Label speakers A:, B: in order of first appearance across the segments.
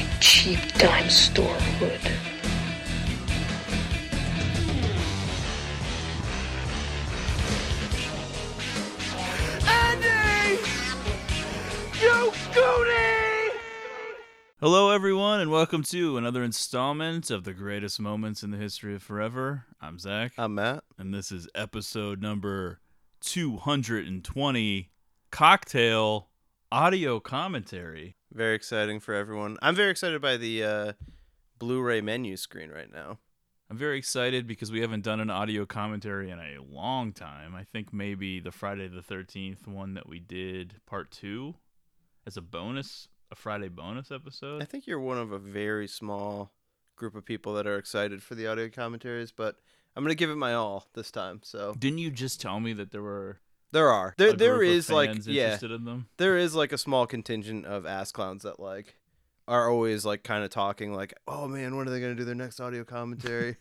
A: you cheap dime store hood.
B: Hello, everyone, and welcome to another installment of the greatest moments in the history of forever. I'm Zach,
C: I'm Matt.
B: and this is episode number 220 Cocktail Audio Commentary.
C: Very exciting for everyone. I'm very excited by the uh, Blu-ray menu screen right now.
B: I'm very excited because we haven't done an audio commentary in a long time. I think maybe the Friday the 13th one that we did, part two, as a bonus, a Friday bonus
C: I
B: episode.
C: think you're one of a very small group of people that are excited for the audio commentaries, but I'm gonna give it my all this time. So
B: Didn't you just tell me that there were
C: there are
B: a
C: there there
B: group of
C: is like
B: fans
C: yeah
B: interested in them?
C: there is like a small contingent of ass clowns that like are always like kind of talking like oh man when are they gonna do their next audio commentary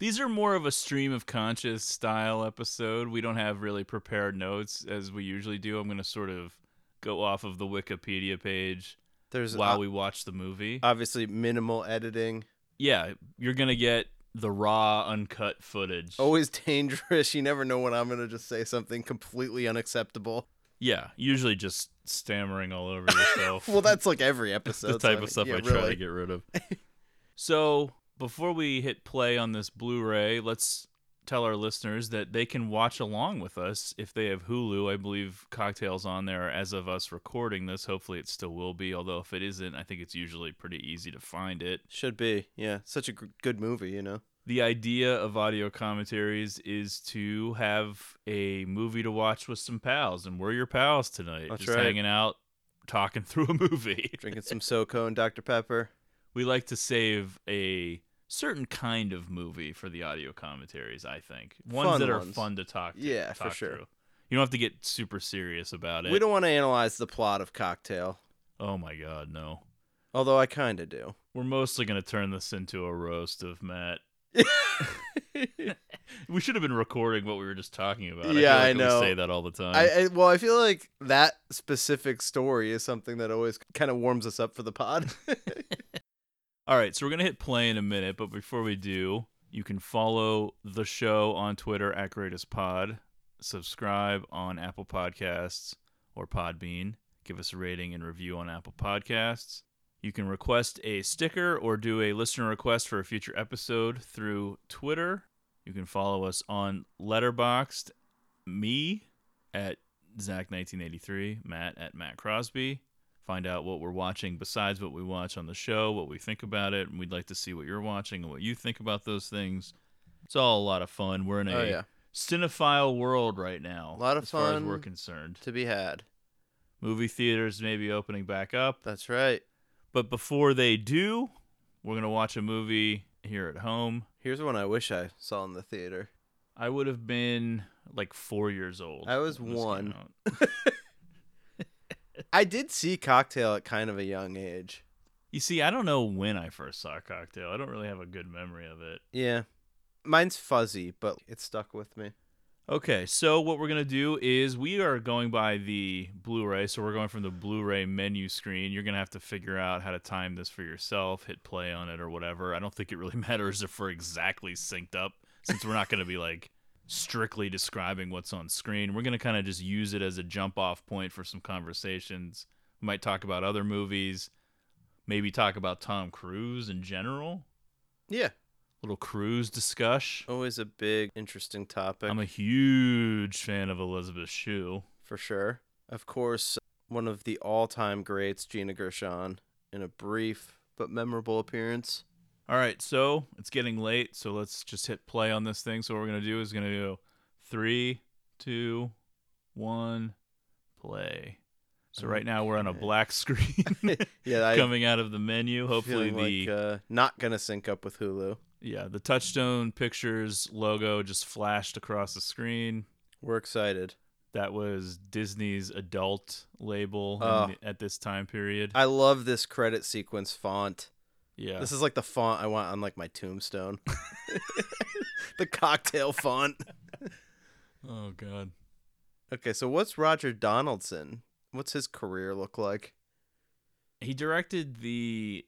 B: These are more of a stream of conscious style episode. We don't have really prepared notes as we usually do. I'm going to sort of go off of the Wikipedia page
C: there's
B: while
C: o-
B: we watch the movie.
C: obviously minimal editing
B: yeah, you're going to get the raw, uncut footage.
C: always dangerous you never know when I'm gonna just say something completely unacceptable
B: yeah, usually just stammering all over yourself.
C: Well, that's like every episode.
B: the
C: so
B: type
C: mean,
B: of stuff
C: yeah,
B: I try
C: really.
B: to get rid of. so before we hit play on this Blu-ray, let's tell our listeners that they can watch along with us if they have Hulu. I believe Cocktail's on there as of us recording this. Hopefully, it still will be. Although if it isn't, I think it's usually pretty easy to find it.
C: Should be, yeah. Such a g- good movie, you know.
B: The idea of audio commentaries is to have a movie to watch with some pals, and we're your pals tonight.
C: That's
B: just
C: right.
B: hanging out, talking through a movie.
C: Drinking some SoCo and Dr Pepper.
B: we like to save a certain kind of movie for the audio commentaries. I think ones
C: Fun
B: that are
C: ones.
B: fun to talk. To,
C: Yeah, for
B: talk
C: sure.
B: through. You don't have to get super serious about it.
C: We don't want to analyze the plot of Cocktail,
B: Oh my god, no.
C: although I kind of do.
B: We're mostly gonna turn this into a roast of Matt. we should have been recording what we were just talking about.
C: Yeah,
B: I,
C: I
B: feel like
C: know.
B: We say that all the time.
C: I, I well, I feel like that specific story is something that always kind of warms us up for the pod.
B: All right, so we're going to hit play in a minute, but before we do, you can follow the show on Twitter at Greatest Pod, subscribe on Apple Podcasts or Podbean, give us a rating and review on Apple Podcasts. You can request a sticker or do a listener request for a future episode through Twitter. You can follow us on Letterboxed, me at Zach1983, Matt at Matt Crosby find out what we're watching besides what we watch on the show, what we think about it, and we'd like to see what you're watching and what you think about those things. It's all a lot of fun. We're in a
C: Oh, yeah.
B: cinephile world right now.
C: Lot of
B: as far as
C: fun.
B: we're concerned.
C: to be had.
B: Movie theaters may be opening back up,
C: That's right.
B: but before they do, we're going to watch a movie here at home.
C: Here's one I wish I saw in the theater.
B: I would have been like 4 years old.
C: I was
B: when this came
C: one.
B: out.
C: I did see Cocktail at kind of a young age.
B: You see, I don't know when I first saw Cocktail. I don't really have a good memory of it.
C: Yeah, mine's fuzzy, but it stuck with me.
B: Okay, so what we're gonna do is we are going by the Blu-ray, so we're going from the Blu-ray menu screen. You're gonna have to figure out how to time this for yourself, hit play on it or whatever. I don't think it really matters if we're exactly synced up, since we're not gonna be like strictly describing what's on screen. We're gonna kind of just use it as a jump-off point for some conversations. We might talk about other movies, maybe talk about Tom Cruise in general,
C: Yeah,
B: little Cruise discuss.
C: always a big interesting topic.
B: I'm a huge fan of Elizabeth Shue.
C: for sure. Of course, one of the all-time greats, Gina Gershon, in a brief but memorable appearance.
B: All right, so it's getting late, so let's just hit play on this thing. So what we're gonna do is gonna go three, two, one, play. So right now we're on a black screen
C: Yeah, I
B: coming out of the menu. Hopefully
C: feeling
B: the
C: like uh, not gonna sync up with Hulu.
B: yeah the Touchstone Pictures logo just flashed across the screen.
C: We're excited.
B: That was Disney's adult label in
C: Oh.
B: the- at this time period.
C: I love this credit sequence font.
B: yeah,
C: This is like the font I want on like my tombstone. the cocktail font.
B: oh god.
C: Okay, so what's Roger Donaldson? What's his career look like?
B: He directed the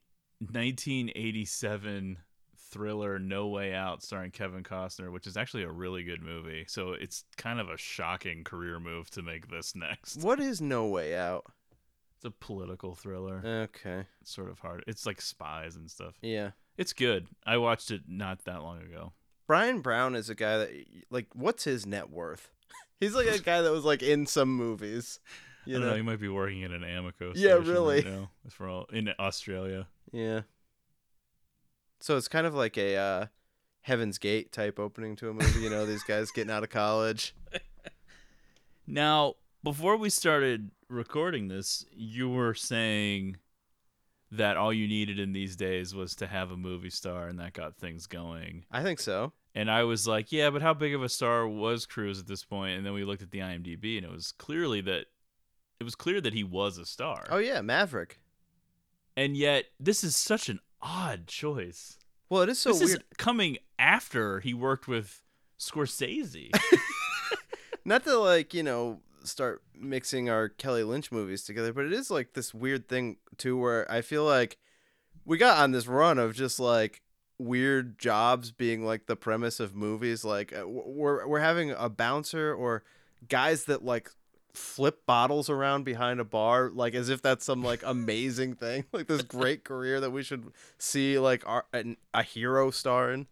B: 1987 thriller No Way Out starring Kevin Costner, which is actually a really good movie. So it's kind of a shocking career move to make this next.
C: What is No Way Out?
B: It's a political thriller.
C: Uh, Okay.
B: It's sort of hard. It's like spies and stuff.
C: Yeah.
B: It's good. I watched it not that long ago.
C: Brian Brown is a guy that like what's his net worth? He's like a guy that was like in some movies.
B: I
C: You
B: don't
C: know?
B: know. He might be working in an Amico.
C: Yeah,
B: station
C: really.
B: Right now. For all in Australia.
C: Yeah. So it's kind of like a uh, Heaven's Gate type opening to a movie, you know, these guys getting out of college.
B: Now, before we started recording this, you were saying that all you needed in these days was to have a movie star and that got things going.
C: I think so.
B: And I was like, yeah, but how big of a star was Cruz at this point? And then we looked at the IMDb and it was clearly that it was clear that he was a star.
C: Oh yeah, Maverick.
B: And yet, this is such an odd choice.
C: Well, it is so
B: this
C: weird.
B: is coming after he worked with Scorsese.
C: Not to like, you know, start mixing our Kelly Lynch movies together, but it is like this weird thing too where I feel like we got on this run of just like weird jobs being like the premise of movies like uh, w- we're we're having a bouncer or guys that like flip bottles around behind a bar like as if that's some like amazing thing like this great career that we should see like our, an, a hero star in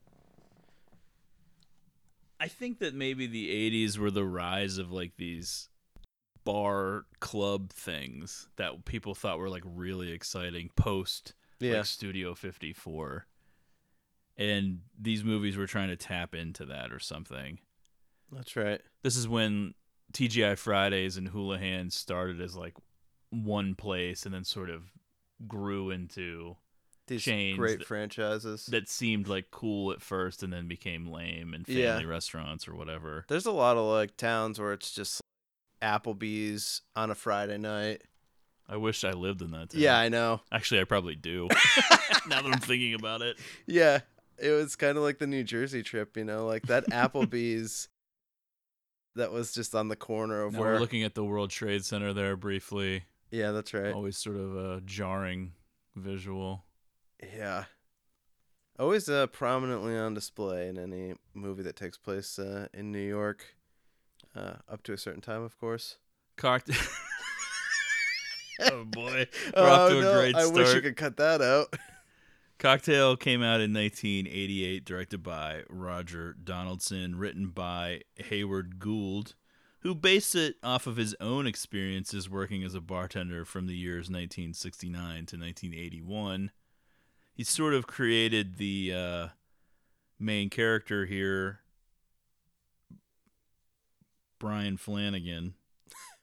B: I think that maybe the 80s were the rise of like these bar club things that people thought were like really exciting post
C: Yeah.
B: like Studio 54. And these movies were trying to tap into that or something.
C: that's right
B: This is when TGI Fridays and Houlihan started as like one place and then sort of grew into
C: these
B: Chains
C: great
B: that-
C: franchises
B: that seemed like cool at first and then became lame and family
C: Yeah.
B: restaurants or whatever.
C: There's a lot of like towns where it's just Applebee's on a Friday night.
B: I wish I lived in that town.
C: Yeah, I know.
B: Actually, I probably do. now that I'm thinking about it,
C: Yeah, it was kind of like the New Jersey trip, you know, like that Applebee's that was just on the corner of
B: Now
C: where.
B: we're looking at the World Trade Center there briefly.
C: yeah, that's right.
B: Always sort of a jarring visual.
C: Yeah, always uh, prominently on display in any movie that takes place uh, in New York, uh, up to a certain time, of course.
B: Cocktail. oh boy,
C: oh
B: we're off to a
C: no,
B: great
C: I
B: start.
C: wish you could cut that out.
B: Cocktail came out in 1988, directed by Roger Donaldson, written by Hayward Gould, who based it off of his own experiences working as a bartender from the years 1969 to 1981. He sort of created the uh, main character here, Brian Flanagan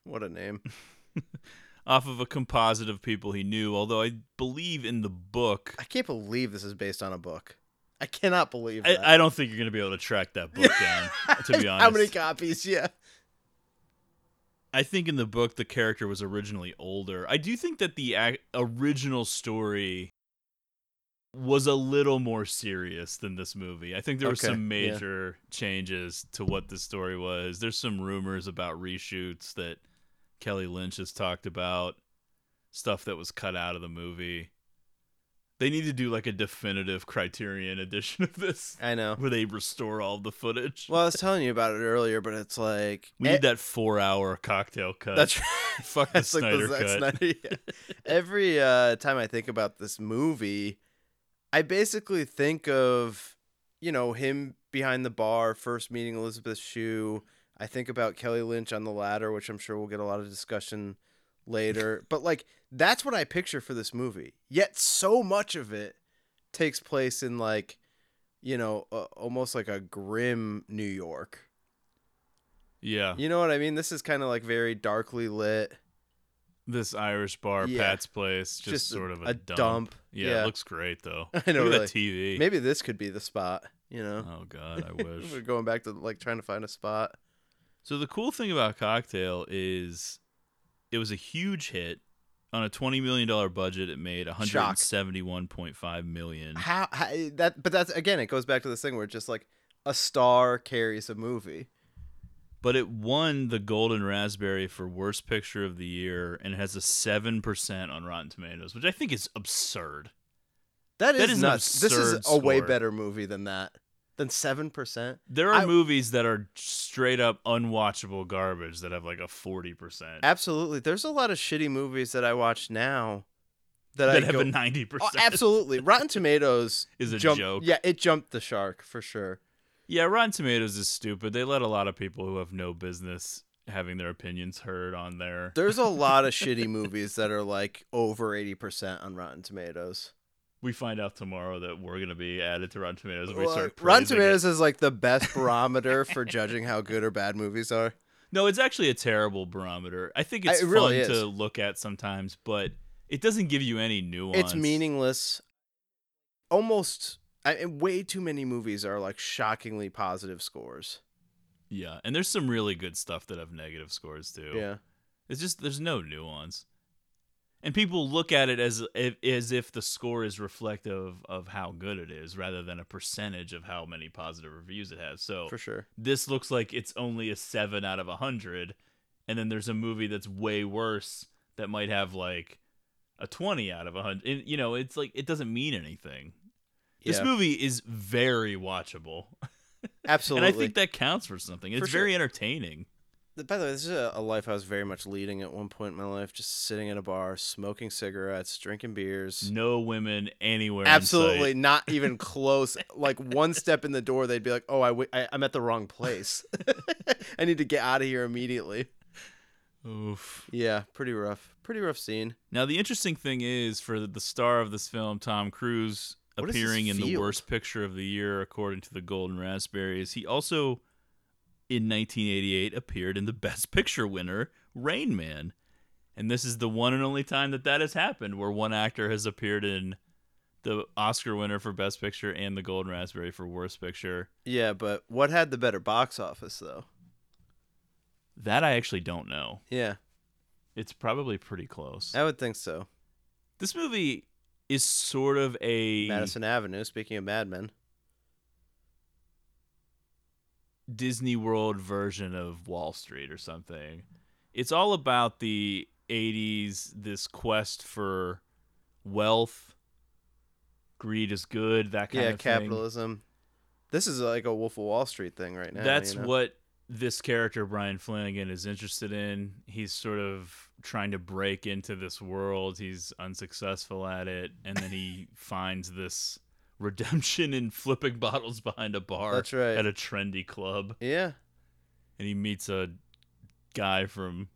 C: What a name.
B: off of a composite of people he knew, although I believe in the book.
C: I can't believe this is based on a book. I cannot believe that.
B: I, I don't think you're going to be able to track that book down, to be honest.
C: How many copies? Yeah.
B: I think in the book, the character was originally older. I do think that the ac- original story was a little more serious than this movie. I think there were
C: Okay,
B: some
C: yeah.
B: major changes to what the story was. There's some rumors about reshoots that Kelly Lynch has talked about, stuff that was cut out of the movie. They need to do like a definitive criterion edition of this
C: I know.
B: where they restore all the footage.
C: Well, I was telling you about it earlier, but it's like
B: we need that four hour cocktail cut.
C: Eh, That's right.
B: Fuck uh, the
C: That's like
B: Snyder
C: Zack
B: cut.
C: Snyder, yeah. Every uh, time I think about this movie, I basically think of you know him behind the bar, first meeting Elizabeth Shue. I think about Kelly Lynch on the ladder, which I'm sure we'll get a lot of discussion later. but like that's what I picture for this movie. Yet so much of it takes place in like you know uh, almost like a grim New York.
B: Yeah.
C: You know what I mean? This is kind of like very darkly lit.
B: this Irish bar,
C: Yeah.
B: Pat's Place, just,
C: Just a-
B: sort of a,
C: a
B: dump.
C: dump.
B: Yeah,
C: Yeah.
B: it looks great though.
C: I know,
B: Look at
C: really.
B: that TV.
C: Maybe this could be the spot, you know.
B: Oh God, I wish.
C: We're going back to like trying to find a spot.
B: So the cool thing about Cocktail is it was a huge hit on a 20 million dollar budget it made 171.5 million.
C: How, how that but that's again it goes back to this thing where it's just like a star carries a movie.
B: But it won the Golden Raspberry for worst picture of the year and it has a 7% on Rotten Tomatoes, which I think is absurd.
C: That is,
B: That is an
C: nuts. This is a
B: absurd
C: way
B: score.
C: better movie than that. Than 7%.
B: There are
C: I-
B: movies that are straight up unwatchable garbage that have like a 40%.
C: Absolutely. There's a lot of shitty movies that I watch now that,
B: that
C: I
B: have
C: go,
B: a 90%.
C: Oh, absolutely. Rotten Tomatoes
B: Is a
C: jumped-
B: joke.
C: Yeah, it jumped the shark for sure.
B: Yeah, Rotten Tomatoes is stupid. They let a lot of people who have no business having their opinions heard on there.
C: There's a lot of shitty movies that are like over 80% on Rotten Tomatoes.
B: we find out tomorrow that we're gonna be added to Rotten Tomatoes. and We
C: Well, uh,
B: start
C: Rotten
B: praising
C: Tomatoes
B: It.
C: is like the best barometer for judging how good or bad movies are.
B: No, it's actually a terrible barometer. I think
C: I-
B: it's
C: it really
B: fun
C: is.
B: to look at sometimes, but it doesn't give you any nuance.
C: It's meaningless. Almost, I, and way too many movies are like shockingly positive scores.
B: Yeah, and there's some really good stuff that have negative scores too.
C: Yeah,
B: it's just there's no nuance, and people look at it as if, as if the score is reflective of how good it is, rather than a percentage of how many positive reviews it has. So
C: for sure.
B: this looks like it's only a seven out of a hundred, and then there's a movie that's way worse that might have like a twenty out of a hundred. And, You know, it's like it doesn't mean anything. This
C: Yeah.
B: movie is very watchable,
C: Absolutely.
B: and I think that counts for something. It's
C: sure.
B: very entertaining.
C: By the way, this is a, a life I was very much leading at one point in my life, just sitting in a bar, smoking cigarettes, drinking beers.
B: No women anywhere. in
C: Absolutely
B: sight.
C: not even close. like one step in the door, they'd be like, "Oh, I w- I, I'm at the wrong place. I need to get out of here immediately."
B: Oof.
C: Yeah, pretty rough. Pretty rough scene.
B: Now the interesting thing is for the star of this film, Tom Cruise,
C: What is his
B: appearing in the
C: field?
B: worst picture of the year according to the Golden Raspberries. He also in 1988 appeared in the best picture winner, Rain Man. And this is the one and only time that that has happened where one actor has appeared in the Oscar winner for best picture and the Golden Raspberry for worst picture.
C: Yeah, but what had the better box office though?
B: That I actually don't know.
C: Yeah,
B: It's probably pretty close.
C: I would think so.
B: This movie is sort of a
C: Madison Avenue. Speaking of Mad Men,
B: Disney World version of Wall Street or something. It's all about the 80s, this quest for wealth, greed is good, that kind
C: yeah,
B: of thing.
C: capitalism. This is like a Wolf of Wall Street thing right now.
B: That's
C: you know?
B: what this character, Brian Flanagan, is interested in. He's sort of trying to break into this world, he's unsuccessful at it, and then he finds this redemption in flipping bottles behind a bar
C: That's right.
B: at a trendy club.
C: Yeah,
B: and he meets a guy from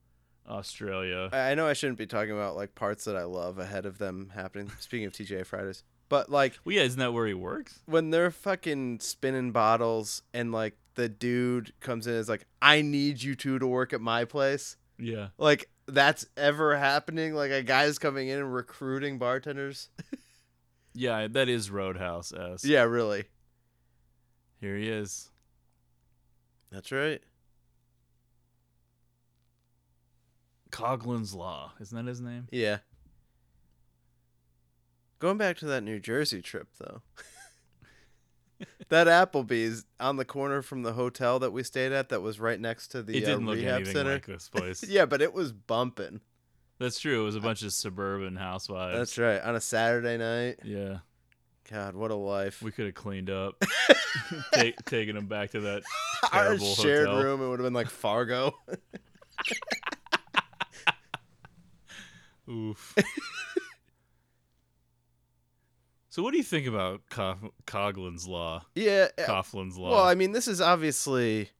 B: Australia.
C: I I know I shouldn't be talking about like parts that I love ahead of them happening. Speaking of TJ Fridays, but like
B: Well, yeah, isn't that where he works?
C: when they're fucking spinning bottles and like the dude comes in and is like, "I need you two to work at my place."
B: Yeah.
C: Like that's ever happening. Like a guy's coming in and recruiting bartenders.
B: Yeah, that is Roadhouse S.
C: yeah, really.
B: Here he is.
C: That's right.
B: Coglin's Law. Isn't that his name?
C: Yeah. Going back to that New Jersey trip though. that Applebee's on the corner from the hotel that we stayed at that was right next to the
B: it didn't
C: uh,
B: look
C: rehab
B: anything
C: center.
B: like this place.
C: yeah, but it was bumping.
B: That's true. It was a bunch of suburban housewives.
C: That's right. On a Saturday night.
B: Yeah.
C: God, what a life.
B: We could have cleaned up, Ta- taking him back to that
C: Our
B: terrible
C: shared
B: hotel.
C: room, it would have been like Fargo.
B: Oof. so, what do you think about Co- Coglin's Law?
C: yeah. uh,
B: Coughlin's Law.
C: Well, I mean, this is obviously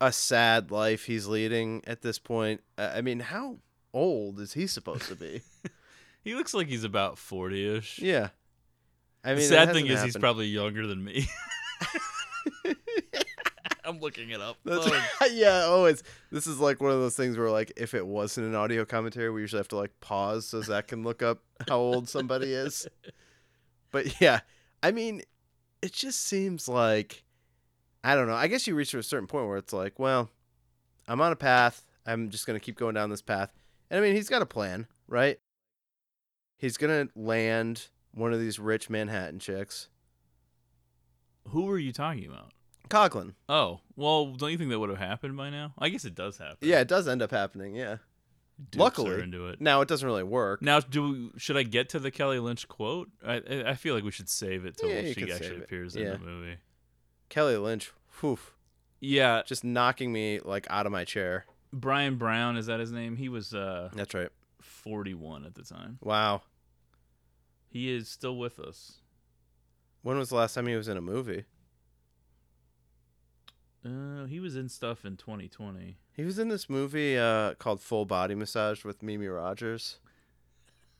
C: a sad life he's leading at this point. Uh, I mean, how old is he supposed to be?
B: he looks like he's about 40 ish.
C: yeah. I mean,
B: the
C: it
B: sad thing
C: hasn't
B: is he's
C: happened.
B: probably younger than me. I'm looking it up.
C: That's,
B: Oh,
C: yeah, always. This is like one of those things where, like, if it wasn't an audio commentary, we usually have to like pause so Zach can look up how old somebody is. But yeah, I mean, it just seems like I don't know. I guess you reach to a certain point where it's like, well, I'm on a path. I'm just gonna keep going down this path. And I mean, he's got a plan, right? He's gonna land one of these rich Manhattan chicks,
B: who were you talking about?
C: Coglin.
B: Oh, well, don't you think that would have happened by now? I guess it does happen.
C: Yeah, it does end up happening. Yeah.
B: Dupes
C: Luckily,
B: are into it.
C: now it doesn't really work.
B: Now, do should I get to the Kelly Lynch quote? I I- I feel like we should save it till
C: Yeah, you
B: she
C: can save
B: actually
C: it.
B: appears
C: Yeah.
B: in the movie.
C: Kelly Lynch, whew,
B: Yeah,
C: just knocking me like out of my chair.
B: Brian Brown is that his name? He was uh
C: That's right.
B: 41 at the time.
C: Wow.
B: He is still with us.
C: When was the last time he was in a movie?
B: Uh, he was in stuff in 2020.
C: He was in this movie uh, called Full Body Massage with Mimi Rogers.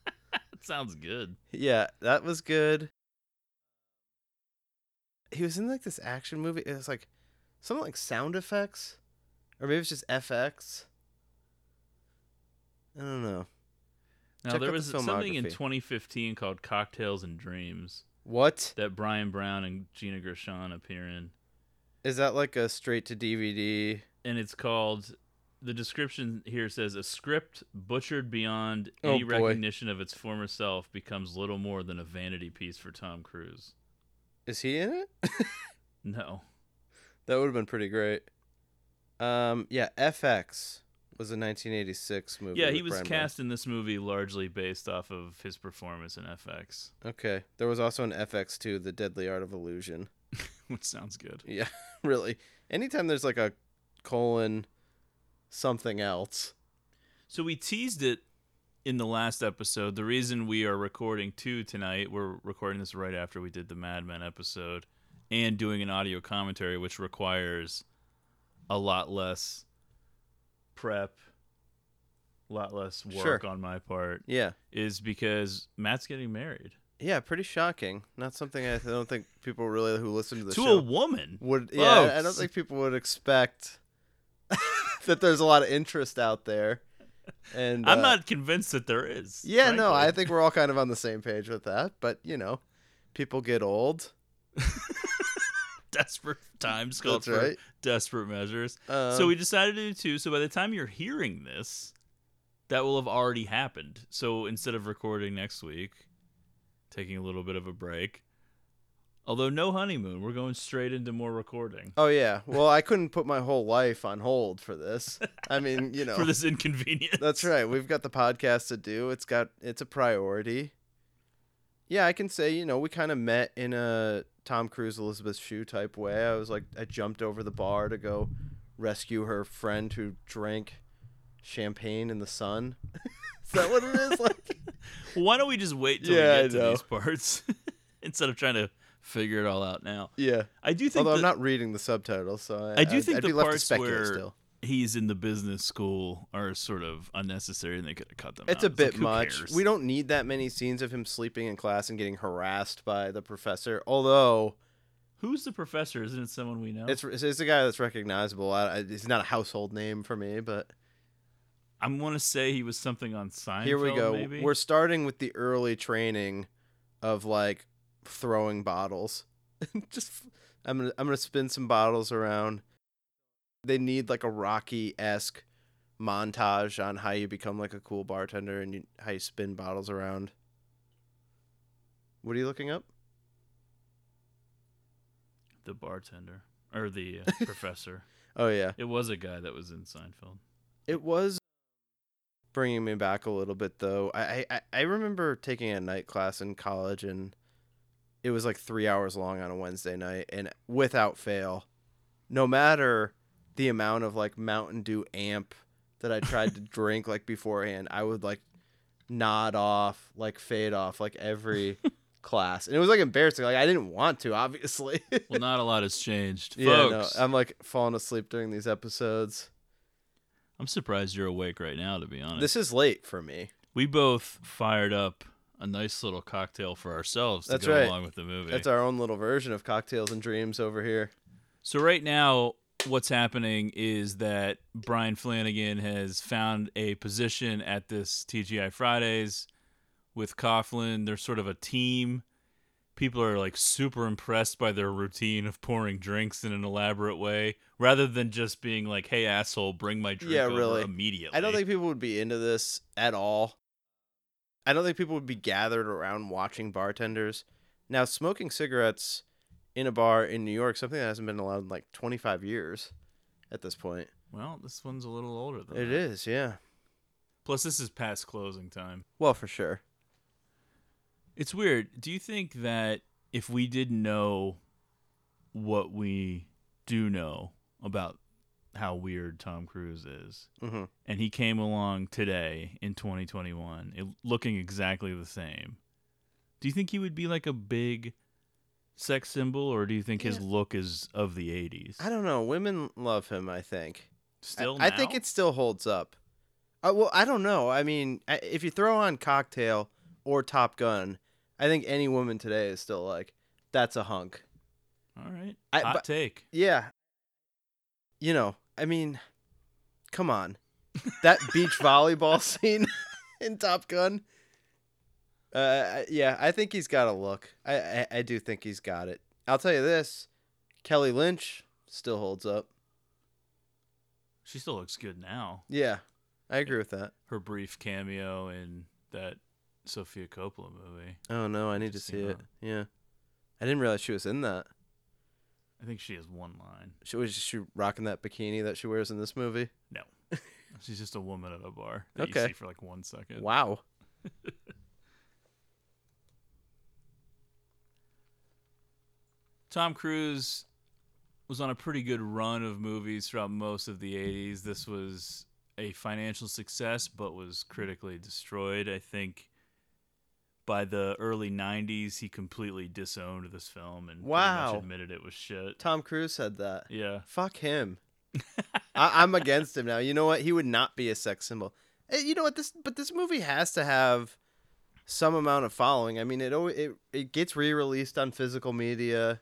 B: That sounds good.
C: Yeah, that was good. He was in like this action movie. It was like something like sound effects, or maybe it's just FX. I don't know.
B: Now
C: Check
B: there
C: out the
B: was something in
C: filmography.
B: 2015 called Cocktails and Dreams
C: What
B: that Brian Brown and Gina Gershon appear in.
C: is that like a straight to DVD?
B: and it's called the description here says a script butchered beyond
C: Oh,
B: any
C: boy.
B: recognition of its former self becomes little more than a vanity piece for Tom Cruise.
C: Is he in it?
B: No.
C: That would have been pretty great. Um, yeah, FX was a 1986 movie.
B: yeah,
C: with
B: he was
C: Brian Brown.
B: cast in this movie largely based off of his performance in FX,
C: Okay, there was also an FX too, The Deadly Art of Illusion.
B: which sounds good.
C: Yeah, really. Anytime there's like a colon something else.
B: So we teased it in the last episode. The reason we are recording two tonight, we're recording this right after we did the Mad Men episode and doing an audio commentary, which requires a lot less prep, a lot less work
C: Sure.
B: on my part,
C: Yeah,
B: is because Matt's getting married
C: yeah, pretty shocking. Not something I don't think people really who listen to the
B: to
C: show
B: a woman.
C: would.
B: Whoa.
C: Yeah, I don't think people would expect that there's a lot of interest out there. And
B: I'm
C: uh,
B: not convinced that there is.
C: Yeah, no,
B: frankly.
C: I think we're all kind of on the same page with that. But you know, people get old.
B: desperate times called
C: That's
B: for
C: right.
B: desperate measures.
C: Um,
B: so we decided to do two. So by the time you're hearing this, that will have already happened. So instead of recording next week, taking a little bit of a break, although no honeymoon, we're going straight into more recording
C: Oh yeah. Well, I couldn't put my whole life on hold for this. I mean, you know,
B: for this inconvenience.
C: that's right. We've got the podcast to do. It's got it's a priority. Yeah, I can say you know we kind of met in a Tom Cruise Elizabeth Shue type way. I was like I jumped over the bar to go rescue her friend who drank champagne in the sun. is that what it is? Like
B: Why don't we just wait till
C: Yeah, I
B: we get to
C: know.
B: these parts instead of trying to figure it all out now?
C: yeah.
B: I do think
C: Although I'm
B: the-
C: not reading the subtitles, so I,
B: I do think
C: I'd
B: the
C: be left to
B: parts
C: speculate
B: where
C: still.
B: he's in the business school are sort of unnecessary, and they could have cut them.
C: It's
B: out.
C: a bit
B: like, who
C: much.
B: cares?
C: We don't need that many scenes of him sleeping in class and getting harassed by the professor. Although
B: Who's the professor? Isn't it someone we know?
C: it's it's a guy that's recognizable. I, I- he's not a household name for me, but
B: I want to say he was something on Seinfeld.
C: here we go.
B: Maybe?
C: We're starting with the early training of like throwing bottles. Just I'm gonna I'm gonna spin some bottles around. They need like a Rocky esque montage on how you become like a cool bartender and you, how you spin bottles around. What are you looking up?
B: the bartender or the uh, professor.
C: Oh yeah,
B: It was a guy that was in Seinfeld.
C: it was bringing me back a little bit though. I I- I, I remember taking a night class in college and it was like three hours long on a Wednesday night, and without fail, no matter the amount of like Mountain Dew amp that I tried to drink like beforehand, I would like nod off, like fade off, like every class, and it was like embarrassing. Like I didn't want to, obviously.
B: Well, not a lot has changed,
C: yeah, no, um,
B: folks. I'm...
C: I'm like falling asleep during these episodes.
B: surprised you're awake right now. To be honest,
C: This is late for me.
B: we both fired up a nice little cocktail for ourselves to
C: That's
B: go
C: right.
B: along with the movie.
C: That's our own little version of cocktails and dreams over here.
B: So right now, what's happening is that Brian Flanagan has found a position at this TGI Fridays with Coughlin. They're sort of a team. People are like super impressed by their routine of pouring drinks in an elaborate way rather than just being like, hey, asshole, bring my drink
C: Yeah,
B: over
C: really.
B: immediately.
C: I don't think people would be into this at all. I don't think people would be gathered around watching bartenders. Now, smoking cigarettes in a bar in New York, something that hasn't been allowed in like 25 years at this point.
B: Well, this one's a little older than
C: It
B: that.
C: is, yeah.
B: Plus, this is past closing time.
C: Well, for sure.
B: It's weird. Do you think that if we didn't know what we do know about how weird Tom Cruise is,
C: hmm
B: and he came along today in 2021 it, looking exactly the same, do you think he would be like a big sex symbol, or do you think his look is of the 80s?
C: I don't know. Women love him, I think. I-
B: Still,
C: I, think
B: now?
C: it still holds up. Uh, well, I don't know. I mean, I, if you throw on Cocktail or Top Gun, I think any woman today is still like, that's a hunk.
B: all right.
C: I-
B: Hot
C: but-
B: take.
C: Yeah. You know, I mean, come on. That beach volleyball scene in Top Gun. Uh, I- yeah, I think he's got a look. I, I I do think he's got it. I'll tell you this, Kelly Lynch still holds up.
B: She still looks good now.
C: Yeah, I agree with that.
B: Her brief cameo in that Sophia Coppola movie.
C: Oh no, I need to
B: Just
C: see
B: came
C: it.
B: out.
C: Yeah, I didn't realize she was in that.
B: I think she has one line.
C: She was she rocking that bikini that she wears in this movie.
B: No. She's just a woman at a bar that you
C: Okay.
B: see for like one second.
C: Wow.
B: Tom Cruise was on a pretty good run of movies throughout most of the 80s. This was a financial success, but was critically destroyed. I think by the early 90s, he completely disowned this film and pretty much
C: Wow.
B: admitted it was shit.
C: Tom Cruise said that.
B: Yeah.
C: Fuck him. I, I'm against him now. You know what? He would not be a sex symbol. Eh, You know what? This but this movie has to have some amount of following. I mean, it always it, it gets re-released on physical media.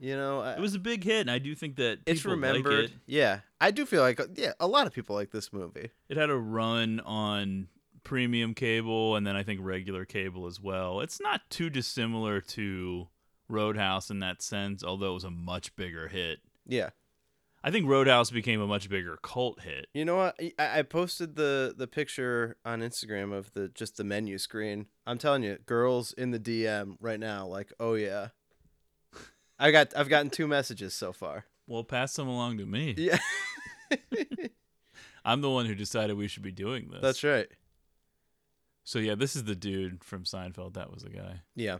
C: You know, I,
B: It was a big hit, and I do think that
C: it's
B: people like
C: remembered.
B: it.
C: Yeah, I do feel like uh, yeah, a lot of people like this movie.
B: It had a run on premium cable and then I think regular cable as well. It's not too dissimilar to Roadhouse in that sense, although it was a much bigger hit.
C: Yeah,
B: I think Roadhouse became a much bigger cult hit.
C: you know what? I, I posted the the picture on Instagram of the just the menu screen. I'm telling you, girls in the DM right now, like, oh yeah. I got I've gotten two messages so far.
B: Well, pass them along to me.
C: Yeah.
B: I'm the one who decided we should be doing this.
C: That's right.
B: So yeah, this is the dude from Seinfeld. That was the guy.
C: Yeah.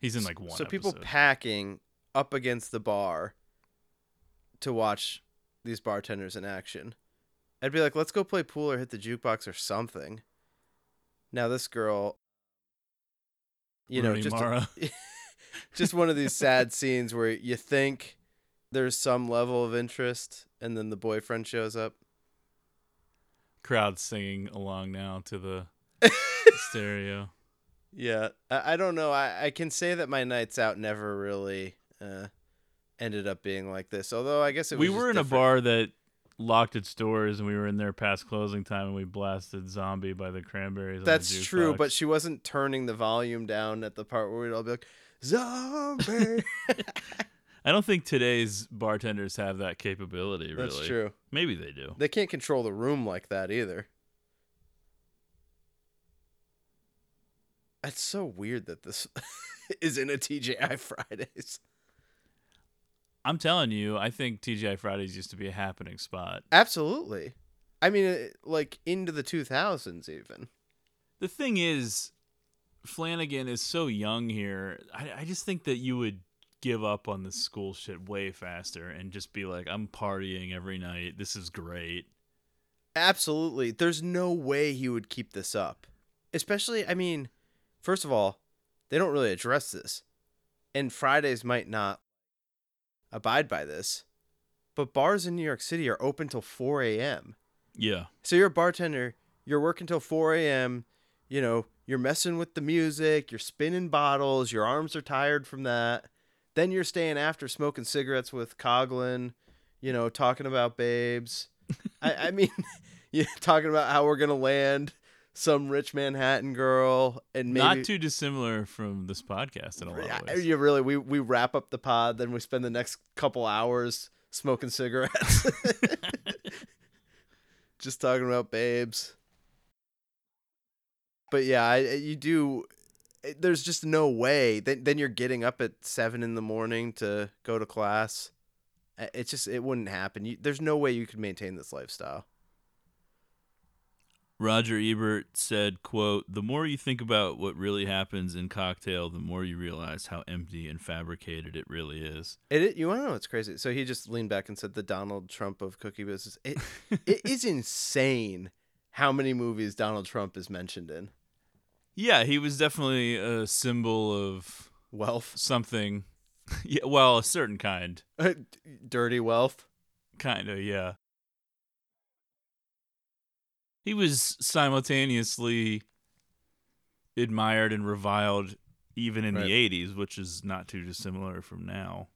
B: He's in like one.
C: so people
B: episode.
C: packing up against the bar to watch these bartenders in action. I'd be like, let's go play pool or hit the jukebox or something. Now this girl, you know,
B: Rooney
C: just
B: Mara.
C: just one of these sad scenes where you think there's some level of interest, and then the boyfriend shows up.
B: crowd singing along now to the stereo.
C: Yeah, I, I don't know. I, I can say that my nights out never really uh, ended up being like this. Although I guess it
B: we
C: was just
B: were in a
C: different.
B: bar that locked its doors and we were in there past closing time and we blasted zombie by the cranberries on the
C: That's true,
B: jukebox.
C: but she wasn't turning the volume down at the part where we'd all be like, "Zombie."
B: i don't think today's bartenders have that capability really
C: That's true.
B: maybe they do
C: They can't control the room like that either. It's so weird that this is in a TGI Fridays.
B: i'm telling you i think tgi fridays used to be a happening spot
C: Absolutely. I mean, it- like into the 2000s even.
B: the thing is flanagan is so young here i, I just think that you would give up on the school shit way faster and just be like i'm partying every night this is great
C: Absolutely. There's no way he would keep this up. Especially, I mean, first of all, they don't really address this. And Fridays might not abide by this. But bars in New York City are open till 4 a.m.
B: yeah
C: So you're a bartender, you're working till 4 a.m., you know, you're messing with the music, you're spinning bottles, your arms are tired from that. Then you're staying after smoking cigarettes with Coglin, you you know, talking about babes. I, I mean, yeah, talking about how we're gonna land some rich Manhattan girl and maybe
B: Not too dissimilar from this podcast in a lot of
C: Yeah,
B: ways.
C: you really we we wrap up the pod, then we spend the next couple hours smoking cigarettes, just talking about babes. But yeah, I, you do. it- There's just no way. Then then you're getting up at seven in the morning to go to class. I- It just it wouldn't happen. You, there's no way you could maintain this lifestyle.
B: Roger Ebert said, quote, The more you think about what really happens in Cocktail, the more you realize how empty and fabricated it really is.
C: It, it you want to know what's crazy? So he just leaned back and said, "The Donald Trump of cookie business." It it is insane how many movies Donald Trump is mentioned in.
B: Yeah, he was definitely a symbol of
C: Wealth, Uh,
B: something. Yeah, well, a certain kind.
C: dirty wealth.
B: Kind of, yeah. He was simultaneously admired and reviled even in
C: Right.
B: the 80s, which is not too dissimilar from now.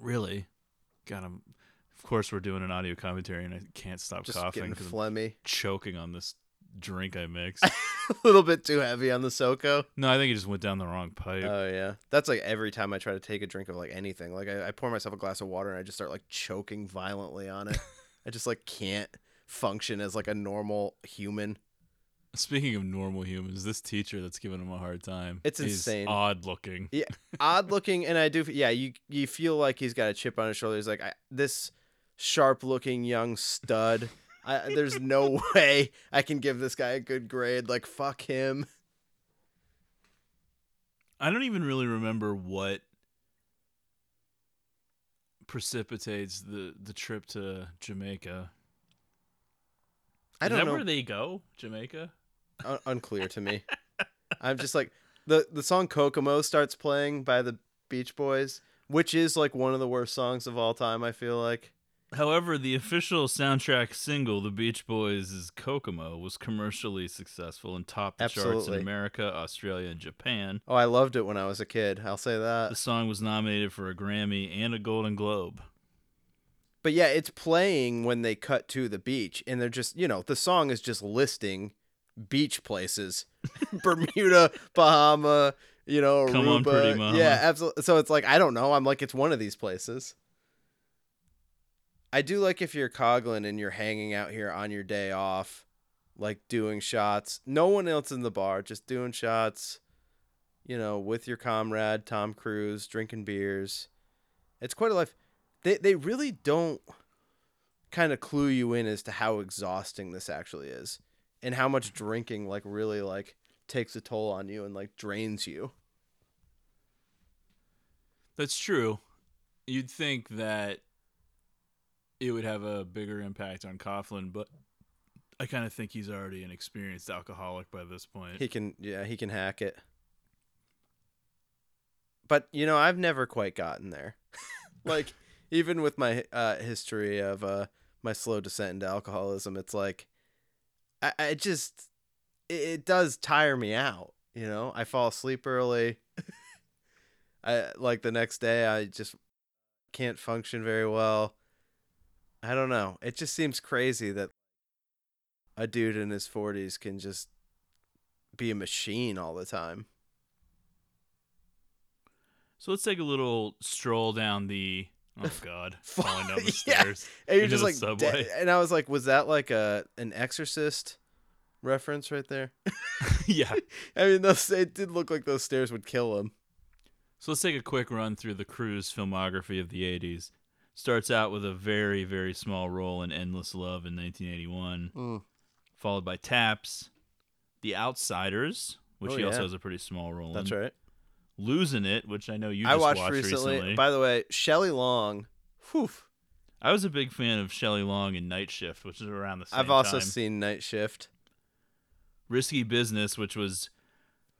B: Really? God, I'm. Of course, we're doing an audio commentary, and I can't stop
C: Just
B: coughing
C: getting
B: because I'm
C: phlegmy.
B: choking on this drink I mixed.
C: a little bit too heavy on the SoCo.
B: no, I think it just went down the wrong pipe.
C: Oh yeah, that's like every time I try to take a drink of like anything. Like I, I pour myself a glass of water and I just start like choking violently on it. I just like can't function as like a normal human.
B: Speaking of normal humans, this teacher that's giving him a hard time
C: It's
B: is
C: insane.
B: odd looking.
C: Yeah, odd looking, and I do. Yeah, you you feel like he's got a chip on his shoulder. He's like I, this sharp looking young stud. I, there's no way I can give this guy a good grade. Like fuck him.
B: I don't even really remember what precipitates the the trip to Jamaica.
C: I
B: Is
C: don't
B: that
C: know.
B: where they go, Jamaica.
C: un- unclear to me. I'm just like the the song Kokomo starts playing by the Beach Boys, which is like one of the worst songs of all time. I feel like
B: However, the official soundtrack single, The Beach Boys' Kokomo, was commercially successful and topped the charts in
C: Absolutely.
B: America, Australia, and Japan.
C: oh, I loved it when I was a kid. I'll say
B: The
C: that.
B: song was nominated for a Grammy and a Golden Globe.
C: But yeah, it's playing when they cut to the beach, and they're just you know the song is just listing beach places, Bermuda, Bahama. You know, Aruba.
B: Come on, pretty mama.
C: Yeah, absolutely. So it's like I don't know. I'm like it's one of these places. I do like if you're coglin and you're hanging out here on your day off, like doing shots. No one else in the bar, just doing shots, you know, with your comrade, Tom Cruise, drinking beers. It's quite a life. They they really don't kind of clue you in as to how exhausting this actually is and how much drinking like really like takes a toll on you and like drains you.
B: That's true. You'd think that it would have a bigger impact on Coughlin, but I kind of think he's already an experienced alcoholic by this point.
C: He can, yeah, he can hack it. But you know, I've never quite gotten there. like, even with my uh, history of uh, my slow descent into alcoholism, it's like I, I just it, it does tire me out. You know, I fall asleep early. I like the next day, I just can't function very well. I don't know. It just seems crazy that a dude in his 40s can just be a machine all the time.
B: so let's take a little stroll down the. Oh God! Falling down the
C: Yeah.
B: stairs.
C: And you're
B: into
C: just
B: the
C: like,
B: subway.
C: "Da-" and I was like, was that like a an Exorcist reference right there?
B: yeah.
C: I mean, those it did look like those stairs would kill him.
B: So let's take a quick run through the Cruise filmography of the 80s. Starts out with a very, very small role in Endless Love in 1981,
C: Mm.
B: followed by Taps, The Outsiders, which
C: Oh,
B: he also
C: yeah.
B: has a pretty small role
C: That's
B: in.
C: right.
B: Losing It, which I know Mm. you just
C: I watched, recently,
B: recently.
C: By the way, Shelley Long. Whew,
B: I was a big fan of Shelley Long in Night Shift, which is around the same
C: I've also
B: time.
C: seen Night Shift.
B: Risky Business, which was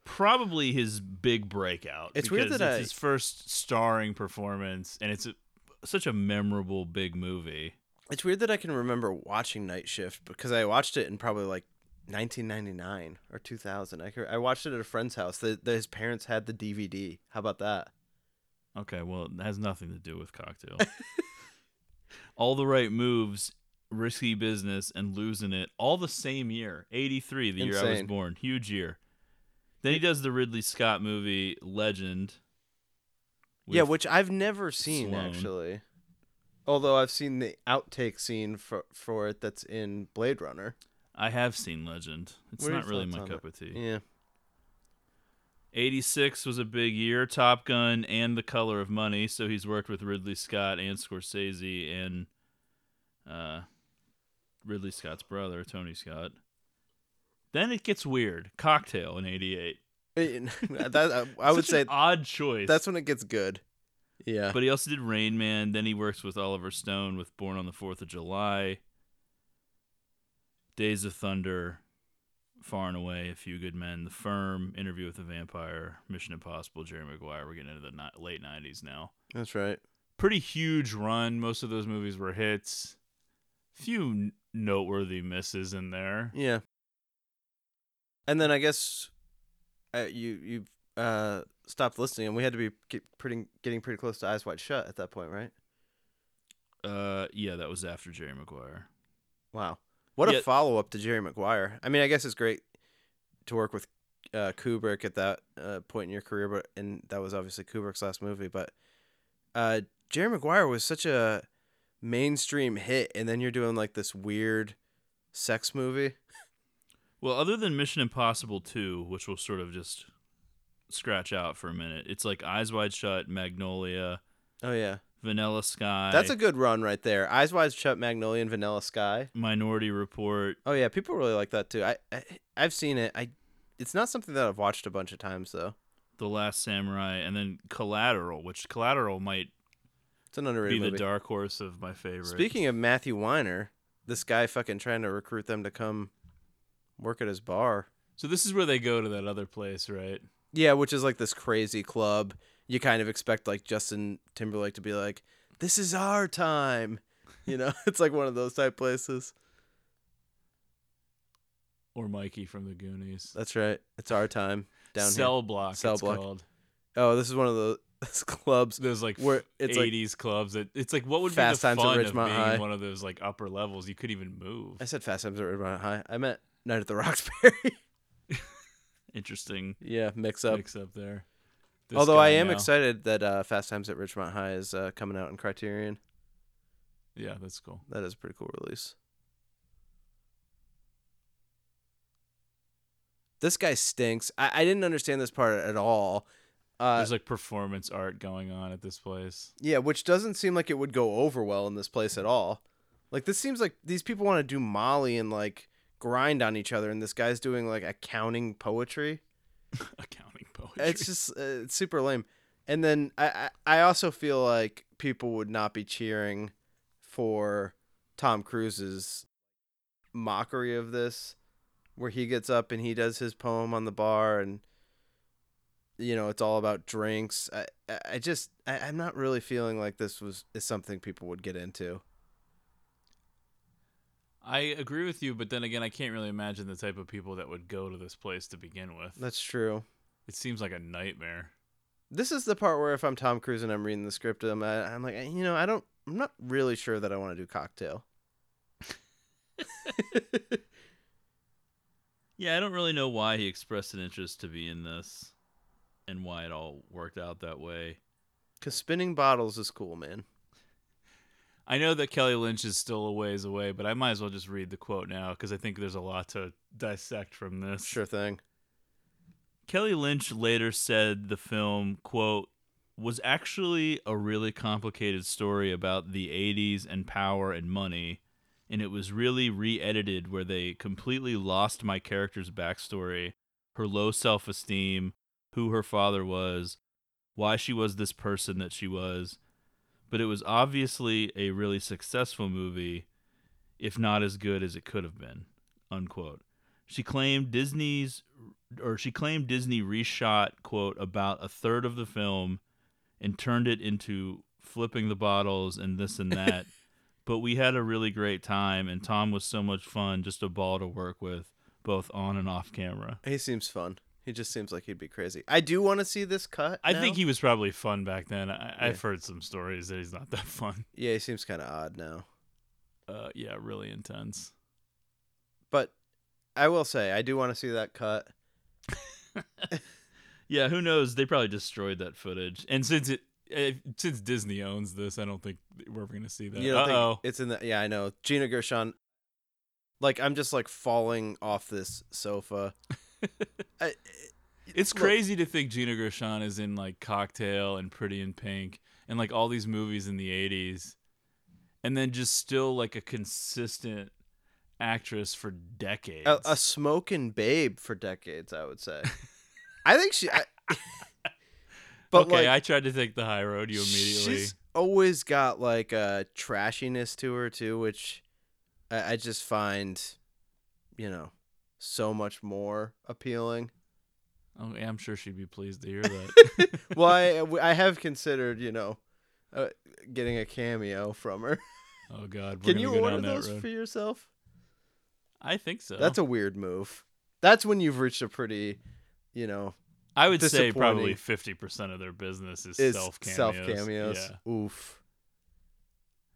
B: probably his big breakout.
C: It's weird
B: because
C: that
B: it's
C: I-
B: his first starring performance, and it's a, such a memorable big movie.
C: It's weird that I can remember watching Night Shift because I watched it in probably like 1999 or 2000. I, could- I watched it at a friend's house. The, the, his parents had the DVD. How about that?
B: Okay, well, it has nothing to do with Cocktail. All the Right Moves, Risky Business, and Losing It all the same year. 83, the year I was
C: Insane.
B: born. Huge year. Then he does the Ridley Scott movie, Legend.
C: yeah,
B: with-
C: which I've never seen
B: Sloane.
C: actually. Although I've seen the outtake scene for for it that's in Blade Runner.
B: I have seen Legend. It's
C: What are
B: not
C: your
B: really
C: thoughts
B: my
C: on
B: cup
C: it?
B: of tea.
C: Yeah.
B: 86 was a big year. Top Gun and The Color of Money. So he's worked with Ridley Scott and Scorsese and uh, Ridley Scott's brother, Tony Scott. Then it gets weird. Cocktail in 88.
C: It- that- I, I would
B: Such an
C: say
B: odd choice.
C: that's when it gets good. Yeah.
B: But he also did Rain Man. Then he works with Oliver Stone with Born on the Fourth of July, Days of Thunder, Far and Away, A Few Good Men, The Firm, Interview with the Vampire, Mission Impossible, Jerry Maguire. We're getting into the ni- late '90s now.
C: that's right.
B: Pretty huge run. Most of those movies were hits. Few n- noteworthy misses in there.
C: Yeah. And then I guess uh, you you uh stopped listening and we had to be get pretty getting pretty close to eyes wide shut at that point, right?
B: Uh, yeah, that was after Jerry Maguire.
C: Wow. What
B: Yeah.
C: a follow up to Jerry Maguire. I mean, I guess it's great to work with uh, Kubrick at that uh, point in your career, but and that was obviously Kubrick's last movie. But uh, Jerry Maguire was such a mainstream hit, and then you're doing like this weird sex movie.
B: Well, other than Mission Impossible 2, which we'll sort of just scratch out for a minute, it's like Eyes Wide Shut, Magnolia,
C: Oh yeah,
B: Vanilla Sky,
C: that's a good run right there. Eyes Wide Shut, Magnolia, and Vanilla Sky.
B: Minority Report.
C: Oh yeah, people really like that too. I, I I've seen it. I it's not something that I've watched a bunch of times though.
B: The Last Samurai, and then Collateral, which Collateral might
C: It's an underrated
B: be
C: movie.
B: the dark horse of my favorite.
C: Speaking of Matthew Weiner, this guy fucking trying to recruit them to come work at his bar.
B: so this is where they go to that other place, right?
C: Yeah, which is like this crazy club. You kind of expect like Justin Timberlake to be like, "This is our time," you know. it's like one of those type places.
B: Or Mikey from the Goonies.
C: That's right. It's our time down
B: Cell
C: here.
B: block.
C: Cell
B: it's
C: block.
B: Called.
C: Oh, this is one of those clubs.
B: Those like
C: Where-
B: it's
C: it's like-
B: 80s clubs. That it's like what would
C: Fast
B: be the
C: Times at
B: fun of being
C: Ridgemont High.
B: in one of those like upper levels? You couldn't even move.
C: I said Fast Times at Ridgemont High. I meant Night at the Roxbury.
B: Interesting
C: yeah, mix up.
B: mix up there. This
C: Although I
B: guy
C: am
B: now.
C: excited that uh, Fast Times at Ridgemont High is uh, coming out in Criterion.
B: Yeah, that's cool.
C: That is a pretty cool release. This guy stinks. I, I didn't understand this part at all. Uh,
B: There's like performance art going on at this place.
C: yeah, which doesn't seem like it would go over well in this place at all. Like this seems like these people want to do Molly and like grind on each other, and this guy's doing like accounting poetry.
B: Accounting poetry.
C: It's just uh, it's super lame. And then I, I I also feel like people would not be cheering for Tom Cruise's mockery of this, where he gets up and he does his poem on the bar, and you know it's all about drinks. I I- I just I, I'm not really feeling like this was is something people would get into.
B: I agree with you, but then again, I can't really imagine the type of people that would go to this place to begin with.
C: That's true.
B: It seems like a nightmare.
C: This is the part where if I'm Tom Cruise and I'm reading the script, I'm I, I'm like you know I don't I'm not really sure that I want to do cocktail.
B: Yeah, I don't really know why he expressed an interest to be in this and why it all worked out that way.
C: Cause spinning bottles is cool, man.
B: I know that Kelly Lynch is still a ways away, but I might as well just read the quote now because I think there's a lot to dissect from this.
C: Sure thing.
B: Kelly Lynch later said the film, quote, was actually a really complicated story about the 80s and power and money, and it was really re edited where they completely lost my character's backstory, her low self esteem, who her father was, why she was this person that she was. But it was obviously a really successful movie, if not as good as it could have been, unquote. She claimed Disney's or she claimed Disney reshot quote about a third of the film and turned it into flipping the bottles and this and that. but we had a really great time and Tom was so much fun, just a ball to work with, both on and off camera.
C: He seems fun. He just seems like he'd be crazy. I do want to see this cut.
B: I think
C: now.
B: he was probably fun back then. I, I've
C: Yeah.
B: heard some stories that he's not that fun.
C: Yeah, he seems kind of odd now.
B: Uh, yeah, really intense.
C: But I will say, I do want to see that cut.
B: Yeah, who knows? They probably destroyed that footage. And since it, eh, since Disney owns this, I don't think we're ever gonna see that.
C: You don't think
B: Uh-oh.
C: it's in the? Yeah, I know. Gina Gershon. Like I'm just like falling off this sofa. I,
B: It's
C: Look-
B: crazy to think Gina Gershon is in like Cocktail and Pretty in Pink and like all these movies in the 80s and then just still like a consistent actress for decades.
C: a, a smoking babe for decades, I would say. I think she. I, but
B: okay,
C: like,
B: I tried to take the high road you immediately.
C: She's always got like a trashiness to her too, which I, I just find, you know, so much more appealing.
B: Oh, yeah, I'm sure she'd be pleased to hear that.
C: Well, I, I have considered, you know, uh, getting a cameo from her.
B: oh god, we're
C: Can you
B: gonna go
C: order
B: down that
C: those
B: road.
C: for yourself?
B: I think so.
C: That's a weird move. That's when you've reached a pretty, you know,
B: I would say probably
C: disappointing.
B: 50% of their business is,
C: is
B: self cameos.
C: self cameos.
B: Yeah.
C: Oof.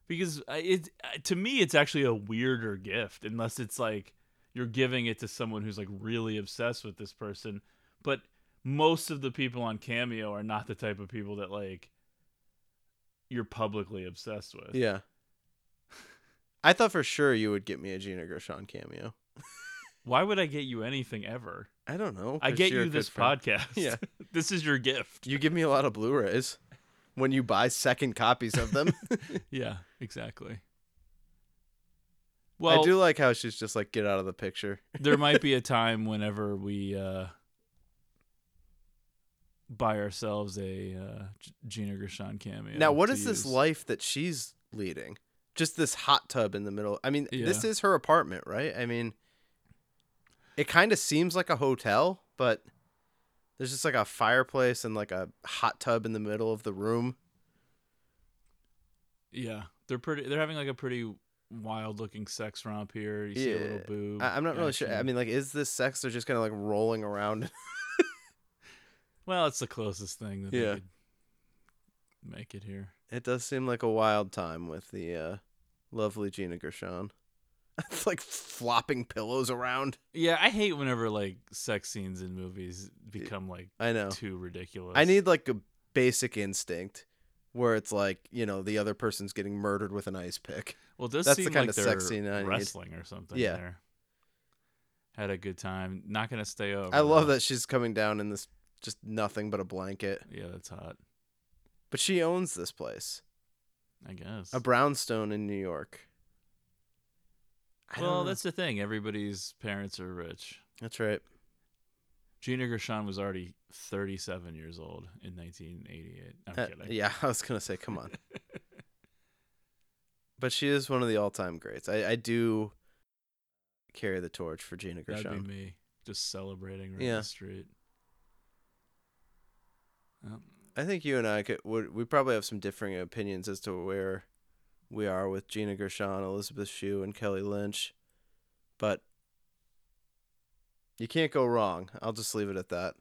B: because I- it I- to me it's actually a weirder gift unless it's like you're giving it to someone who's like really obsessed with this person but most of the people on cameo are not the type of people that like you're publicly obsessed with
C: Yeah. I thought for sure you would get me a Gina Gershon cameo.
B: why would i get you anything ever
C: I don't know.
B: i
C: 'cause
B: get
C: you're a
B: you
C: good
B: this
C: friend.
B: podcast
C: Yeah.
B: this is your gift
C: You give me a lot of Blu-rays when you buy second copies of them.
B: yeah exactly well
C: I do like how she's just like get out of the picture.
B: there might be a time whenever we uh, buy ourselves a uh, G- Gina Gershon cameo.
C: now, what
B: to
C: is this
B: use.
C: life that she's leading? Just this hot tub in the middle. I mean, this
B: Yeah.
C: is her apartment, right? I mean, it kind of seems like a hotel, but there's just like a fireplace and like a hot tub in the middle of the room.
B: Yeah, they're pretty. They're having like a pretty wild-looking sex romp here. You see a little
C: Yeah.
B: boob.
C: I- I'm not really sure. I
B: action.
C: mean, like, is this sex? They're just kind of like rolling around.
B: well, it's the closest thing that
C: Yeah.
B: they could make it here.
C: It does seem like a wild time with the uh, lovely Gina Gershon. It's like flopping pillows around.
B: Yeah, I hate whenever like sex scenes in movies become like
C: I know.
B: too ridiculous.
C: I need like a basic instinct where it's like, you know, the other person's getting murdered with an ice pick.
B: Well, it does
C: That's the
B: seem
C: kind
B: like
C: of
B: they're
C: sex scene I need.
B: wrestling or something.
C: uh, Yeah.
B: there. Had a good time. Not gonna stay over.
C: I love
B: though.
C: that she's coming down in this just nothing but a blanket.
B: Yeah, that's hot.
C: But she owns this place.
B: I guess.
C: A brownstone in New York. I don't
B: well,
C: know.
B: that's the thing. Everybody's parents are rich.
C: that's right.
B: Gina Gershon was already 37 years old in 1988. I'm
C: Uh,
B: kidding.
C: yeah, I was gonna say, come on. but she is one of the all-time greats. I, I do carry the torch for Gina
B: That'd
C: Gershon.
B: be me just celebrating right
C: Yeah.
B: in the street. Um,
C: I think you and I could would we probably have some differing opinions as to where we are with Gina Gershon, Elizabeth Shue, and Kelly Lynch, but you can't go wrong. I'll just leave it at that.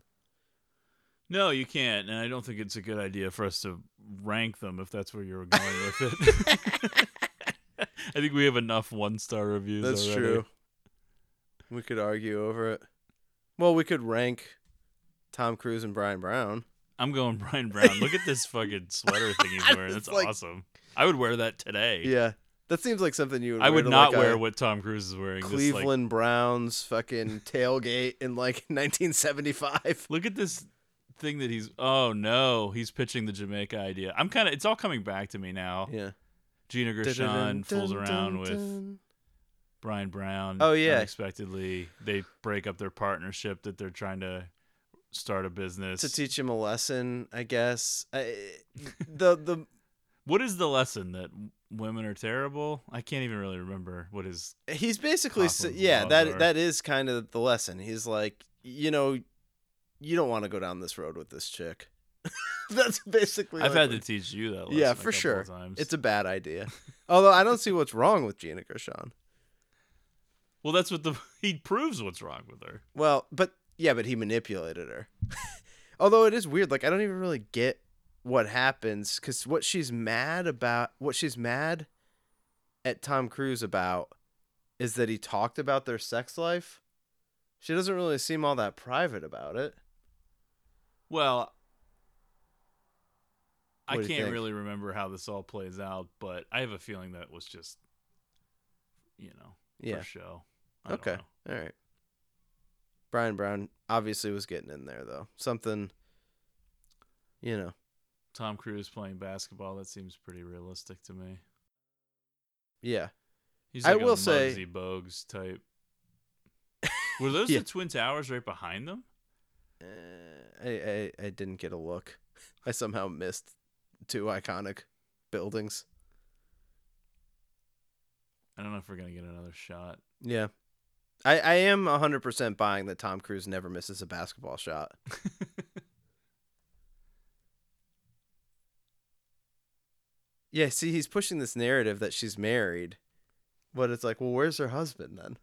B: no, you can't. And I don't think it's a good idea for us to rank them if that's where you're going with it. I think we have enough one star reviews
C: That's
B: already.
C: true. We could argue over it. Well, we could rank Tom Cruise and Brian Brown.
B: I'm going Brian Brown. Look at this fucking sweater thing he's wearing.
C: It's
B: That's
C: like-
B: awesome. I would wear that today.
C: Yeah, that seems like something you. Would
B: I
C: wear
B: would
C: to,
B: not
C: like,
B: wear
C: a
B: what Tom Cruise is wearing. this, like,
C: Cleveland Browns fucking tailgate in like 1975.
B: Look at this thing that he's. Oh no, he's pitching the Jamaica idea. I'm kind of. It's all coming back to me now.
C: Yeah,
B: Gina Gershon Oh, fools around with Brian Brown.
C: Oh, yeah.
B: unexpectedly they break up their partnership that they're trying to start a business.
C: to teach him a lesson, I guess. I, the the
B: What is the lesson that women are terrible? I can't even really remember what is.
C: he's basically s
B: Coughlin
C: yeah
B: laws
C: that
B: are-
C: that is kind of the lesson. He's like you know you don't want to go down this road with this chick. That's basically.
B: I've
C: like
B: had to
C: what-
B: teach you that. Lesson
C: yeah
B: a
C: for
B: couple
C: sure.
B: Times.
C: It's a bad idea. Although I don't see what's wrong with Gina Gershon.
B: well, that's what the he proves what's wrong with her.
C: Well, but Yeah, but he manipulated her. Although it is weird, like I don't even really get what happens because what she's mad about, what she's mad at Tom Cruise about, is that he talked about their sex life. She doesn't really seem all that private about it.
B: Well, I
C: What do you
B: can't
C: think?
B: really remember how this all plays out, but I have a feeling that was just, you know,
C: Yeah.
B: for show. I don't
C: Okay,
B: know.
C: all right. Brian Brown obviously was getting in there though. Something, you know.
B: Tom Cruise playing basketball. That seems pretty realistic to me.
C: Yeah,
B: He's
C: I
B: like a
C: will say-
B: Muggsy Bogues type. Were those
C: Yeah.
B: the Twin Towers right behind them?
C: Uh, I, I I didn't get a look. I somehow missed two iconic buildings.
B: I don't know if we're gonna get another shot.
C: Yeah. I, I am 100% buying that Tom Cruise never misses a basketball shot. yeah, see, he's pushing this narrative that she's married, but it's like, well, where's her husband then?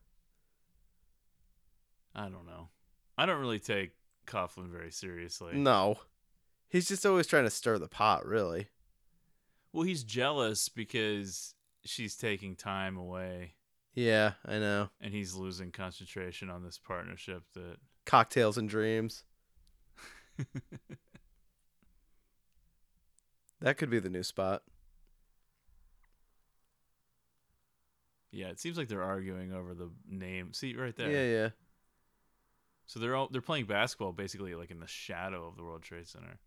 B: I don't know. I don't really take Coughlin very seriously.
C: No. He's just always trying to stir the pot, really.
B: Well, he's jealous because she's taking time away
C: Yeah, I know.
B: and he's losing concentration on this partnership that
C: Cocktails and dreams. that could be the new spot.
B: yeah, it seems like they're arguing over the name. See right there.
C: Yeah, yeah.
B: So they're all they're playing basketball basically like in the shadow of the World Trade Center.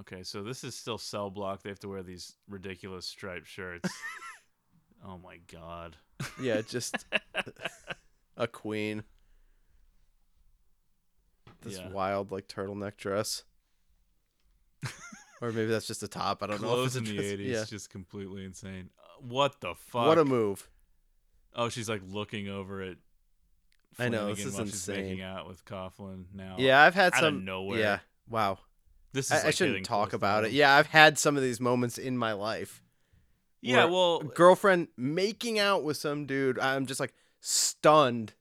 B: Okay, so this is still cell block. They have to wear these ridiculous striped shirts. oh my god.
C: Yeah, just a queen. This
B: Yeah.
C: wild like turtleneck dress. or maybe that's just a top. I don't
B: Clothes
C: know.
B: in
C: if it's a
B: the
C: dress.
B: 80s
C: Yeah.
B: just completely insane. Uh, What the fuck?
C: What a move.
B: Oh, she's like looking over at
C: I know,
B: Flanagan
C: this is
B: while she's making
C: insane.
B: out with Coughlin now.
C: yeah, I've had
B: out
C: some
B: of Oh, nowhere.
C: Yeah. Wow.
B: This is
C: I, I
B: like, hitting
C: shouldn't talk
B: close to
C: about it.
B: home.
C: Yeah, I've had some of these moments in my life.
B: Yeah,
C: where
B: well,
C: a girlfriend making out with some dude. I'm just like stunned.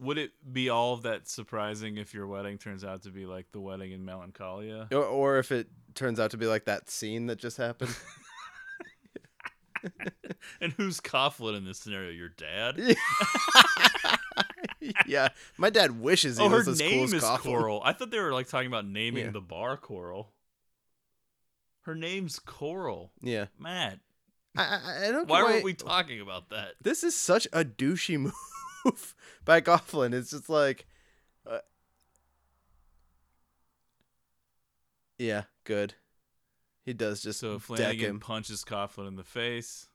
B: would it be all that surprising if your wedding turns out to be like the wedding in Melancholia?
C: Or, or if it turns out to be like that scene that just happened.
B: And who's Coughlin in this scenario? Your dad?
C: yeah, my dad wishes he
B: oh, her
C: was as cool
B: name
C: as
B: is
C: Coughlin.
B: Coral. I thought they were like talking about naming
C: Yeah.
B: the bar Coral. Her name's Coral.
C: Yeah,
B: Matt,
C: I, I, I don't.
B: why
C: quite...
B: weren't we talking about that?
C: this is such a douchey move by Coughlin. It's just like, uh, yeah, good. He does just
B: So
C: deck
B: Flanagan
C: him.
B: punches Coughlin in the face,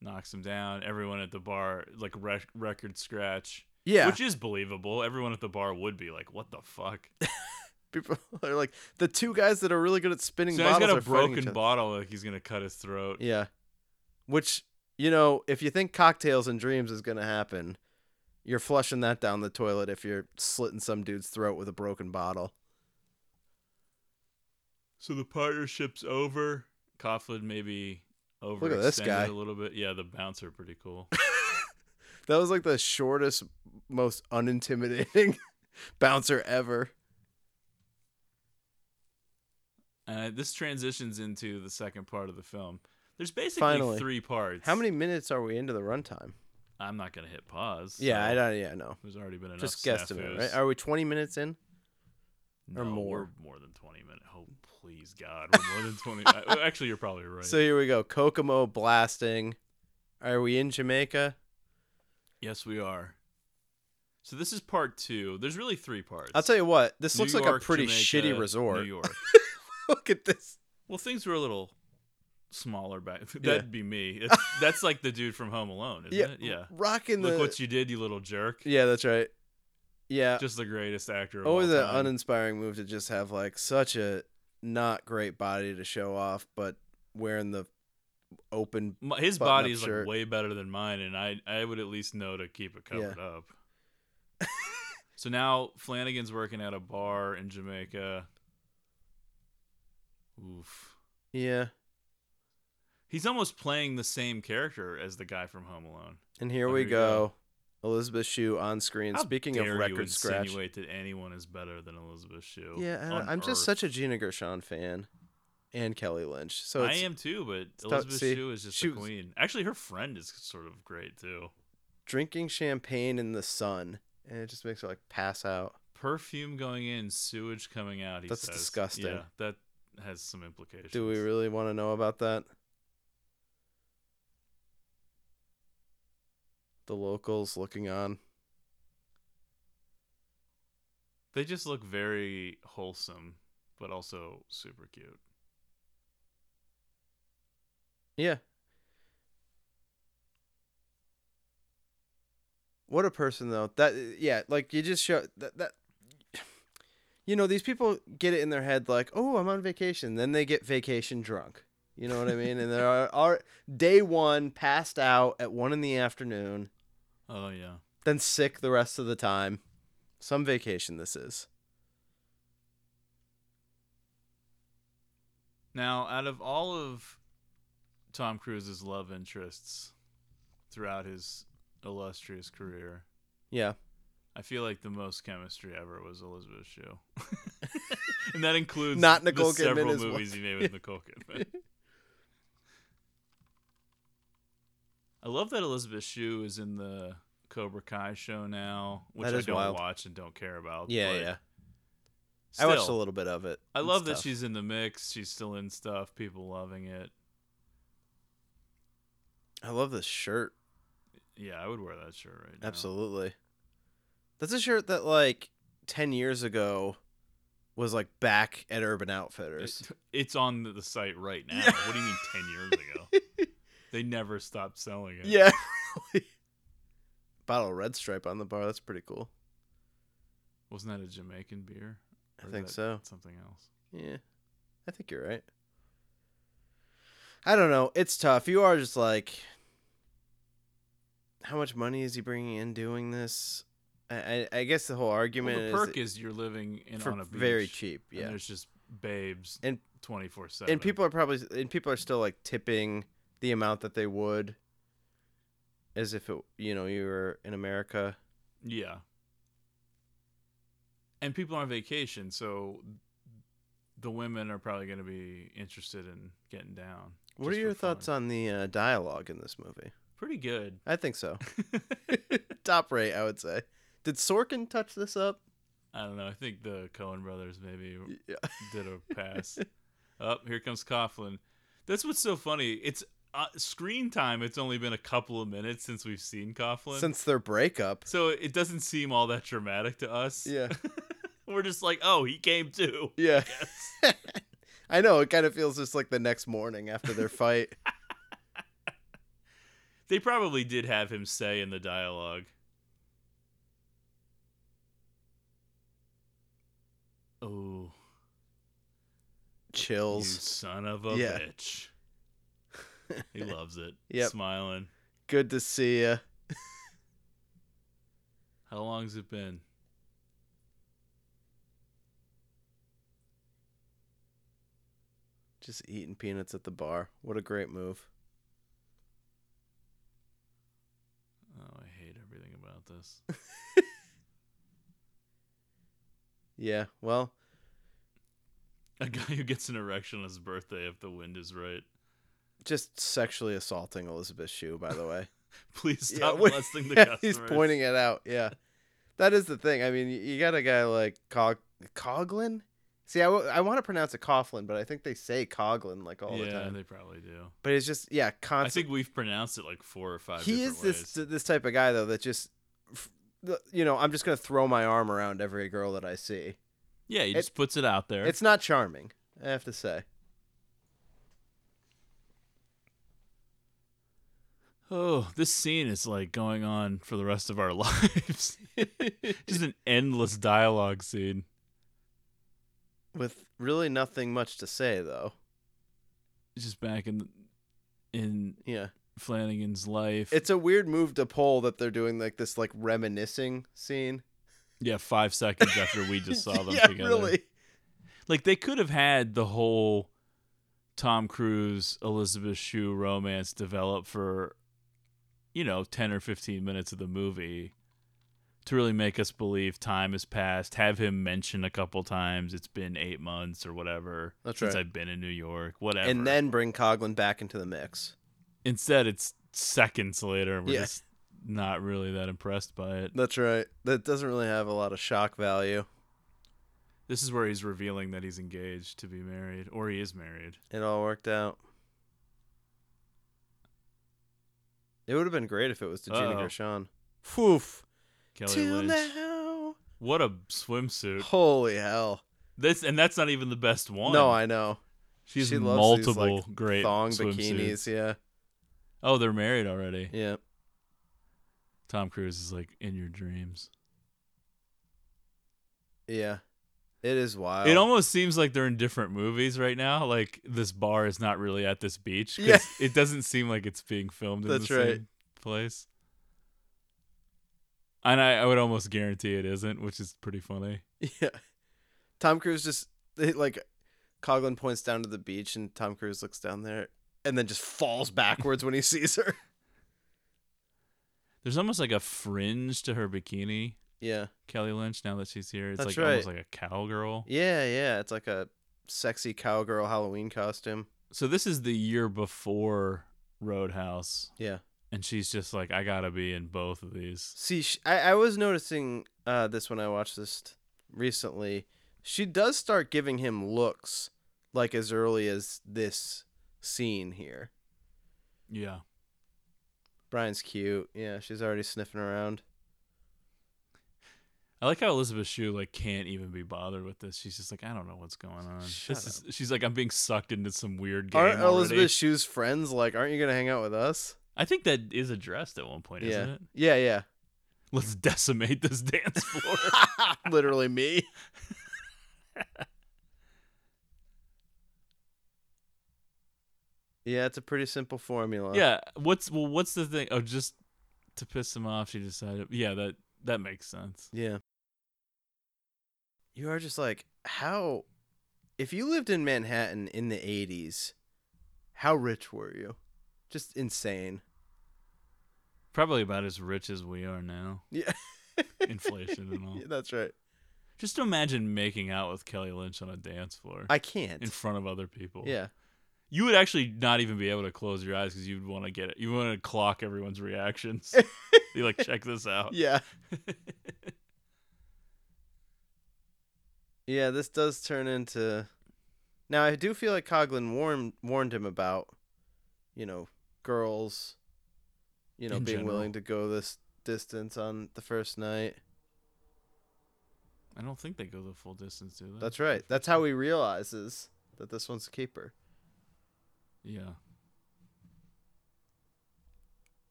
B: knocks him down. Everyone at the bar, like rec- record scratch.
C: Yeah,
B: Which is believable. Everyone at the bar would be like, what the fuck?
C: people are like the two guys that are really good at spinning
B: So now he's
C: bottles
B: got
C: are
B: a
C: fighting each
B: broken
C: other.
B: bottle, like he's going to cut his throat.
C: Yeah, which you know, if you think cocktails and dreams is gonna happen, you're flushing that down the toilet if you're slitting some dude's throat with a broken bottle.
B: So the partnership's over. Coughlin maybe overextended
C: at this guy.
B: a little bit. Yeah, the bouncer pretty cool.
C: That was like the shortest, most unintimidating bouncer ever.
B: uh, this transitions into the second part of the film. There's basically
C: Finally.
B: three parts.
C: How many minutes are we into the runtime?
B: I'm not gonna hit pause.
C: Yeah,
B: so
C: I don't. Yeah, no.
B: There's already been enough.
C: Just guesstimate, right?
B: snafus.
C: Are we 20 minutes in?
B: no,
C: or more?
B: We're more than 20 minutes. Oh, please God, we're more than 20. I- well, actually, you're probably right.
C: So here we go. Kokomo blasting. Are we in Jamaica?
B: yes, we are. So this is part two. There's really three parts.
C: I'll tell you what. This
B: New
C: looks like a
B: York,
C: pretty
B: Jamaica,
C: shitty resort.
B: New York.
C: Look at this.
B: Well, things were a little smaller back. That'd
C: Yeah.
B: be me. It's, that's like the dude from Home Alone, isn't it? Yeah.
C: Rocking
B: Look
C: the.
B: what you did, you little jerk.
C: yeah, that's right. Yeah.
B: Just the greatest actor. Of
C: Always
B: all
C: an
B: time.
C: uninspiring move to just have like such a not great body to show off, but wearing the open.
B: My- His
C: button-up
B: body is like
C: shirt.
B: way better than mine, and I I would at least know to keep it covered up. so now Flanagan's working at a bar in Jamaica. Oof.
C: Yeah.
B: He's almost playing the same character as the guy from Home Alone.
C: And here
B: Oh,
C: we
B: here you
C: go. Elizabeth Shue on screen.
B: How
C: Speaking
B: dare
C: of
B: you
C: record scratch.
B: insinuate that anyone is better than Elizabeth Shue?
C: Yeah, I don't,
B: on
C: I'm just
B: Earth.
C: such a Gina Gershon fan, and Kelly Lynch. So
B: I
C: it's,
B: am too, but
C: tough to
B: Elizabeth
C: see.
B: Shue is just
C: She
B: a
C: was-
B: queen. Actually, her friend is sort of great too.
C: drinking champagne in the sun, and it just makes her like pass out.
B: Perfume going in, sewage coming out. He
C: That's
B: says.
C: disgusting.
B: Yeah, that has some implications.
C: Do we really want to know about that? The locals looking on.
B: They just look very wholesome, but also super cute.
C: Yeah. What a person though. That yeah, like you just show that that you know, these people get it in their head like, "Oh, I'm on vacation." Then they get vacation drunk. You know what I mean? And they're are day 1 passed out at 1 in the afternoon,
B: Oh yeah.
C: then sick the rest of the time. Some vacation this is.
B: Now, out of all of Tom Cruise's love interests throughout his illustrious career,
C: Yeah.
B: I feel like the most chemistry ever was Elizabeth Shue, and that includes
C: Not
B: the
C: Nicole Kidman
B: several
C: as well.
B: movies he made with Nicole Kidman. I love that Elizabeth Shue is in the Cobra Kai show now, which
C: That
B: I
C: is
B: don't
C: wild.
B: watch and don't care about.
C: Yeah,
B: but
C: yeah. I watched a
B: still,
C: little bit of it.
B: I
C: It's
B: love that
C: tough.
B: she's in the mix. She's still in stuff. People loving it.
C: I love this shirt.
B: Yeah, I would wear that shirt right now.
C: Absolutely. That's a shirt that like 10 years ago was like back at Urban Outfitters.
B: It- it's on the- the site right now. What do you mean 10 years ago? they never stopped selling it.
C: Yeah. really. Bottle of red stripe on the bar. That's pretty cool.
B: Wasn't that a Jamaican beer?
C: I
B: is
C: think
B: that
C: so.
B: Something else.
C: Yeah. I think you're right. I don't know. It's tough. You are just like how much money is he bringing in doing this? I, I, I guess the whole
B: Well,
C: argument
B: the
C: is
B: perk is, you're living in
C: for
B: on a beach.
C: very cheap. Yeah.
B: And there's just babes
C: And-
B: 24 7.
C: and people are probably and people are still like tipping the amount that they would as if it you know you were in america
B: Yeah. And people are on vacation, so the women are probably going to be interested in getting down.
C: what are your thoughts on the uh, dialogue in this movie
B: Pretty good.
C: i think so top rate i would say did sorkin touch this up
B: I don't know. I think the Cohen brothers maybe
C: yeah
B: did a pass. Up here comes Coughlin. That's what's so funny. It's uh, screen time. It's only been a couple of minutes since we've seen Coughlin,
C: since their breakup
B: so it doesn't seem all that dramatic to us.
C: yeah
B: we're just like, oh, he came too.
C: yeah i know it kind of feels just like the next morning after their fight
B: They probably did have him say in the dialogue. Oh, you
C: chills
B: son of a
C: Yeah.
B: bitch! He loves it.
C: Yep.
B: smiling.
C: good to see you
B: How long's it been?
C: just eating peanuts at the bar what a great move
B: Oh, I hate everything about this.
C: yeah well
B: A guy who gets an erection on his birthday if the wind is right.
C: just sexually assaulting Elizabeth Shue, by the way.
B: Please stop
C: what-
B: molesting the
C: yeah,
B: customers.
C: he's pointing it out. Yeah, that is the thing. I mean, y- you got a guy like Cog Coglin. See, I, w- I want to pronounce it Coughlin, but I think they say Coglin like all
B: yeah,
C: the time.
B: they probably do.
C: But it's just yeah,
B: I
C: constant.
B: think we've pronounced it like four or five.
C: he
B: different
C: is
B: ways.
C: this this type of guy though that just, f- the- you know, I'm just gonna throw my arm around every girl that I see.
B: yeah, he
C: it-
B: just puts it out there.
C: It's not charming, I have to say.
B: oh, this scene is like going on for the rest of our lives. just an endless dialogue scene.
C: With really nothing much to say though.
B: Just back in in
C: Yeah.
B: Flanagan's life.
C: It's a weird move to pull that they're doing like this like reminiscing scene.
B: yeah, five seconds after we just saw them
C: yeah,
B: together.
C: really.
B: Like they could have had the whole Tom Cruise Elizabeth Shue romance develop for
D: you know, 10 or 15 minutes of the movie to really make us believe time has passed. Have him mention a couple times it's been eight months or whatever
C: That's
D: since
C: right.
D: I've been in New York, whatever.
C: and then bring Coglin back into the mix.
D: instead, it's seconds later. and We're
C: Yeah.
D: just not really that impressed by it.
C: That's right. That doesn't really have a lot of shock value.
D: This is where he's revealing that he's engaged to be married, or he is married.
C: It all worked out. It would have been great if it was to Gina
D: Uh-oh.
C: Gershon. Woof.
D: Kelly
C: Till
D: Lynch.
C: now.
D: What a swimsuit!
C: Holy hell.
D: This and that's not even the best one.
C: No, I know.
D: she's
C: she loves
D: multiple
C: these, like,
D: great
C: thong
D: swimsuits.
C: bikinis. Yeah.
D: Oh, they're married already.
C: Yeah.
D: Tom Cruise is like in your dreams.
C: Yeah. It is wild.
D: It almost seems like they're in different movies right now. Like this bar is not really at this beach. 'cause
C: Yeah.
D: it doesn't seem like it's being filmed in
C: That's
D: the
C: right.
D: same place. And I, I would almost guarantee it isn't, which is pretty funny.
C: Yeah. Tom Cruise just it, like Coglin points down to the beach and Tom Cruise looks down there and then just falls backwards when he sees her.
D: There's almost like a fringe to her bikini,
C: Yeah.
D: Kelly Lynch. Now that she's here, it's
C: That's
D: like almost
C: right.
D: like a cowgirl.
C: Yeah, yeah. It's like a sexy cowgirl Halloween costume.
D: So this is the year before Roadhouse,
C: Yeah.
D: and she's just like, I gotta be in both of these.
C: See, sh I, I was noticing uh, this when I watched this t- recently. She does start giving him looks like as early as this scene here.
D: Yeah.
C: Brian's cute. Yeah, she's already sniffing around.
D: I like how Elizabeth Shue like can't even be bothered with this. She's just like, I don't know what's going on.
C: Shut
D: this is she's like, I'm being sucked into some weird game.
C: Aren't Elizabeth
D: already."
C: Shue's friends like, aren't you going to hang out with us?
D: I think that is addressed at one point, isn't
C: yeah.
D: it?
C: Yeah, yeah.
D: Let's decimate this dance floor.
C: Literally me. yeah, it's a pretty simple formula.
D: yeah. uh, What's well what's the thing? Oh, just to piss him off, she decided Yeah, that that makes sense.
C: Yeah. You are just like, how if you lived in Manhattan in the eighties, how rich were you? Just insane.
D: Probably about as rich as we are now.
C: Yeah.
D: Inflation and all.
C: Yeah, that's right.
D: Just imagine making out with Kelly Lynch on a dance floor
C: I can't.
D: in front of other people.
C: yeah.
D: You would actually not even be able to close your eyes because you'd want to get it. You want to clock everyone's reactions. you like check this out.
C: Yeah. yeah, this does turn into Now I do feel like Coglin warned warned him about, you know, girls, you know,
D: In
C: being
D: general. Uh-huh.
C: willing to go this distance on the first night.
D: I don't think they go the full distance, do they?
C: That's right. That's how he realizes that this one's a keeper.
D: Yeah.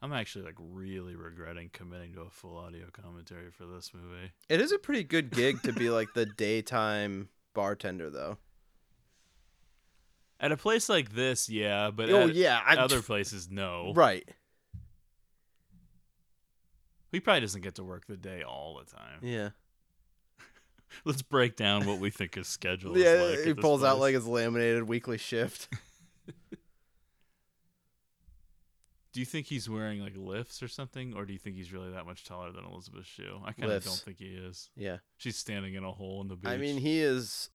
D: I'm actually like really regretting committing to a full audio commentary for this movie.
C: It is a pretty good gig to be like the daytime bartender, though.
D: At a place like this, yeah, but
C: Oh,
D: at
C: yeah, I-
D: other places, no.
C: Right.
D: He probably doesn't get to work the day all the time.
C: Yeah.
D: Let's break down what we think his schedule is
C: Yeah.
D: like. at
C: he
D: this
C: pulls out like
D: place.
C: his laminated weekly shift.
D: Do you think he's wearing like lifts or something, or do you think he's really that much taller than Elizabeth Shue? I kind of
C: Lifts.
D: don't think he is.
C: Yeah.
D: She's standing in a hole in the beach.
C: I mean, he is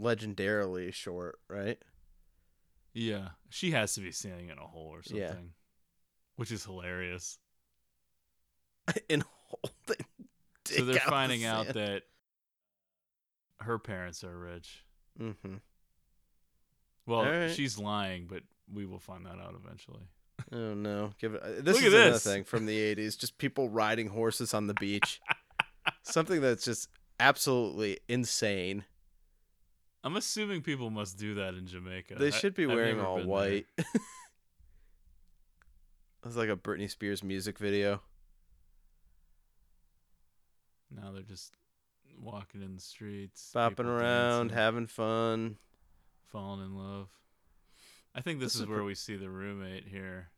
C: legendarily short, right?
D: yeah, she has to be standing in a hole or something,
C: Yeah.
D: which is hilarious.
C: In holding.
D: so they're finding out that her parents are rich.
C: Mm-hmm.
D: Well,
C: All right.
D: she's lying, but we will find that out eventually.
C: Oh no! Give it. uh, This
D: Look
C: is
D: at
C: another
D: this.
C: thing from the '80s. Just people riding horses on the beach. Something that's just absolutely insane.
D: I'm assuming people must do that in Jamaica.
C: They
D: I-
C: should be
D: I've
C: wearing
D: never
C: all
D: been there.
C: white. It's like a Britney Spears music video.
D: Now they're just walking in the streets,
C: Bopping
D: people
C: around,
D: dancing.
C: having fun.
D: fallen in love. I think this,
C: This
D: is,
C: is
D: where
C: pre-
D: we see the roommate here,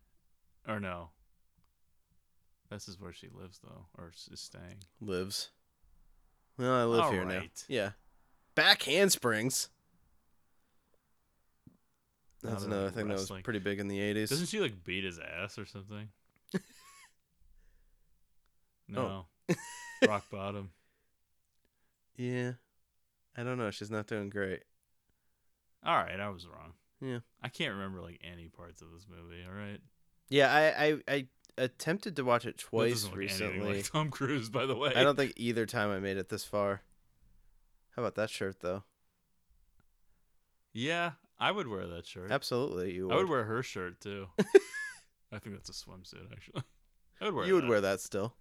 D: or no. This is where she lives though, or s- is staying.
C: Lives. Well, I live here now.
D: Alright.
C: Yeah. Back handsprings. That's
B: did I
C: another
B: like
C: thing that was
B: wrestling?
C: pretty big in the 80s.
B: Doesn't she like beat his ass or something? no.
C: Oh.
B: Rock bottom.
C: yeah. I don't know. She's not doing great.
B: All right, I was wrong.
C: Yeah.
B: I can't remember like any parts of this movie. All right,
C: Yeah, I, I, I attempted to watch it
B: That
C: twice
B: doesn't look anything
C: recently.
B: Like Tom Cruise, by the way.
C: I don't think either time I made it this far. How about that shirt, though?
B: Yeah, I would wear that shirt.
C: Absolutely, you would.
B: I would wear her shirt too. I think that's a swimsuit actually. I would wear.
C: you would
B: that.
C: wear that still.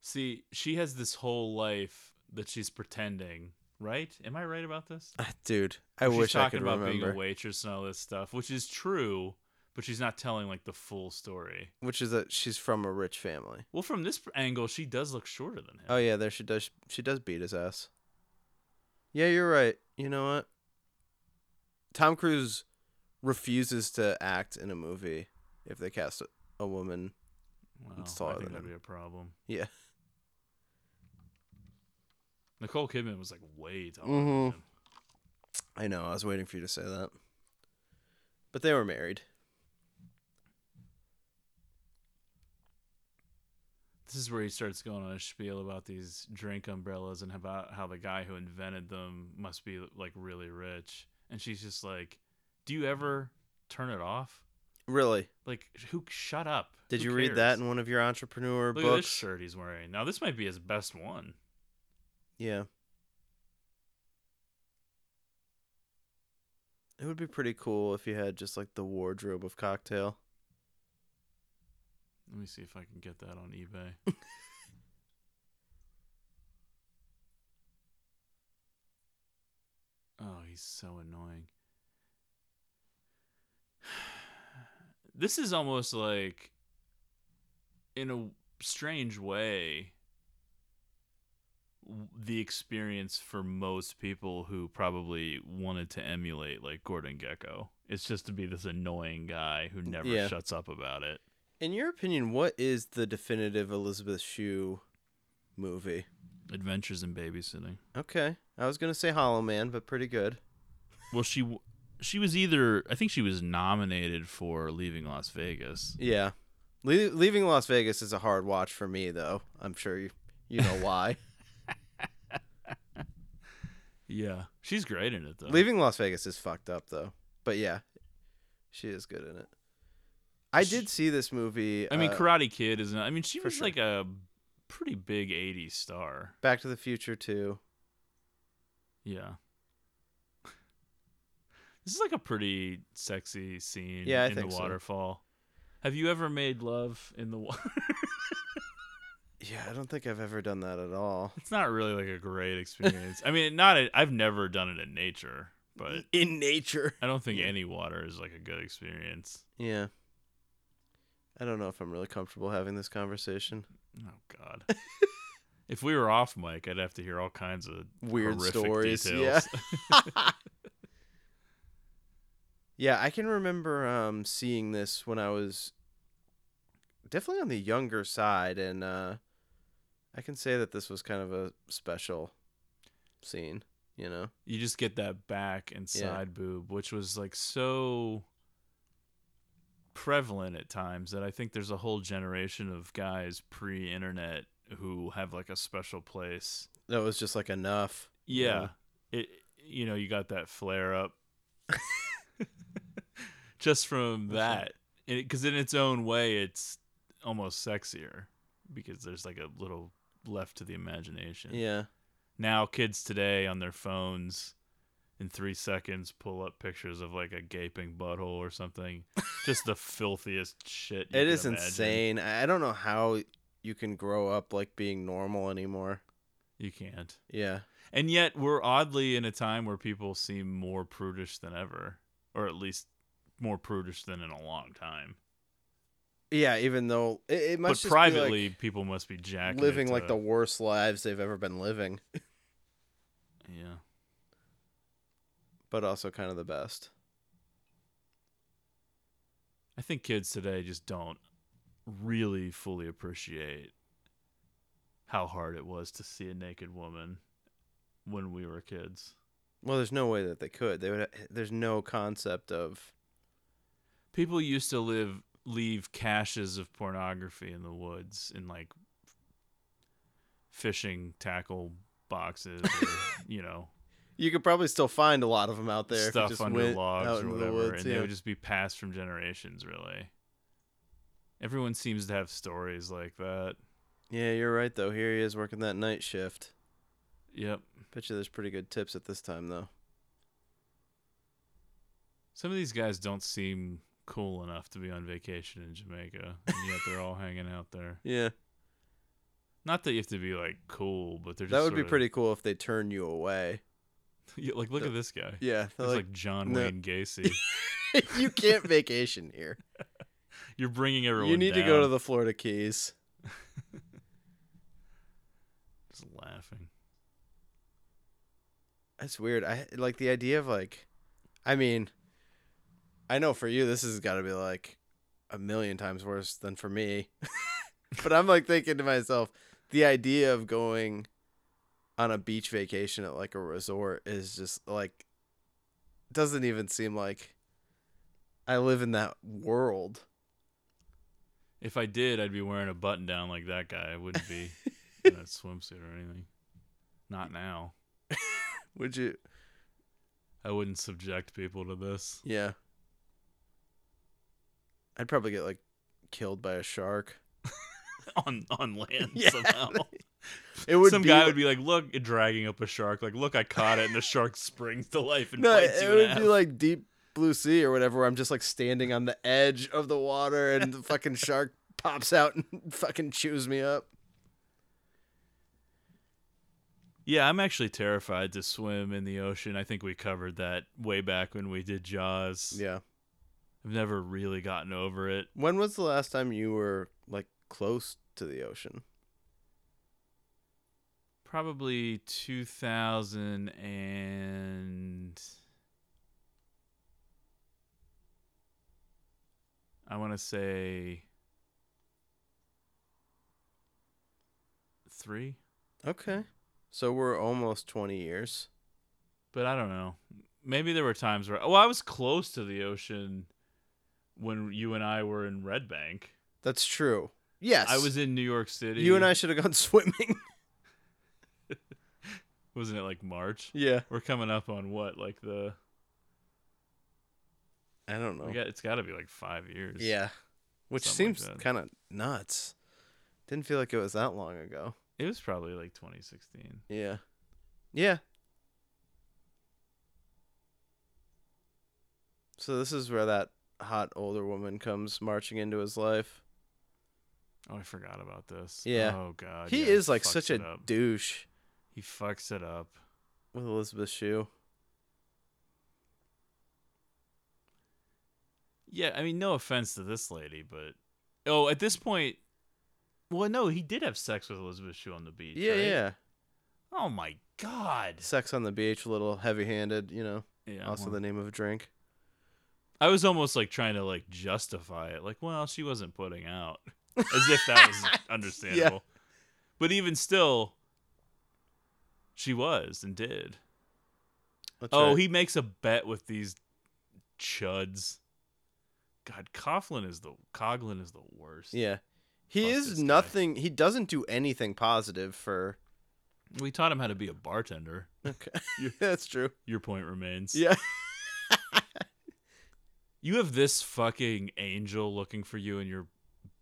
B: See, she has this whole life that she's pretending, right? Am I right about this?
C: Ah, Dude, I
B: she's
C: wish I
B: talking
C: could
B: about being a
C: remember.
B: waitress and all this stuff, which is true, but she's not telling like the full story.
C: Which is that she's from a rich family.
B: Well, from this angle, she does look shorter than him.
C: Oh yeah, there she does. She does beat his ass. Yeah, you're right. You know what? Tom Cruise refuses to act in a movie if they cast a, a woman.
B: Wow,
C: it's taller
B: I think
C: than
B: that'd
C: him.
B: be a problem.
C: Yeah,
B: Nicole Kidman was like way taller.
C: Mhm.
B: Than him.
C: I know. I was waiting for you to say that. But they were married.
B: This is where he starts going on a spiel about these drink umbrellas and about how the guy who invented them must be like really rich, and she's just like, "Do you ever turn it off?
C: Really?
B: Like, who? Shut up."
C: Did
B: Who
C: you read that
B: cares?
C: in one of your entrepreneur
B: Look at this
C: books?
B: shirt he's wearing. Now this might be his best one.
C: Yeah. It would be pretty cool if you had just like the wardrobe of cocktail.
B: Let me see if I can get that on eBay. oh, he's so annoying. This is almost like, in a strange way, w- the experience for most people who probably wanted to emulate like Gordon Gecko. It's just to be this annoying guy who never
C: Mm, Yeah.
B: shuts up about it.
C: In your opinion, what is the definitive Elizabeth Shue movie?
B: Adventures in Babysitting.
C: Okay. I was going to say Hollow Man, but pretty good.
B: Well, she w- she was either I think she was nominated for Leaving Las Vegas.
C: Yeah. Le- Leaving Las Vegas is a hard watch for me, though. I'm sure you, you know why.
B: Yeah, she's great in it though.
C: Leaving Las Vegas is fucked up, though. But yeah, she is good in it. I did see this movie.
B: I mean,
C: uh,
B: Karate Kid is. Not, I mean, she
C: for
B: was
C: sure.
B: like a pretty big '80s star.
C: Back to the Future too.
B: Yeah. This is like a pretty sexy scene
C: Yeah, I
B: in
C: think
B: the
C: so.
B: waterfall. Have you ever made love in the water?
C: Yeah, I don't think I've ever done that at all.
B: it's not really like a great experience. I mean, not i I've never done it in nature, but
C: in nature.
B: I don't think any water is like a good experience.
C: Yeah. I don't know if I'm really comfortable having this conversation.
B: Oh God. if we were off mic, I'd have to hear all kinds of
C: Weird
B: horrific
C: stories.
B: Details.
C: Yeah. yeah, I can remember um, seeing this when I was definitely on the younger side, and uh, I can say that this was kind of a special scene. You know,
B: you just get that back and
C: Yeah.
B: side boob, which was like so prevalent at times that I think there's a whole generation of guys pre-internet who have like a special place.
C: that was just like enough.
B: Yeah, it you know you got that flare up just from that, because in its own way, it's almost sexier because there's like a little left to the imagination.
C: Yeah.
B: now kids today on their phones in three seconds pull up pictures of like a gaping butthole or something just the filthiest shit you
C: it
B: can
C: is
B: imagine.
C: insane. I I don't know how you can grow up like being normal anymore.
B: you can't
C: Yeah.
B: and yet we're oddly in a time where people seem more prudish than ever or at least more prudish than in a long time
C: Yeah, even though it, it must just
B: but
C: be,
B: privately
C: like,
B: people must be jacking it uh,
C: living
B: to-
C: like the worst lives they've ever been living,
B: yeah
C: but also kind of the best.
B: I think kids today just don't really fully appreciate how hard it was to see a naked woman when we were kids.
C: Well, there's no way that they could. They would. There's no concept of.
B: People used to live leave caches of pornography in the woods in like fishing tackle boxes or, you know
C: You could probably still find a lot of them out there. if you
B: stuff
C: just
B: under
C: went out
B: logs or
C: into the
B: whatever,
C: woods,
B: and
C: yeah.
B: they would just be passed from generations. Really, everyone seems to have stories like that.
C: Yeah, you're right though. Here he is working that night shift.
B: Yep,
C: Bet you there's pretty good tips at this time though.
B: some of these guys don't seem cool enough to be on vacation in Jamaica, and yet they're all hanging out there.
C: Yeah,
B: Not that you have to be like cool, but they're just
C: that would be
B: sorta-
C: pretty cool if they turn you away.
B: Yeah, like, look at this guy. Yeah,
C: Yeah, they're
B: He's like, John
C: no.
B: Wayne Gacy.
C: like you can't vacation here.
B: You're bringing everyone.
C: you need to go to
B: down."
C: the Florida Keys.
B: Just laughing.
C: That's weird. I like the idea of like, I mean, I know for you this has got to be like a million times worse than for me, but I'm like thinking to myself, the idea of going on a beach vacation at like a resort is just like doesn't even seem like I live in that world.
B: If I did, I'd be wearing a button down like that guy. I wouldn't be in a swimsuit or anything. Not now.
C: Would you?
B: I wouldn't subject people to this.
C: Yeah. I'd probably get like killed by a shark.
B: on on land
C: Yeah.
B: somehow.
C: It would
B: Some
C: be
B: guy
C: like-
B: would be like, "Look, dragging up a shark. Like, look, I caught it, and the shark springs to life and
C: No,
B: bites
C: it
B: you in
C: would
B: half."
C: be like deep blue sea or whatever. Where I'm just like standing on the edge of the water, and the fucking shark pops out and fucking chews me up.
B: yeah, I'm actually terrified to swim in the ocean. I think we covered that way back when we did Jaws.
C: Yeah.
B: I've never really gotten over it.
C: When was the last time you were like close to the ocean?
B: Probably 2000 and I want to say three.
C: Okay. So we're almost 20 years.
B: but I don't know. Maybe there were times where well, I was close to the ocean when you and I were in Red Bank.
C: That's true. Yes.
B: I was in New York City.
C: You and I should have gone swimming.
B: wasn't it like March?
C: yeah.
B: We're coming up on what like the
C: I don't know.
B: we got it's got to be like five years.
C: yeah. Which
B: Something like
C: seems
B: that.
C: kind of nuts. Didn't feel like it was that long ago.
B: it was probably like 2016.
C: Yeah. Yeah. So this is where that hot older woman comes marching into his life.
B: Oh, I forgot about this.
C: Yeah.
B: Oh God.
C: he
B: yeah,
C: is like
B: fucks
C: such
B: it
C: a
B: up.
C: douche
B: He fucks it up.
C: with Elizabeth Shue.
B: Yeah, I mean, no offense to this lady, but oh, at this point, well, no, he did have sex with Elizabeth Shue on the beach.
C: Yeah,
B: right?
C: yeah.
B: Oh my God.
C: Sex on the beach, a little heavy-handed, you know.
B: Yeah.
C: also
B: well,
C: the name of a drink.
B: I was almost like trying to like justify it, like, well, she wasn't putting out, as if that was understandable. But even still, she was and did.
C: That's
B: oh,
C: right.
B: he makes a bet with these chuds. God, Coughlin is the Coughlin is the worst.
C: Yeah. He
B: Fuck this
C: is
B: guy.
C: nothing. He doesn't do anything positive for
B: we taught him how to be a bartender.
C: Okay. That's true.
B: Your point remains.
C: Yeah.
B: you have this fucking angel looking for you, and you're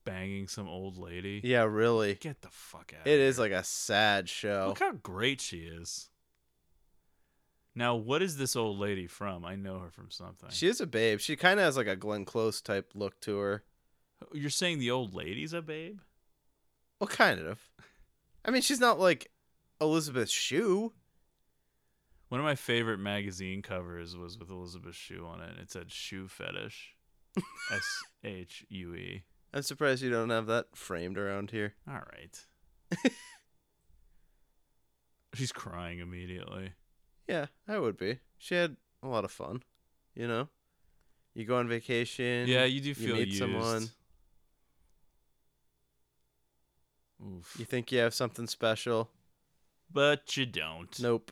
B: banging some old lady.
C: Yeah, really.
B: Get the fuck out.
C: It is like a sad show.
B: Look how great she is. Now, what is this old lady from? I know her from something.
C: She is a babe. She kind of has like a Glenn Close type look to her.
B: You're saying the old lady's a babe?
C: Well, kind of. I mean, she's not like Elizabeth Shue.
B: One of my favorite magazine covers was with Elizabeth Shue on it. and It said shoe fetish. S H U E.
C: I'm surprised you don't have that framed around here.
B: All right. She's crying immediately.
C: Yeah, I would be. She had a lot of fun, you know. You go on vacation.
B: Yeah, you do feel
C: meet
B: used.
C: someone.
B: Oof.
C: You think you have something special?
B: but you don't.
C: Nope.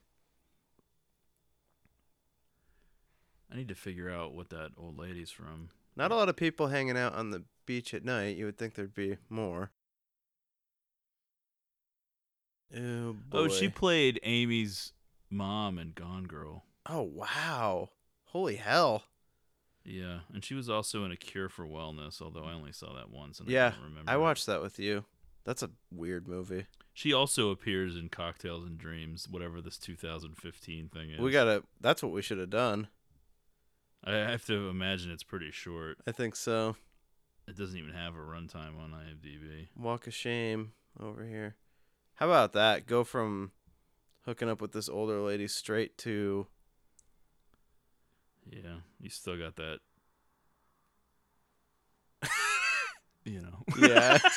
B: I need to figure out what that old lady's from.
C: Not a lot of people hanging out on the beach at night. You would think there'd be more. Oh, boy.
B: Oh, she played Amy's mom in Gone Girl.
C: Oh, wow. Holy hell.
B: Yeah, and she was also in A Cure for Wellness, although I only saw that once and I
C: yeah,
B: don't remember.
C: I watched that with you. That's a weird movie.
B: She also appears in Cocktails and Dreams, whatever this 2015 thing is.
C: We gotta. That's what we should have done.
B: I have to imagine it's pretty short.
C: I think so.
B: It doesn't even have a runtime on IMDb.
C: Walk of shame over here. How about that? Go from hooking up with this older lady straight to
B: Yeah, you still got that. you know,
C: yeah.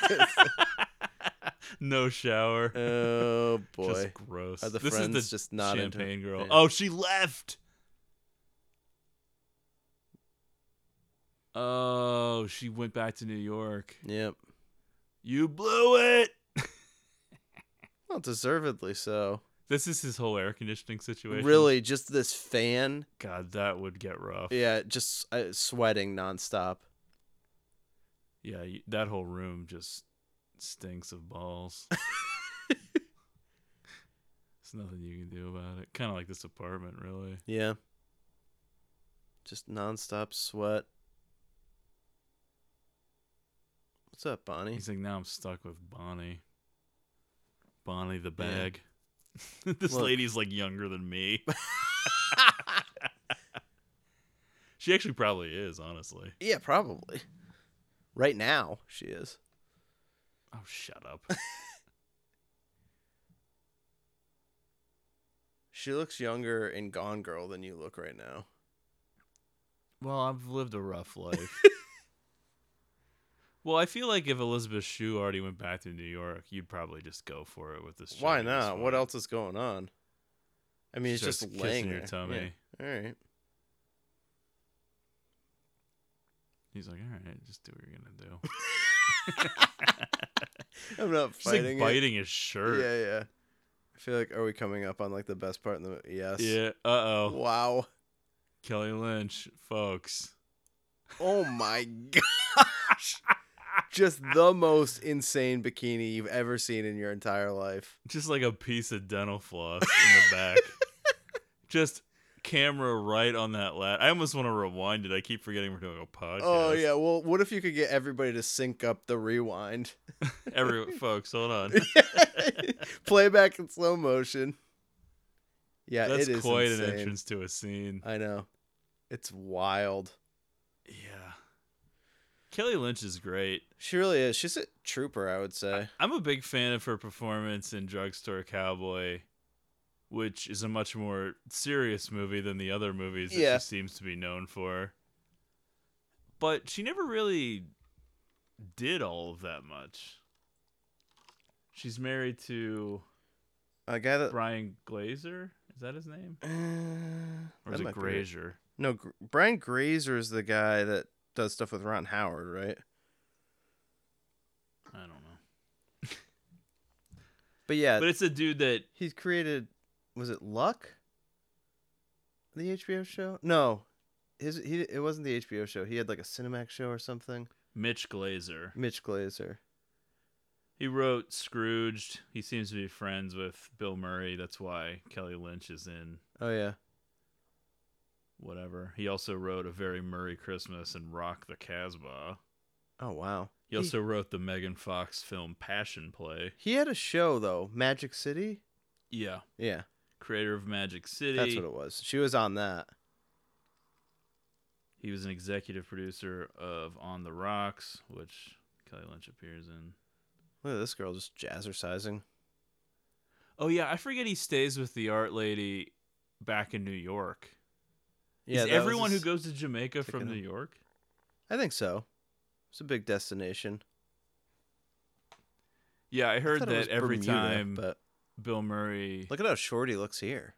B: no shower.
C: oh boy.
B: Just gross.
C: Are the
B: this is
C: friends
B: the
C: just not into
B: champagne
C: it?
B: girl.
C: Yeah.
B: Oh, she left. Oh, she went back to New York.
C: Yep.
B: You blew it.
C: Well, deservedly so.
B: This is his whole air conditioning situation.
C: Really, just this fan.
B: God, that would get rough.
C: Yeah, just uh, sweating nonstop.
B: Yeah, you, that whole room just stinks of balls. There's nothing you can do about it. Kind of like this apartment, really.
C: Yeah. Just nonstop sweat. What's up, Bonnie?
B: He's like, now I'm stuck with Bonnie. Bonnie the bag. this
C: Look.
B: lady's like younger than me. she actually probably is, honestly.
C: Yeah, probably. Right now, she is.
B: Oh, shut up.
C: She looks younger in Gone Girl than you look right now.
B: well, I've lived a rough life. well, I feel like if Elizabeth Shue already went back to New York, you'd probably just go for it with this. chick
C: Why
B: at this
C: not? What
B: point.
C: else is going on? I mean, it's
B: Starts
C: just
B: kissing
C: laying
B: your
C: there.
B: tummy.
C: Yeah. All right.
B: He's like, all right, just do what you're gonna do.
C: I'm not
B: She's
C: fighting
B: like
C: it.
B: biting his shirt.
C: Yeah, yeah. I feel like are we coming up on like the best part in the yes.
B: Uh oh.
C: Wow.
B: Kelly Lynch, folks.
C: Oh my gosh. Just the most insane bikini you've ever seen in your entire life.
B: Just like a piece of dental floss in the back. Just camera right on that lat. I almost want to rewind it. I keep forgetting we're doing a podcast.
C: Oh yeah. Well, what if you could get everybody to sync up the rewind?
B: Every folks, hold on.
C: Playback in slow motion. Yeah,
B: That's
C: it is
B: quite
C: insane.
B: an entrance to a scene.
C: I know. It's wild.
B: Yeah. Kelly Lynch is great.
C: She really is. She's a trooper, I would say.
B: I'm a big fan of her performance in Drugstore Cowboy, which is a much more serious movie than the other movies that
C: Yeah.
B: she seems to be known for. But she never really did all of that much. She's married to
C: A guy that
B: Brian Glazer. Is that his name? Or
C: That
B: is it
C: might be right.
B: Grazer?
C: No, Gr- Brian Grazer is the guy that does stuff with Ron Howard, right?
B: I don't know.
C: But yeah,
B: But it's a dude that
C: he's created. Was it Luck? The HBO show? No, his he. It wasn't the HBO show. He had like a Cinemax show or something.
B: Mitch Glazer.
C: Mitch Glazer.
B: He wrote Scrooged. He seems to be friends with Bill Murray. That's why Kelly Lynch is in
C: Oh yeah.
B: whatever. He also wrote A Very Merry Christmas and Rock the Casbah.
C: Oh wow.
B: He also wrote the Megan Fox film Passion Play.
C: He had a show though, Magic City.
B: Yeah.
C: Yeah,
B: Creator of Magic City.
C: that's what it was. She was on that.
B: He was an executive producer of On the Rocks, which Kelly Lynch appears in.
C: Look at this girl just jazzercising.
B: Oh, yeah. I forget he stays with the art lady back in New York.
C: Yeah,
B: Is
C: that was
B: everyone who
C: his-
B: goes to Jamaica from
C: ticket.
B: New York?
C: I think so. It's a big destination.
B: Yeah, I heard
C: thought it was
B: that every
C: Bermuda,
B: time
C: But
B: Bill Murray
C: look at how short he looks here.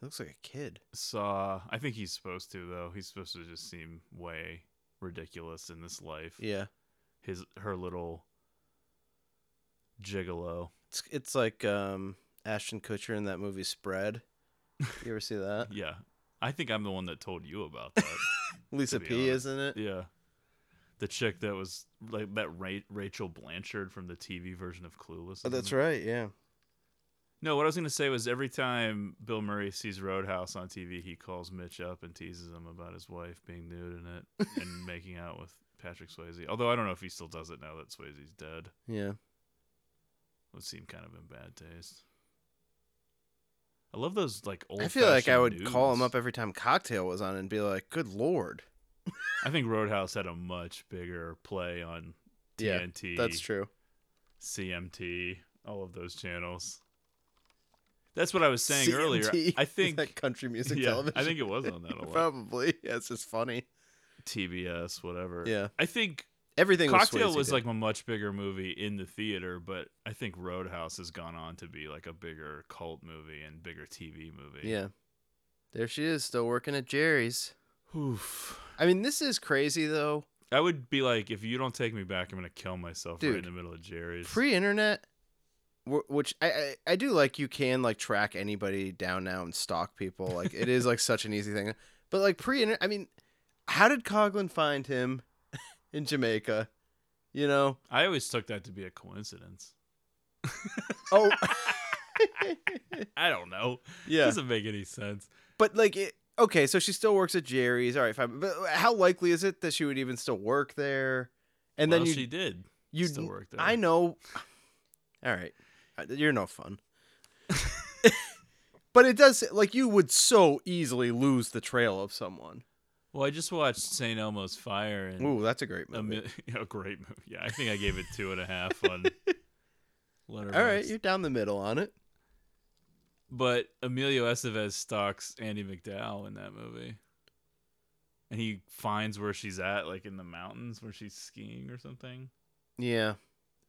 C: He looks like a kid.
B: saw. I think he's supposed to, though. He's supposed to just seem way ridiculous in this life.
C: Yeah,
B: his her little gigolo.
C: it's it's like um Ashton Kutcher in that movie Spread. You ever see that?
B: Yeah.
D: I think I'm the one that told you about that.
C: Lisa
D: be
C: P,
D: honest.
C: isn't it?
D: yeah, the chick that was like that Ra- Rachel Blanchard from the TV version of Clueless.
C: Oh, that's right. Yeah.
D: No, what I was gonna say was every time Bill Murray sees Roadhouse on TV, he calls Mitch up and teases him about his wife being nude in it and making out with Patrick Swayze. Although I don't know if he still does it now that Swayze's dead.
C: Yeah.
D: Would seem kind of in bad taste. I love those like old.
C: I feel like I would call him up every time Cocktail was on and be like, "Good lord."
D: I think Roadhouse had a much bigger play on TNT.
C: Yeah, that's true.
D: CMT, all of those channels. That's what I was saying earlier.
C: CMT,
D: I think
C: that country music
D: yeah,
C: television.
D: I think it was on that a lot.
C: probably. Yeah, it's just funny.
D: TBS, whatever.
C: Yeah.
D: I think
C: Everything
D: Cocktail
C: was,
D: was,
C: Swayze did.
D: like a much bigger movie in the theater, but I think Roadhouse has gone on to be like a bigger cult movie and bigger TV movie.
C: Yeah. There she is, still working at Jerry's.
D: Oof.
C: I mean, this is crazy though.
D: I would be like, if you don't take me back, I'm gonna kill myself right in
C: Dude.
D: the middle of Jerry's.
C: Pre-internet, wh- which I, I I do like. You can like track anybody down now and stalk people. Like it is like such an easy thing. But like pre-internet, I mean, how did Coglin find him in Jamaica? You know.
D: I always took that to be a coincidence.
C: Oh,
D: I don't know.
C: Yeah.
D: doesn't make any sense.
C: but like it. Okay, so she still works at Jerry's. All right, fine. But how likely is it that she would even still work there? And
D: well,
C: then you
D: she did.
C: You
D: still
C: n-
D: work there.
C: I know. All right, Uh, you're no fun. but it does like you would so easily lose the trail of someone.
D: Well, I just watched St. Elmo's Fire and
C: Ooh, that's a great
D: a,
C: movie.
D: mi- a great movie. Yeah, I think I gave it two and a half on Letterboxd.
C: All right, you're down the middle on it.
D: But Emilio Estevez stalks Andy McDowell in that movie. And he finds where she's at, like in the mountains where she's skiing or something.
C: Yeah,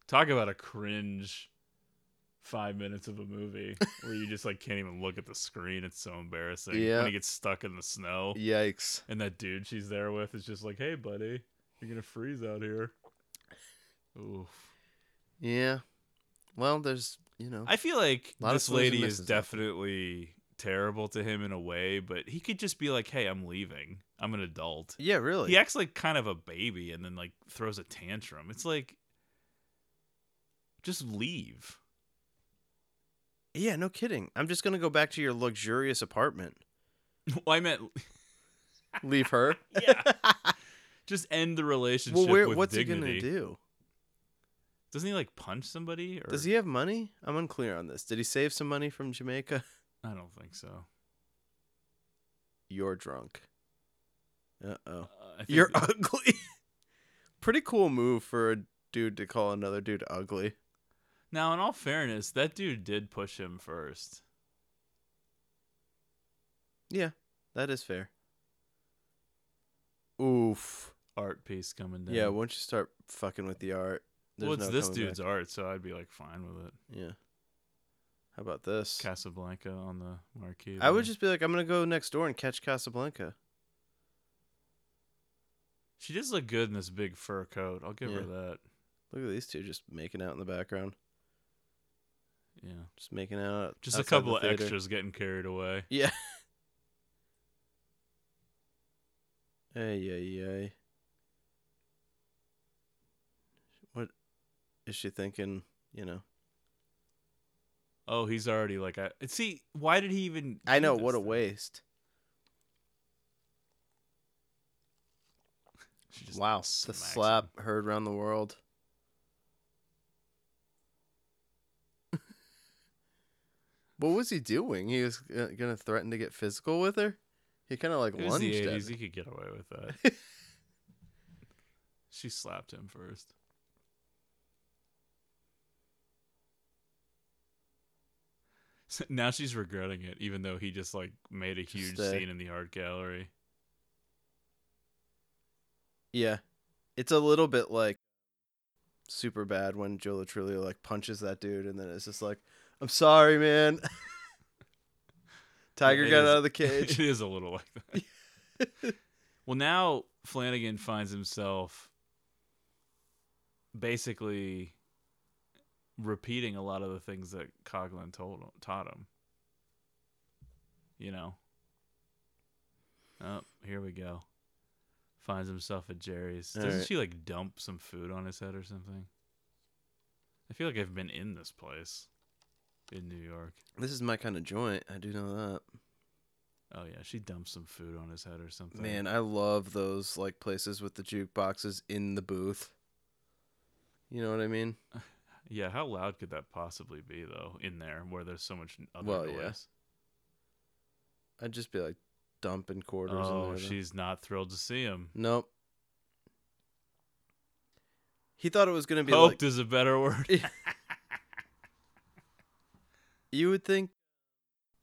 D: Talk about a cringe five minutes of a movie where you just like can't even look at the screen. It's so embarrassing.
C: Yeah.
D: When he gets stuck in the snow.
C: yikes.
D: And that dude she's there with is just like, Hey buddy, you're gonna freeze out here. Oof.
C: Yeah. Well, there's you know.
D: I feel like
C: Lot of
D: this
C: swings and
D: lady is
C: misses out there.
D: definitely terrible to him in a way, but he could just be like, "Hey, I'm leaving. I'm an adult."
C: yeah, really.
D: He acts like kind of a baby and then like throws a tantrum. It's like just leave.
C: Yeah, no kidding. I'm just gonna go back to your luxurious apartment.
D: well, I meant
C: Leave her.
D: yeah. just end the relationship
C: well, where,
D: with
C: what's
D: dignity.
C: he gonna do?
D: Doesn't he like punch somebody or
C: Does he have money? I'm unclear on this. Did he save some money from Jamaica?
D: I don't think so.
C: You're drunk. Uh oh.
D: Uh, I think
C: You're
D: that-
C: ugly. Pretty cool move for a dude to call another dude ugly.
D: Now, in all fairness, that dude did push him first.
C: Yeah, that is fair. Oof.
D: Art piece coming down.
C: Yeah, once you start fucking with the art, there's
D: well, it's
C: no
D: this
C: coming
D: dude's
C: back.
D: art, so I'd be like fine with it.
C: Yeah. How about this?
D: Casablanca on the marquee.
C: I
D: there.
C: would just be like, I'm gonna go next door and catch Casablanca.
D: She does look good in this big fur coat. I'll give her
C: Yeah.
D: that.
C: Look at these two just making out in the background,
D: Yeah.
C: just making out.
D: Just a
C: outside the
D: couple of
C: theater.
D: extras getting carried away.
C: Yeah. Ay, ay, ay. What is she thinking? You know,
D: Oh, he's already like I see. Why did he even?
C: I
D: do
C: know
D: this
C: what a
D: thing?
C: waste.
D: She just
C: Wow, the
D: smacks him.
C: slap heard around the world. what was he doing? He was uh, gonna threaten to get physical with her. He kind of like
D: It was
C: lunged
D: the
C: at
D: eighties.
C: her.
D: He could get away with that. she slapped him first. Now she's regretting it, even though he just like made a huge
C: uh,
D: scene in the art gallery.
C: Yeah. It's a little bit like super bad when Joe Latrulio like punches that dude and then it's just like, I'm sorry, man. Tiger
D: It
C: got
D: is-
C: out of the
D: it
C: cage.
D: is a little like that. well, now Flanagan finds himself basically repeating a lot of the things that Coglin told taught him. You know, Oh, here we go. Finds himself at Jerry's.
C: All
D: Doesn't
C: right.
D: she like dump some food on his head or something? I feel like I've been in this place in New York.
C: This is my kind of joint. I do know that.
D: Oh yeah, she dumps some food on his head or something.
C: Man, I love those like places with the jukeboxes in the booth. You know what I mean?
D: Yeah, how loud could that possibly be though in there where there's so much other
C: Well, yeah.
D: noise?
C: I'd just be like dumping quarters. in
D: Oh,
C: there, though.
D: she's not thrilled to see him.
C: nope. He thought it was gonna be like
D: Poked is a better word.
C: you would think.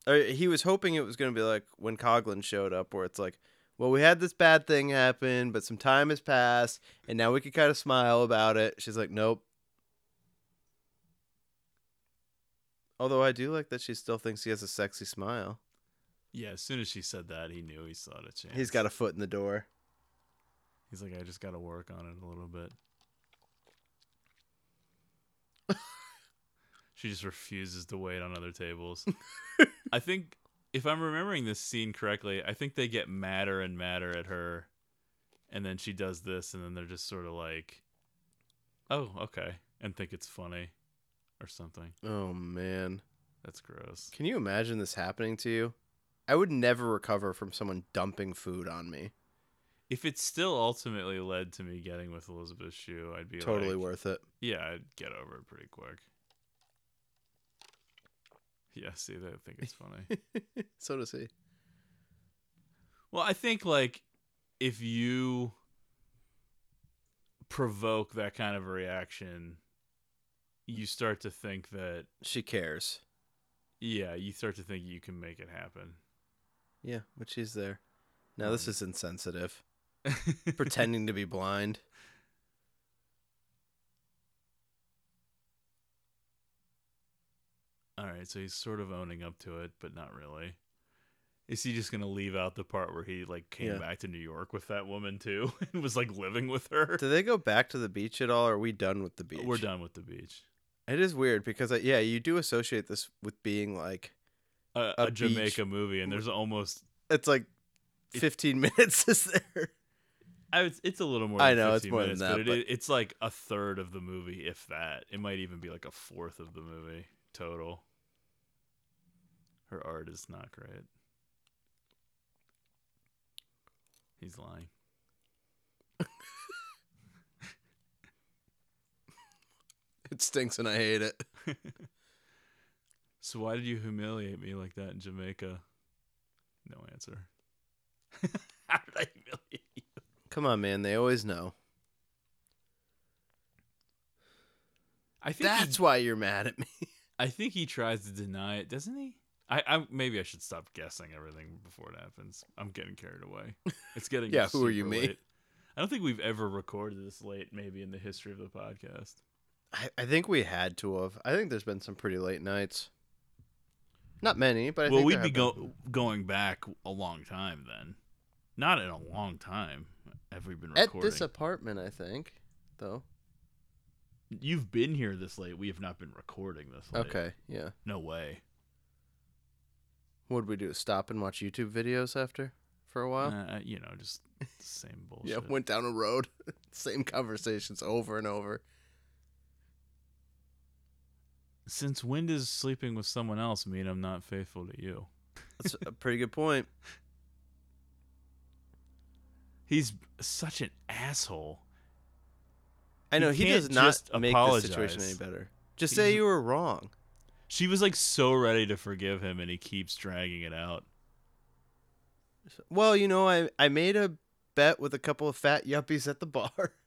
C: Or he was hoping it was gonna be like when Coglin showed up, where it's like, well, we had this bad thing happen, but some time has passed, and now we could kind of smile about it. She's like, nope. Although I do like that she still thinks he has a sexy smile.
D: yeah, as soon as she said that, he knew he saw a chance.
C: He's got a foot in the door.
D: He's like, I just got to work on it a little bit. she just refuses to wait on other tables. I think, if I'm remembering this scene correctly, I think they get madder and madder at her. And then she does this, and then they're just sort of like, oh, okay. And think it's funny or something.
C: Oh man.
D: That's gross.
C: Can you imagine this happening to you? I would never recover from someone dumping food on me.
D: If it still ultimately led to me getting with Elizabeth Shue, I'd be
C: Totally
D: like,
C: worth it.
D: Yeah, I'd get over it pretty quick. Yeah, see, they think it's funny.
C: so does he.
D: well, I think like if you provoke that kind of a reaction, you start to think that
C: She cares.
D: yeah, you start to think you can make it happen.
C: Yeah, but she's there. Now
D: Mm-hmm.
C: this is insensitive. Pretending to be blind.
D: All right, so he's sort of owning up to it, but not really. Is he just gonna leave out the part where he like came
C: Yeah.
D: back to New York with that woman too and was like living with her?
C: Do they go back to the beach at all? Or are we done with the beach?
D: We're done with the beach.
C: It is weird because I, yeah, you do associate this with being like
D: a,
C: a
D: a Jamaica movie,
C: w-
D: and there's almost
C: it's like fifteen minutes is there.
D: I was, it's a little more. Than
C: I know, it's
D: 15
C: more than
D: minutes,
C: that,
D: but, it
C: but-
D: i- it's like a third of the movie, if that. It might even be like a fourth of the movie total. Her art is not great. He's lying.
C: It stinks and I hate it.
D: So why did you humiliate me like that in Jamaica? No answer. How did I humiliate you?
C: Come on, man. They always know.
D: I think he-
C: That's why you're mad at me.
D: I think he tries to deny it, doesn't he? I, I maybe I should stop guessing everything before it happens. I'm getting carried away. It's getting
C: Yeah, who are
D: super
C: you, me?
D: late. I don't think we've ever recorded this late, maybe in the history of the podcast.
C: I, I think we had to have. I think there's been some pretty late nights. Not many, but I
D: well,
C: think
D: we'd
C: there
D: be
C: have been.
D: go- going back a long time then. Not in a long time have we been
C: at
D: recording.
C: this apartment. I think, though.
D: You've been here this late. We have not been recording this late.
C: Okay, yeah.
D: No way.
C: What would we do? Stop and watch YouTube videos after for a while?
D: Uh, you know, just the same bullshit.
C: yeah, went down a road. Same conversations over and over.
D: Since when does sleeping with someone else mean I'm not faithful to you?
C: That's a pretty good point.
D: He's such an asshole.
C: I
D: You
C: know he, does
D: can't
C: not
D: just
C: make the situation
D: apologize.
C: any better. Just
D: He's-
C: say you were wrong.
D: She was like so ready to forgive him, and he keeps dragging it out.
C: Well, you know, I I made a bet with a couple of fat yuppies at the bar.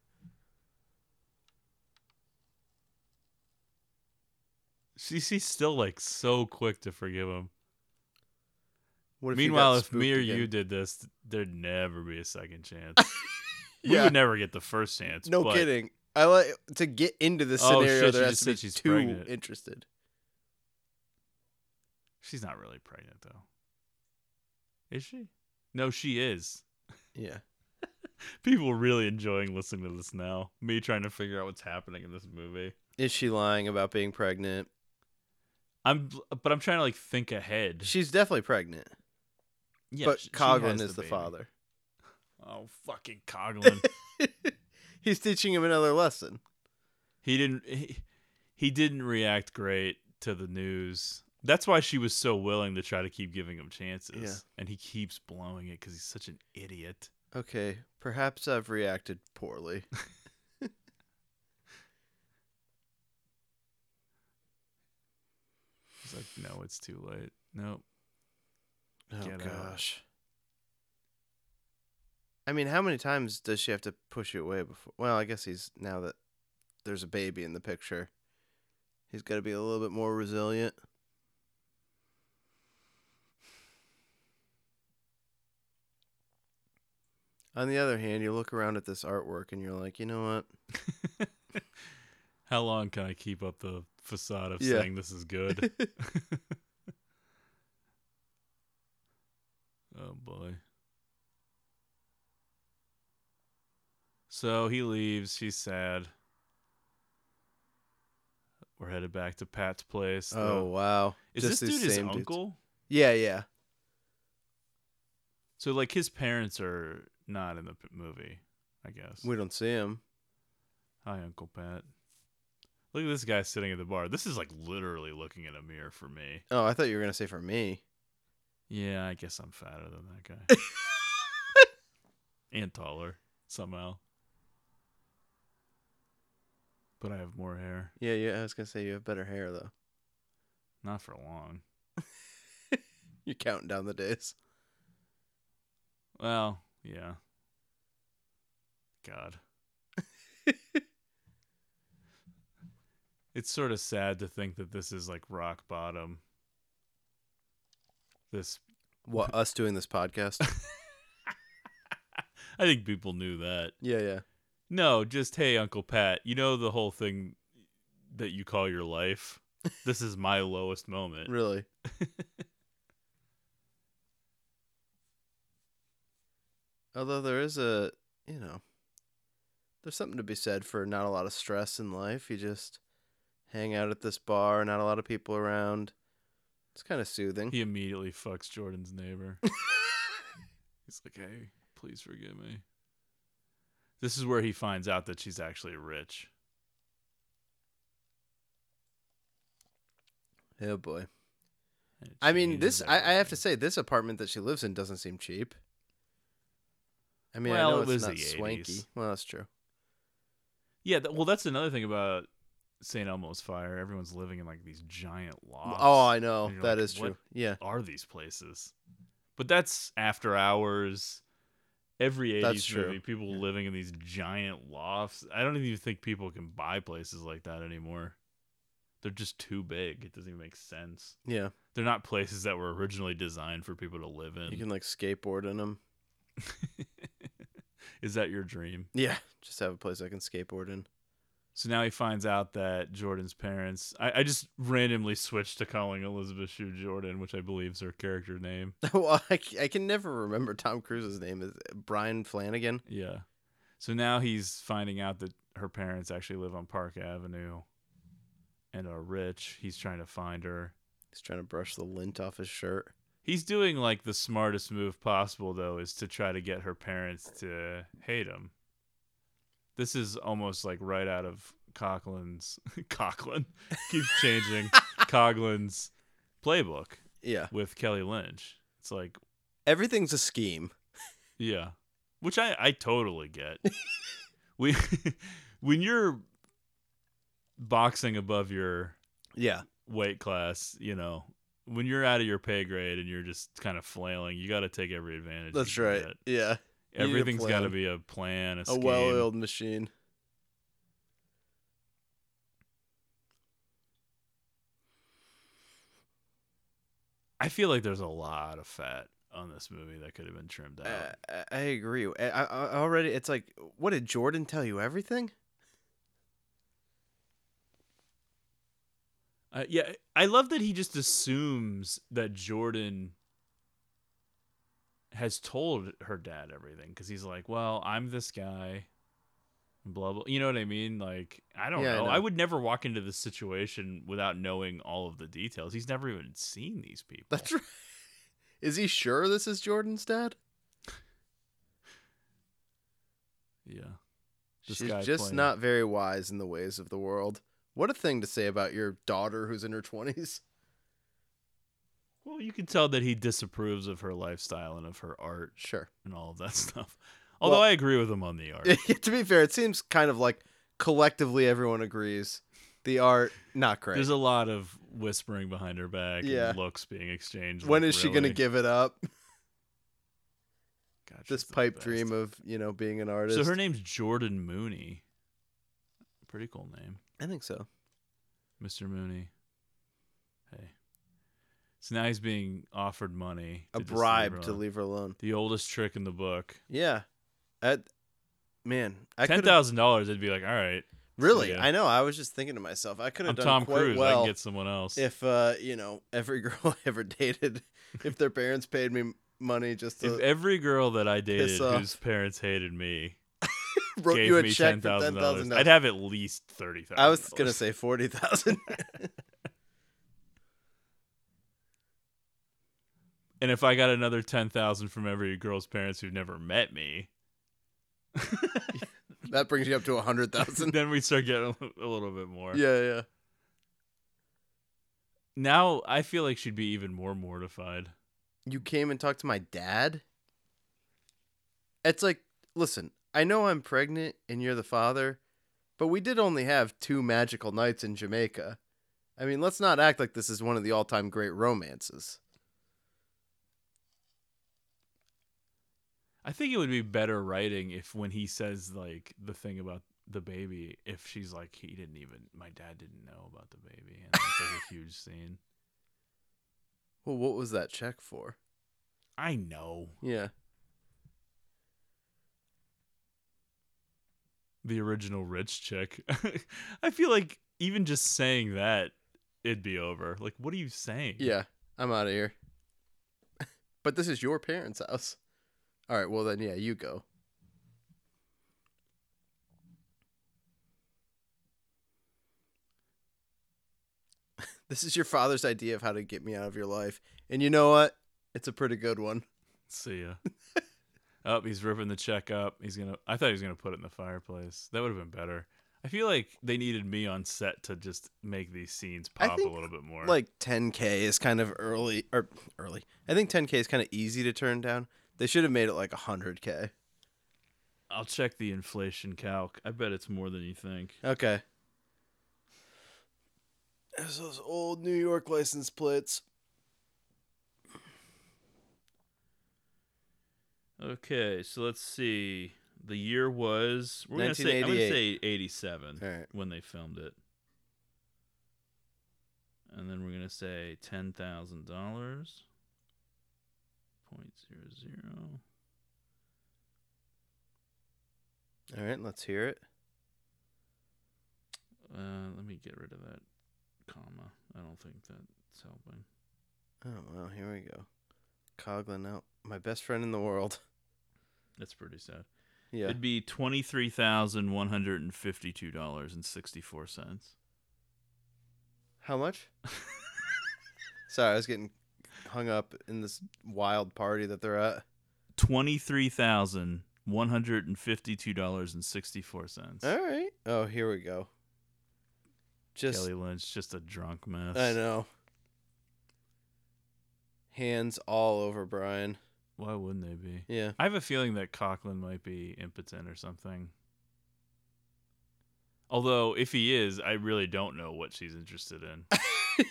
D: She, she's still like so quick to forgive him.
C: What if you got
D: Meanwhile, if me
C: spooked
D: or
C: again?
D: you did this, there'd never be a second chance. We
C: Yeah.
D: would never get the first chance.
C: No
D: but
C: kidding. I like to get into this
D: Oh,
C: scenario.
D: shit,
C: there
D: she
C: has
D: just
C: to be
D: said she's
C: too
D: pregnant.
C: interested.
D: She's not really pregnant though, is she? No, she is.
C: Yeah.
D: People are really enjoying listening to this now. Me trying to figure out what's happening in this movie.
C: Is she lying about being pregnant?
D: I'm, but I'm trying to like think ahead.
C: She's definitely pregnant.
D: Yeah,
C: but
D: sh- she
C: Coglin
D: has
C: is the,
D: baby.
C: father.
D: Oh, fucking Coglin.
C: He's teaching him another lesson.
D: he didn't. He, he didn't react great to the news. That's why she was so willing to try to keep giving him chances.
C: Yeah.
D: And he keeps blowing it because he's such an idiot.
C: Okay, perhaps I've reacted poorly.
D: He's like, no, it's too late. Nope.
C: Oh
D: Get out.
C: gosh. I mean, how many times does she have to push you away before? Well, I guess he's now that there's a baby in the picture. He's got to be a little bit more resilient. On the other hand, you look around at this artwork and you're like, you know what?
D: How long can I keep up the facade of
C: Yeah.
D: saying this is good? oh boy. So he leaves. She's sad. We're headed back to Pat's place.
C: Oh
D: though.
C: wow!
D: is
C: Just
D: this
C: these
D: dude his
C: same dudes.
D: uncle?
C: Yeah, yeah.
D: So like his parents are not in the p- movie, I guess.
C: We don't see him.
D: Hi, Uncle Pat. Look at this guy sitting at the bar. This is like literally looking in a mirror for me.
C: Oh, I thought you were gonna say for me.
D: Yeah, I guess I'm fatter than that guy. and taller, somehow. But I have more hair.
C: Yeah, yeah. I was gonna say you have better hair though.
D: Not for long.
C: You're counting down the days.
D: Well, yeah. God. it's sort of sad to think that this is like rock bottom. This
C: What us doing this podcast?
D: I think people knew that.
C: yeah, yeah.
D: No, just hey, Uncle Pat. You know the whole thing that you call your life. This is my lowest moment.
C: Really? Although there is a, you know, there's something to be said for not a lot of stress in life. You just hang out at this bar, not a lot of people around. It's kind of soothing.
D: He immediately fucks Jordan's neighbor. He's like, "Hey, please forgive me." This is where he finds out that she's actually rich.
C: Oh boy.
D: and it
C: I mean,
D: changes
C: this I, I have to
D: everything.
C: say this apartment that she lives in doesn't seem cheap. I mean,
D: Well,
C: I know
D: it
C: it's
D: was
C: not
D: the
C: swanky.
D: 80s.
C: Well, that's true.
D: Yeah, th- well, that's another thing about St. Elmo's fire. Everyone's living in like these giant lofts.
C: Oh, I know.
D: And you're
C: that
D: like,
C: is true.
D: "What
C: Yeah.
D: are these places? But that's after hours. Every 80s
C: That's
D: movie,
C: true.
D: people living in these giant lofts. I don't even think people can buy places like that anymore. They're just too big. It doesn't even make sense.
C: Yeah.
D: They're not places that were originally designed for people to live in.
C: You can like skateboard in them.
D: Is that your dream?
C: Yeah. Just have a place I can skateboard in.
D: So now he finds out that Jordan's parents. I, I just randomly switched to calling Elizabeth Shue Jordan, which I believe is her character name.
C: well, I, c- I can never remember Tom Cruise's name. Is it Brian Flanagan?
D: Yeah. So now he's finding out that her parents actually live on Park Avenue and are rich. He's trying to find her.
C: He's trying to brush the lint off his shirt.
D: He's doing like the smartest move possible, though, is to try to get her parents to hate him. This is almost like right out of Cochran's. Cochran keeps changing. Coughlin's playbook.
C: Yeah.
D: with Kelly Lynch. It's like,
C: Everything's a scheme.
D: yeah, which I I totally get. we when you're boxing above your
C: Yeah.
D: weight class, you know, when you're out of your pay grade and you're just kind of flailing, you got to take every advantage.
C: That's
D: you can
C: right.
D: get.
C: Yeah. You need a
D: Everything's got to
C: plan.
D: be a plan, a,
C: A
D: scheme.
C: well oiled machine.
D: I feel like there's a lot of fat on this movie that could have been trimmed out.
C: Uh, I- I agree. I, I, I already, it's like, what did Jordan tell you? Everything?
D: Uh, yeah, I love that he just assumes that Jordan has told her dad everything because he's like, "Well, I'm this guy." Blah blah. You know what I mean? Like, I don't
C: Yeah, I
D: know.
C: know.
D: I would never walk into this situation without knowing all of the details. He's never even seen these people.
C: That's right. Is he sure this is Jordan's dad?
B: Yeah. This
C: She's
B: guy
C: just
B: playing-
C: not very wise in the ways of the world. What a thing to say about your daughter who's in her 20s.
B: Well, you can tell that he disapproves of her lifestyle and of her art
C: Sure.
B: and all of that stuff. Although
C: Well-
B: I agree with him on the art.
C: to be fair, it seems kind of like collectively everyone agrees the art not great.
B: There's a lot of whispering behind her back
C: Yeah.
B: and looks being exchanged.
C: when
B: like,
C: is she going to
B: really?
C: give it up?
B: God,
C: This
B: she's the
C: pipe
B: best.
C: dream of, you know, being an artist.
B: So her name's Jordan Mooney. Pretty cool name,
C: I think so.
B: Mr. Mooney. Hey. So now he's being offered money,
C: A
B: to just leave her
C: bribe to
B: alone.
C: leave her alone.
B: The oldest trick in the book.
C: Yeah. I, man, I
B: Ten
C: could
B: thousand dollars. I'd be like, all right,
C: Really?
B: yeah.
C: I know. I was just thinking to myself, I could
B: I'm
C: have done
B: Tom
C: quite
B: Cruise. I
C: well
B: can get someone else.
C: if uh, you know, every girl I ever dated, if their parents paid me money just
B: if
C: to
B: every girl that I dated
C: off.
B: whose parents hated me
C: wrote
B: gave
C: you a
B: me
C: uh, check
B: ten
C: for ten
B: thousand dollars,
C: thousand
B: I'd have at least thirty thousand.
C: I was gonna say forty thousand.
B: and if I got another ten thousand from every girl's parents who've never met me,
C: that brings you up to a hundred thousand.
B: then we start getting a li- a little bit more.
C: yeah, yeah.
B: Now I feel like she'd be even more mortified.
C: You came and talked to my dad. It's like, listen, I know I'm pregnant and you're the father, but we did only have two magical nights in Jamaica. I mean, let's not act like this is one of the all-time great romances.
B: I think it would be better writing if when he says like the thing about the baby, if she's like he didn't even my dad didn't know about the baby, and that's like a huge scene.
C: Well, what was that check for?
B: I know
C: Yeah.
B: the original rich chick. I feel like even just saying that, it'd be over. Like, what are you saying?
C: Yeah, I'm out of here. but this is your parents' house. All right, well then, yeah, you go. this is your father's idea of how to get me out of your life. And you know what? It's a pretty good one.
B: See ya. oh, he's ripping the check up. He's gonna. I thought he was gonna put it in the fireplace. That would have been better. I feel like they needed me on set to just make these scenes
C: I
B: pop
C: think,
B: a little bit more.
C: Like 10K is kind of early, or early. I think 10K is kind of easy to turn down. They should have made it like 100K.
B: I'll check the inflation calc. I bet it's more than you think.
C: Okay. There's those old New York license plates.
B: Okay, so let's see. The year was we're gonna say I'm gonna
C: 1988.
B: say 87
C: All right.
B: when they filmed it, and then we're gonna say ten thousand dollars. Point zero zero.
C: All right, let's hear it.
B: Uh, let me get rid of that comma. I don't think that's helping.
C: Oh, well, here we go. Coglin out. My best friend in the world.
B: That's pretty sad.
C: Yeah.
B: It'd be twenty three thousand one hundred and fifty two dollars and sixty four cents.
C: How much? Sorry, I was getting hung up in this wild party that they're at.
B: Twenty three thousand one hundred and fifty two dollars and sixty four cents.
C: All right. Oh, here we go. Just,
B: Kelly Lynch, just a drunk mess.
C: I know. Hands all over Brian.
B: Why wouldn't they be?
C: Yeah.
B: I have a feeling that Coughlin might be impotent or something. Although, if he is, I really don't know what she's interested in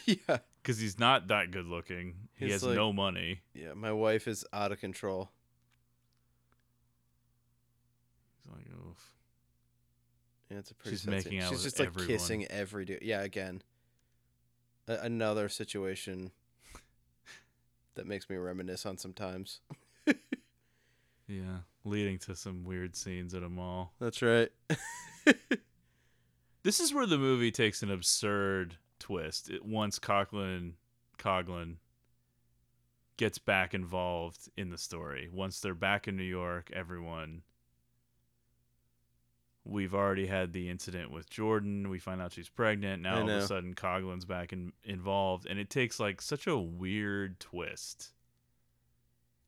C: yeah.
B: because he's not that good looking. He
C: He's
B: has
C: like-
B: no money.
C: Yeah, my wife is out of control.
B: He's like, oof.
C: Yeah, it's a pretty.
B: She's
C: sad
B: making
C: scene.
B: out
C: She's
B: with
C: just like
B: everyone.
C: kissing every dude. Yeah, again, a- another situation that makes me reminisce on sometimes.
B: Yeah, leading to some weird scenes at a mall.
C: That's right.
B: This is where the movie takes an absurd twist. It, once Coughlin, Coughlin gets back involved in the story. Once they're back in New York, everyone. We've already had the incident with Jordan. We find out she's pregnant. Now
C: I
B: all of
C: know.
B: a sudden, Coglin's back in, involved, and it takes like such a weird twist.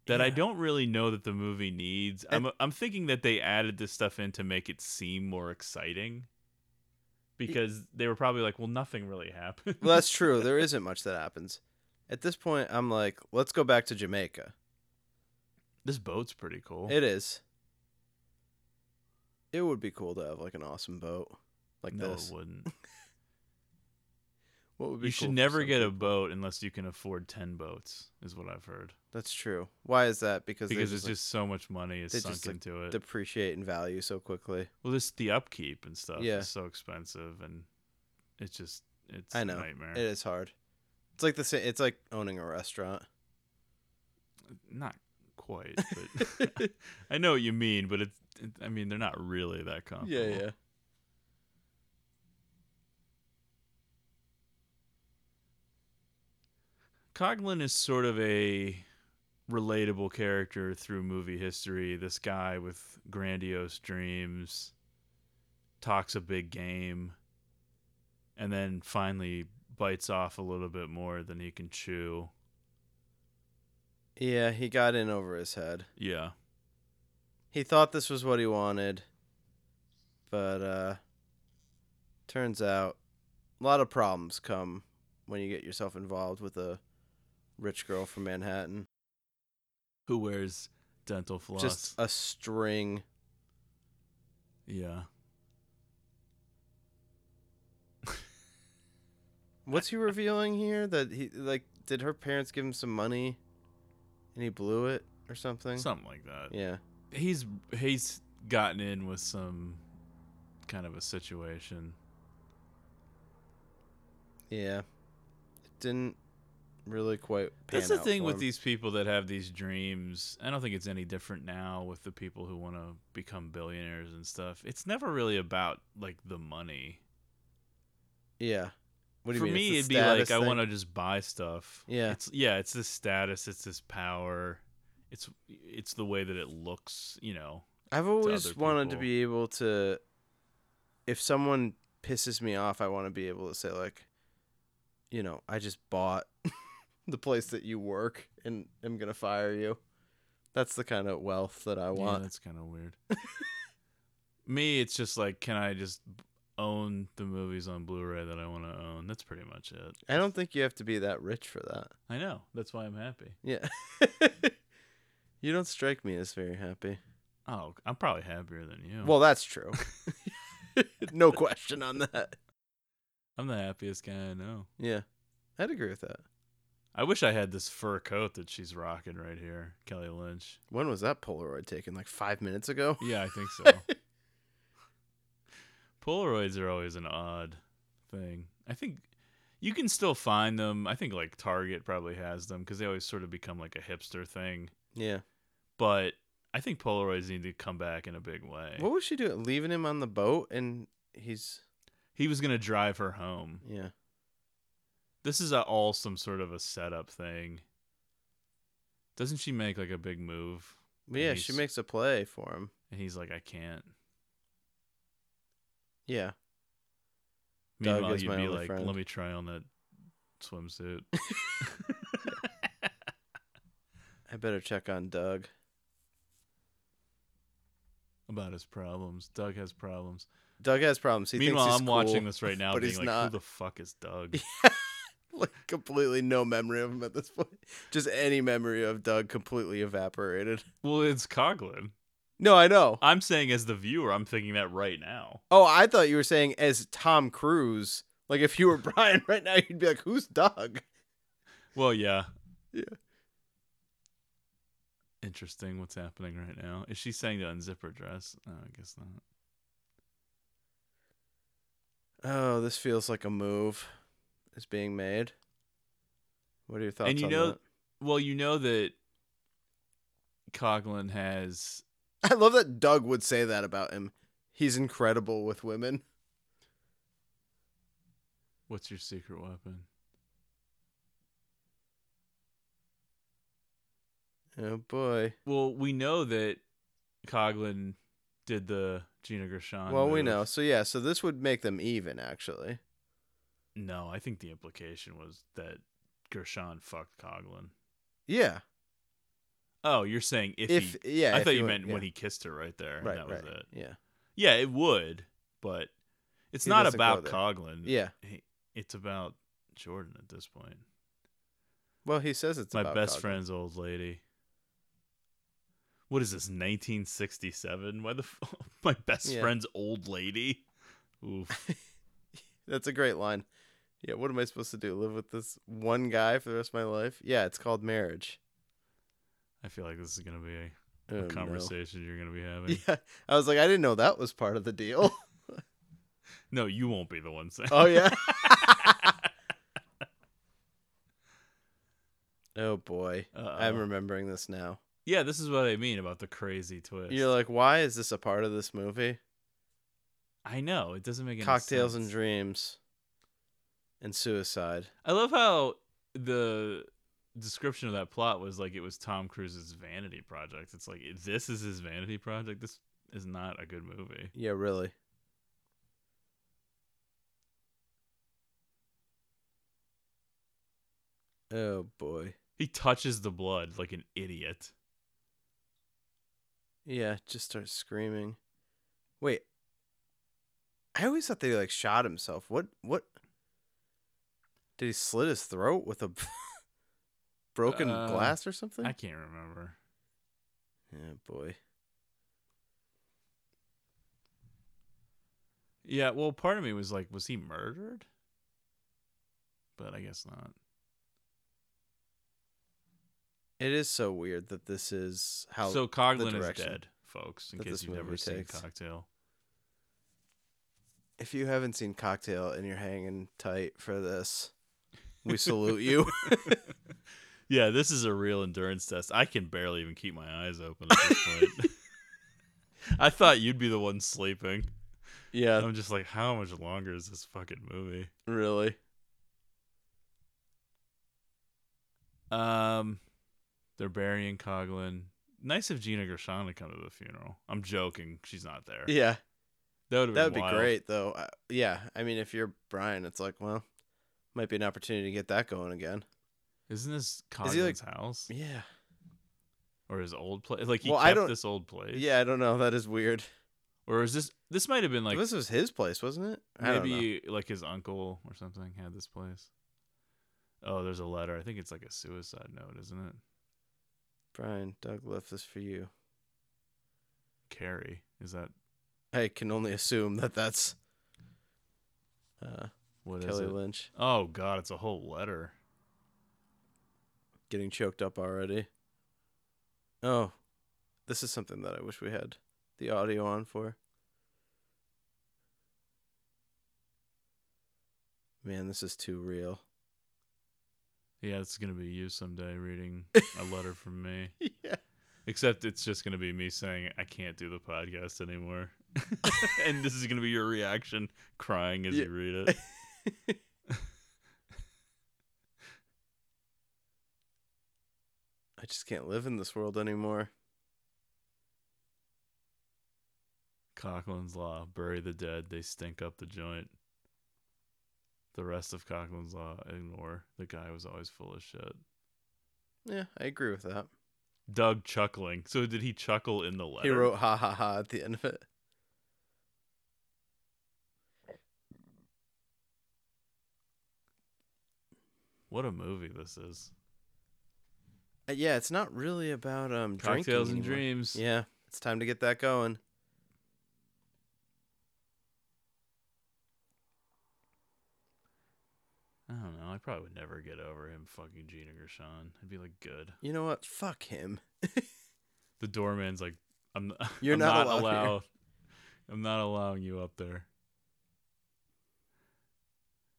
D: that I don't really know that the movie needs. I'm I'm thinking that they added this stuff in to make it seem more exciting because they were probably like, well, nothing really happened.
C: Well, that's true. There isn't much that happens. At this point, I'm like, let's go back to Jamaica.
D: this boat's pretty cool.
C: It is. It would be cool to have like an awesome boat like
D: no,
C: this.
D: it wouldn't.
C: What would be
D: You
C: cool
D: should
C: for
D: never
C: some
D: get a
C: people?
D: boat unless you can afford ten boats, is what I've heard.
C: That's true. Why is that? Because they
D: Because it's
C: just,
D: just so much money is
C: they
D: sunk
C: just, like,
D: into it.
C: like, depreciate in value so quickly.
D: well, this the upkeep and stuff
C: Yeah.
D: is so expensive, and it's just it's
C: I know.
D: a nightmare.
C: It is hard. It's like the same. It's like owning a restaurant.
D: Not quite, but I know what you mean. But it's, it, I mean, they're not really that comfortable. Coglin is sort of a relatable character through movie history. This guy with grandiose dreams talks a big game and then finally bites off a little bit more than he can chew.
C: Yeah, he got in over his head.
D: Yeah.
C: He thought this was what he wanted, but uh turns out a lot of problems come when you get yourself involved with a rich girl from Manhattan.
D: Who wears dental floss?
C: Just a string.
D: yeah.
C: What's he revealing here? That he like did her parents give him some money and he blew it or something?
D: Something like that.
C: Yeah.
D: he's he's gotten in with some kind of a situation.
C: Yeah. It didn't really quite pan
D: That's the
C: out
D: thing
C: for
D: with
C: him.
D: these people that have these dreams. I don't think it's any different now with the people who want to become billionaires and stuff. It's never really about like the money.
C: Yeah. What do you
D: For
C: mean?
D: me,
C: It's
D: it'd
C: the
D: be like
C: status
D: I
C: thing?
D: want to just buy stuff.
C: Yeah.
D: it's yeah, it's this status, it's this power, it's it's the way that it looks. You know,
C: I've always
D: other
C: wanted to
D: people.
C: be able to. If someone pisses me off, I want to be able to say like, you know, I just bought the place that you work and am gonna fire you. That's the kind of wealth that I
D: yeah,
C: want.
D: that's kind of weird. me, it's just like, can I just own the movies on Blu-ray that I want to own? That's pretty much it.
C: I don't think you have to be that rich for that.
D: I know. That's why I'm happy.
C: Yeah. you don't strike me as very happy.
D: Oh, I'm probably happier than you.
C: Well, that's true. no question on that.
D: I'm the happiest guy I know.
C: Yeah. I'd agree with that.
D: I wish I had this fur coat that she's rocking right here, Kelly Lynch.
C: When was that Polaroid taken? Like five minutes ago?
D: Yeah, I think so. Polaroids are always an odd thing. I think you can still find them. I think like Target probably has them because they always sort of become like a hipster thing.
C: Yeah.
D: But I think Polaroids need to come back in a big way.
C: What was she doing? Leaving him on the boat and he's
D: He was gonna drive her home.
C: yeah.
D: This is a, all some sort of a setup thing. Doesn't she make like a big move?
C: But yeah,
D: And
C: she
D: he's-
C: makes a play for him.
D: And he's like, I can't.
C: Yeah. Doug
D: Meanwhile,
C: is
D: you'd
C: my
D: be
C: only
D: like,
C: friend.
D: let me try on that swimsuit.
C: I better check on Doug.
D: About his problems. Doug has problems.
C: Doug has problems. He
D: Meanwhile,
C: thinks
D: I'm
C: he's
D: watching
C: cool,
D: this right now
C: but
D: being
C: he's
D: like, who
C: not
D: the fuck is Doug?
C: like completely no memory of him at this point. Just any memory of Doug completely evaporated.
D: well, it's Coglin.
C: No, I know.
D: I'm saying, as the viewer, I'm thinking that right now.
C: Oh, I thought you were saying as Tom Cruise. Like if you were Brian right now, you'd be like, "Who's Doug?"
D: Well, yeah.
C: Yeah.
D: Interesting what's happening right now. Is she saying to unzip her dress? No, I guess not.
C: Oh, this feels like a move is being made. What are your thoughts
D: and you
C: on
D: know
C: that?
D: well you know that coglin has
C: I love that Doug would say that about him. He's incredible with women.
D: what's your secret weapon
C: Oh boy.
D: well we know that coglin did the gina gershon
C: well, we
D: move.
C: know. So yeah, so this would make them even actually.
D: no i think the implication was that gershon fucked coglin
C: Yeah.
D: Oh, you're saying if,
C: If-
D: he,
C: yeah,
D: I
C: if
D: thought
C: he
D: you
C: went-
D: meant when
C: yeah.
D: he kissed her right there. and
C: Right,
D: that
C: right.
D: was it.
C: Yeah.
D: Yeah, it would, but it's
C: He
D: not
C: doesn't go
D: about
C: there.
D: Coglin.
C: Yeah.
D: He- It's about Jordan at this point.
C: Well, he says it's
D: My
C: about
D: best
C: Coglin.
D: friend's old lady. What is this? 1967? Why the f- my best
C: Yeah.
D: friend's old lady? Oof.
C: That's a great line. Yeah, what am I supposed to do? Live with this one guy for the rest of my life? Yeah, it's called marriage.
D: I feel like this is gonna be a
C: Oh, no.
D: conversation you're gonna be having.
C: Yeah, I was like, I didn't know that was part of the deal.
D: No, you won't be the one saying.
C: oh yeah. oh boy, I'm
D: Uh-oh.
C: remembering this now.
D: Uh, Yeah, this is what I mean about the crazy twist.
C: You're like, why is this a part of this movie?
D: I know it doesn't make any
C: Cocktails
D: sense.
C: and dreams, and suicide.
D: I love how the description of that plot was like it was Tom Cruise's vanity project. It's like this is his vanity project. This is not a good movie.
C: Yeah, really. Oh boy.
D: He touches the blood like an idiot.
C: Yeah, just start screaming. Wait. I always thought that he like shot himself. What what did he slit his throat with a broken
D: Uh,
C: glass or something?
D: I can't remember.
C: Yeah, boy.
D: Yeah, well, part of me was like, was he murdered? But I guess not.
C: It is so weird that this is how
D: so
C: the
D: Coglin is
C: direction-
D: dead, folks. In
C: that
D: case
C: this
D: you've never
C: movie
D: seen
C: takes.
D: Cocktail.
C: If you haven't seen Cocktail and you're hanging tight for this, we salute you.
D: Yeah, this is a real endurance test. I can barely even keep my eyes open at this point. I thought you'd be the one sleeping.
C: Yeah,
D: I'm just like, how much longer is this fucking movie?
C: really.
D: Um, they're burying Coglin. Nice of Gina Gershon to come to the funeral. I'm joking. She's not there.
C: Yeah.
D: that would
C: That would be
D: wild.
C: great, though. Uh, yeah, I mean, if you're Brian, it's like, well, might be an opportunity to get that going again.
D: Isn't this
C: Is he, like-
D: Coglin's house
C: Yeah,
D: or his old place? Like he
C: Well,
D: kept
C: I don't-
D: this old place.
C: yeah. I don't know. That is weird.
D: Or is this? This might have been like
C: this was his place, wasn't it? I don't know.
D: maybe like his uncle or something had this place. Oh, there's a letter. I think it's like a suicide note, isn't it?
C: Brian, Doug left this for you.
D: Carrie, is that
C: I can only assume that that's uh,
D: what is
C: Kelly
D: it?
C: Lynch
D: Oh God, it's a whole letter.
C: getting choked up already. Oh, this is something that I wish we had the audio on for. Man, this is too real.
D: Yeah, it's gonna be you someday reading a letter from me.
C: yeah.
D: Except it's just gonna be me saying I can't do the podcast anymore, and this is gonna be your reaction, crying as
C: Yeah.
D: you read it.
C: I just can't live in this world anymore.
D: Cocklin's Law: Bury the dead; they stink up the joint. The rest of Cocklin's Law: Ignore. The guy was always full of shit.
C: Yeah, I agree with that.
D: Doug chuckling. So did he chuckle in the letter?
C: He wrote ha ha ha at the end of it.
D: What a movie this is.
C: Uh, yeah, it's not really about um drinking
D: Cocktails and
C: anymore.
D: dreams.
C: Yeah, it's time to get that going.
D: I don't know. I probably would never get over him fucking Gina Gershon. I'd be like, good.
C: You know what? Fuck him.
D: The doorman's like, I'm.
C: You're
D: I'm
C: not
D: not,
C: allowed here.
D: allowed. I'm not allowing you up there.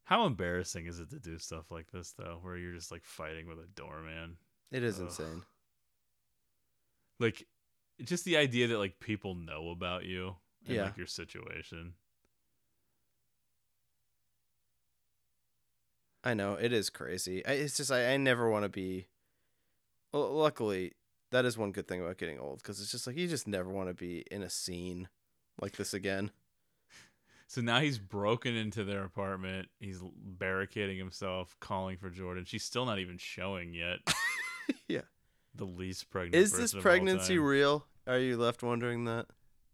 D: How embarrassing is it to do stuff like this though, where you're just like fighting with a doorman?
C: It is
D: Ugh.
C: insane.
D: Like, just the idea that like people know about you and
C: Yeah.
D: like your situation.
C: I know it is crazy. I, it's just I, I never want to be. Well, luckily, that is one good thing about getting old because it's just like you just never want to be in a scene like this again.
D: So now he's broken into their apartment. He's l- barricading himself, calling for Jordan. She's still not even showing yet.
C: Yeah.
D: the least pregnant.
C: Is this
D: person of all
C: pregnancy
D: time.
C: real? Are you left wondering that?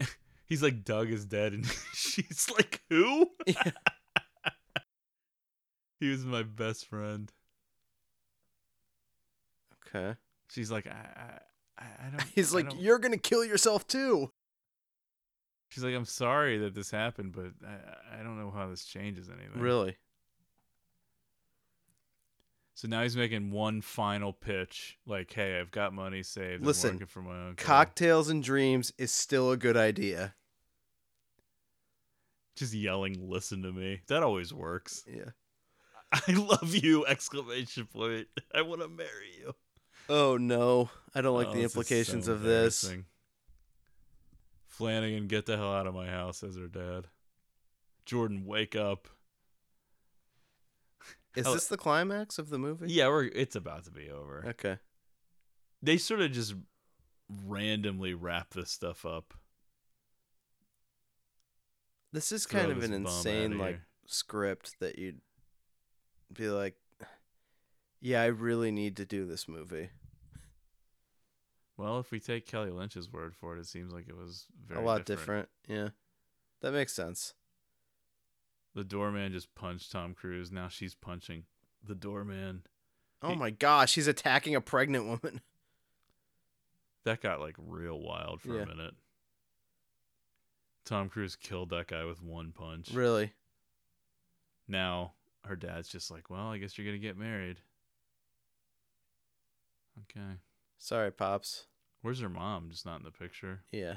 D: He's like, Doug is dead, and she's like, who? he was my best friend.
C: Okay.
D: She's like, I, I, I I don't.
C: He's
D: I
C: like,
D: don't-
C: you're gonna kill yourself too.
D: She's like, I'm sorry that this happened, but I, I don't know how this changes anything.
C: Really?
D: So now he's making one final pitch, like, hey, I've got money saved.
C: Listen,
D: I'm working for my own.
C: Cocktails and dreams is still a good idea.
D: Just yelling, listen to me. That always works.
C: Yeah.
D: I love you! Exclamation point. I want to marry you.
C: Oh no, I don't like
D: Oh,
C: the
D: this is so
C: implications of this.
D: embarrassing. Flanagan, get the hell out of my house, says her dad. Jordan, wake up.
C: Is
D: Oh.
C: this the climax of the movie?
D: Yeah, we're it's about to be over.
C: Okay.
D: They sort of just randomly wrap this stuff up.
C: This is
D: Throw
C: kind of
D: this
C: an
D: bomb outta
C: insane like
D: here.
C: script that you'd be like, yeah, I really need to do this movie.
D: Well, if we take Kelly Lynch's word for it, it seems like it was very
C: a lot different. Yeah, that makes sense.
D: The doorman just punched Tom Cruise. Now she's punching the doorman.
C: Oh
D: He-
C: my gosh, he's attacking a pregnant woman.
D: That got like real wild for
C: Yeah.
D: a minute. Tom Cruise killed that guy with one punch.
C: Really?
D: now her dad's just like, well, I guess you're gonna get married. Okay.
C: Sorry, pops.
D: Where's her mom? Just not in the picture.
C: Yeah,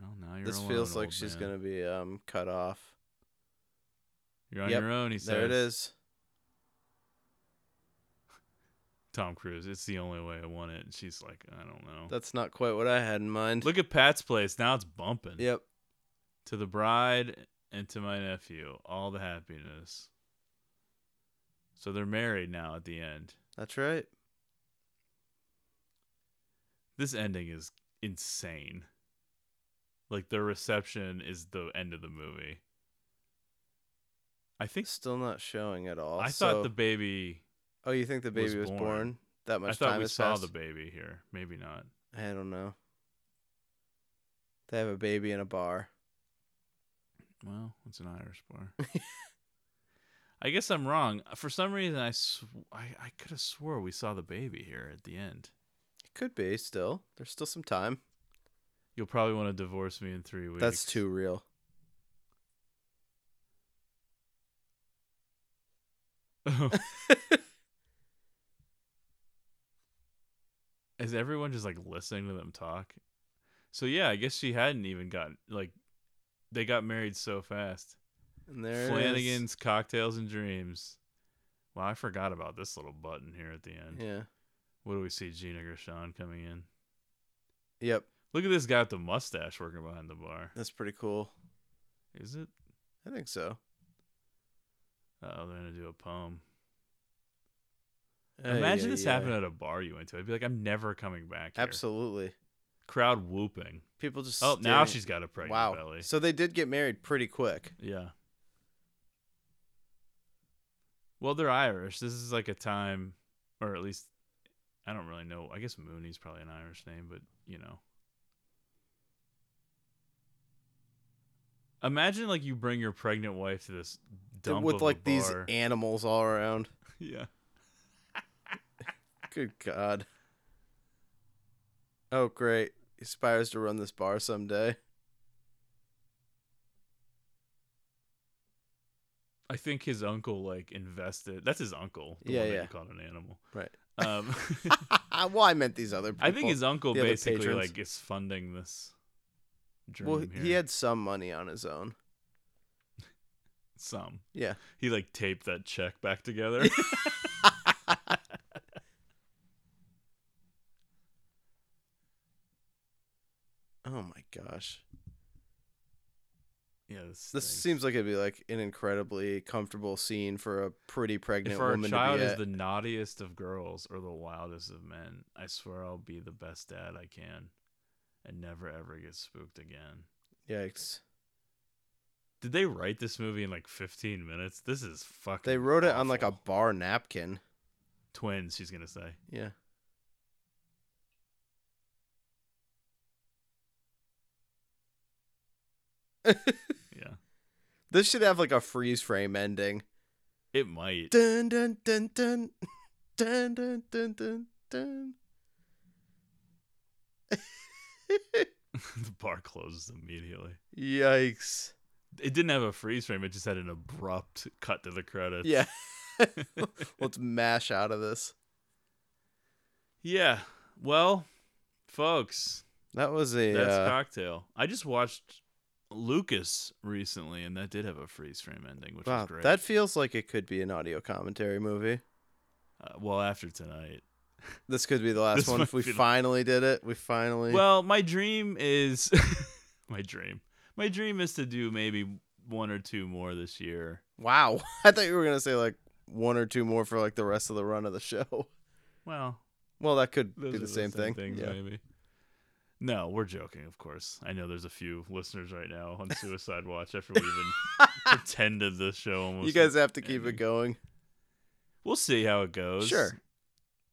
D: Well, now you're.
C: this
D: alone,
C: feels like
D: old
C: she's
D: man.
C: gonna be um cut off.
D: You're on
C: Yep,
D: your own. He says.
C: There it is.
D: Tom Cruise. It's the only way I want it. And she's like, I don't know.
C: That's not quite what I had in mind.
D: Look at Pat's place. Now it's bumping.
C: Yep.
D: To the bride and to my nephew, all the happiness. So they're married now at the end.
C: That's right.
D: This ending is insane. Like their reception is the end of the movie. I think
C: Still not showing at all.
D: I
C: So-
D: thought the baby.
C: Oh, you think the
D: was
C: baby was,
D: born.
C: born. That much
D: I thought
C: time
D: we
C: has
D: saw
C: passed?
D: the baby here. Maybe not.
C: I don't know. They have a baby in a bar.
D: Well, it's an Irish bar. I guess I'm wrong. For some reason, I sw- I, I could have swore we saw the baby here at the end.
C: It could be still. There's still some time.
D: You'll probably want to divorce me in three weeks.
C: That's too real.
D: Is everyone just like listening to them talk? So yeah, I guess she hadn't even gotten like they got married so fast.
C: And there It
D: Flanagan's cocktails and dreams. Well, I forgot about this little button here at the end.
C: is. Yeah.
D: What do we see? Gina Gershon coming in.
C: Yep.
D: Look at this guy with the mustache working behind the bar.
C: That's pretty cool.
D: Is it?
C: I think so.
D: Oh, they're gonna do a poem.
C: Ay,
D: Imagine
C: ay,
D: this
C: ay.
D: happened at a bar you went to. I'd be like, I'm never coming back. Here.
C: Absolutely.
D: Crowd whooping.
C: People just.
D: Oh, now
C: staring-
D: she's got a pregnant
C: Wow.
D: belly.
C: So they did get married pretty quick.
D: Yeah. Well, they're Irish. This is like a time, or at least, I don't really know. I guess Mooney's probably an Irish name, but you know. Imagine like you bring your pregnant wife to this dump
C: With
D: of a
C: like these
D: bar.
C: animals all around.
D: yeah.
C: Good God. Oh, great. He aspires to run this bar someday.
D: I think his uncle like invested. That's his uncle. The
C: Yeah,
D: one That
C: yeah.
D: you called an animal.
C: Right.
D: Um,
C: well, I meant these other people.
D: I think his uncle
C: The other
D: basically
C: patrons.
D: like is funding this dream.
C: Well,
D: here.
C: he had some money on his own.
D: some.
C: Yeah.
D: He like taped that check back together.
C: Oh my gosh.
D: yeah, this,
C: This
D: thing.
C: seems like it'd be like an incredibly comfortable scene for a pretty pregnant
D: If our
C: woman
D: child
C: to be
D: is
C: at.
D: the naughtiest of girls or the wildest of men, I swear I'll be the best dad I can, and never ever get spooked again.
C: Yikes.
D: Did they write this movie in like 15 minutes? This is fucking.
C: They wrote it on like a
D: awful.
C: bar napkin.
D: Twins, she's gonna say.
C: Yeah.
D: Yeah.
C: This should have like a freeze frame ending.
D: It might.
C: Dun dun dun dun dun dun dun dun dun.
D: the bar closes immediately.
C: Yikes.
D: It didn't have a freeze frame, it just had an abrupt cut to the credits.
C: Yeah. Let's mash out of this.
D: Yeah. Well, folks,
C: That was a
D: that's
C: uh,
D: cocktail. I just watched Lucas recently and that did have a freeze frame ending, which
C: wow,
D: was great.
C: that feels like it could be an audio commentary movie.
D: uh, well, after tonight.
C: This could be the last
D: This
C: one if
D: might
C: we
D: be the-
C: finally did it. We finally
D: Well, my dream is my dream. My dream is to do maybe one or two more this year.
C: Wow. I thought you were gonna say like one or two more for like the rest of the run of the show.
D: Well,
C: Well, that could
D: those
C: be
D: are
C: the same, thing.
D: Things,
C: yeah.
D: maybe. No, we're joking, of course. I know there's a few listeners right now on Suicide Watch after we even pretended the show almost.
C: You guys have to keep it
D: ending.
C: going.
D: We'll see how it goes.
C: Sure.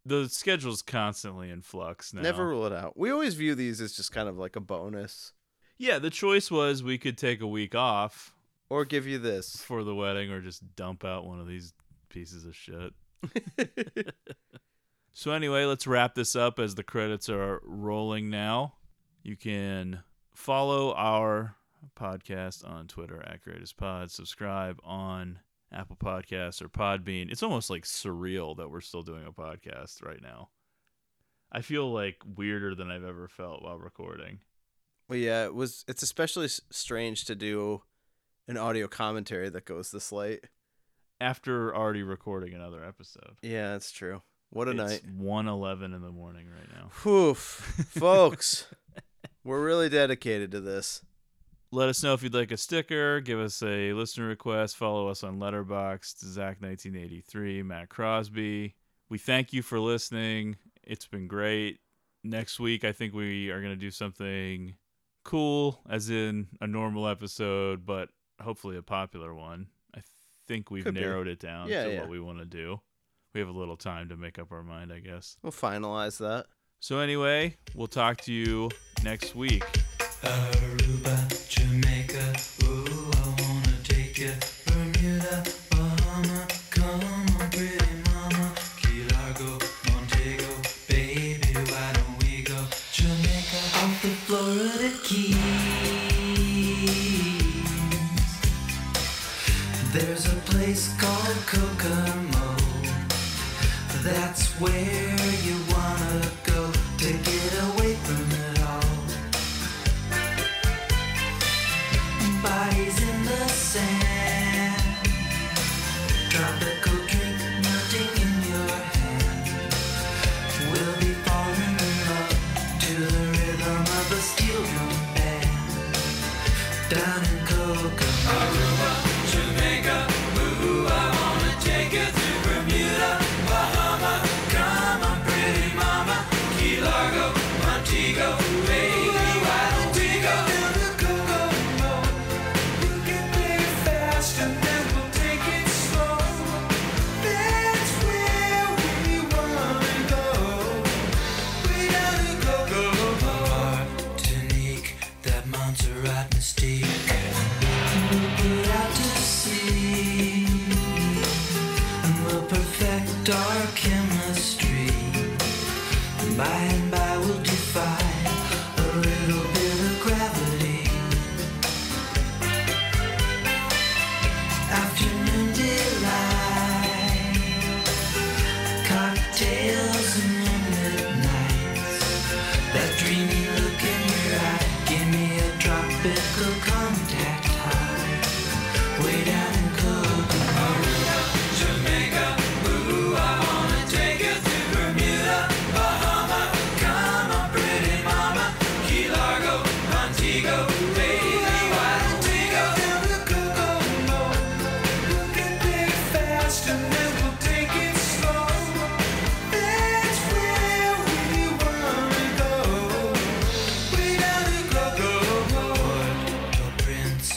D: The schedule's constantly in flux now.
C: Never rule it out. We always view these as just kind of like a bonus.
D: Yeah, the choice was we could take a week off
C: Or give you this.
D: for the wedding or just dump out one of these pieces of shit. So anyway, let's wrap this up as the credits are rolling now. You can follow our podcast on Twitter at Greatest Pod. Subscribe on Apple Podcasts or Podbean. It's almost like surreal that we're still doing a podcast right now. I feel like weirder than I've ever felt while recording.
C: well, yeah, it was it's especially s- strange to do an audio commentary that goes this late.
D: After already recording another episode.
C: Yeah, that's true. What a night.
D: It's 1.11 in the morning right now.
C: Oof. Folks, we're really dedicated to this.
D: let us know if you'd like a sticker give us a listener request follow us on letterboxd zach 1983 matt crosby we thank you for listening it's been great next week i think we are going to do something cool as in a normal episode but hopefully a popular one i think we've
C: Could be.
D: narrowed it down
C: Yeah,
D: to
C: yeah.
D: what we want to do we have a little time to make up our mind i guess
C: We'll finalize that.
D: so anyway we'll talk to you next week
E: Aruba, Jamaica, ooh, I wanna take ya. Bermuda, Bahama, come on, pretty mama. Key Largo, Montego, baby, why don't we go? Jamaica, off the Florida Keys. There's a place called Kokomo. That's where you wanna go to get away from it all. Bodies in the sand. Tropical drink melting in your hand. We'll be falling in love to the rhythm of a steel drum band. Down in Kokomo. Aruba, Jamaica, ooh, I wanna take you to Bermuda, Bahama. Come on, pretty mama, Key Largo, Montego, baby, why don't we go to the Kokomo? You can play it fast and then we'll take it slow. That's where we wanna go. We gotta go, go, go, go. Tonique, that Montserrat mystique. We'll put out to sea, and we'll perfect our chemistry. And by and by we'll defy a little bit of gravity. Afternoon delight cocktails and moonlit nights. That dreamy look in your eye gave me a tropical contact high. Way down in Cocoa, Jamaica, ooh, I wanna take you to Bermuda, Bahama. Come on, pretty mama, Key Largo, Montego, baby, why don't we go down to Cocoa? We'll get there fast and then we'll take it slow. That's where we wanna go. We gotta go, go, go. Your prince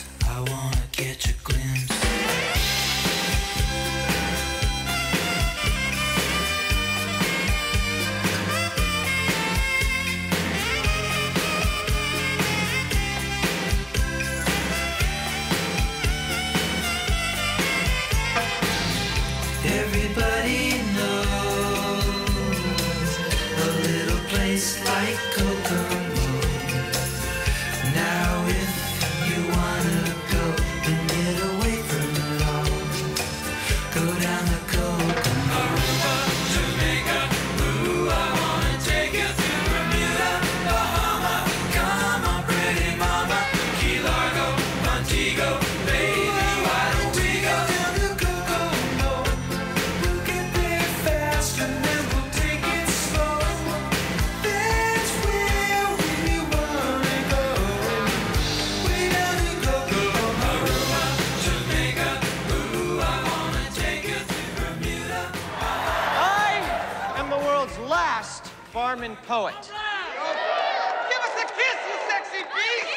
E: I am the world's last barman poet. Give us a kiss, you sexy beast!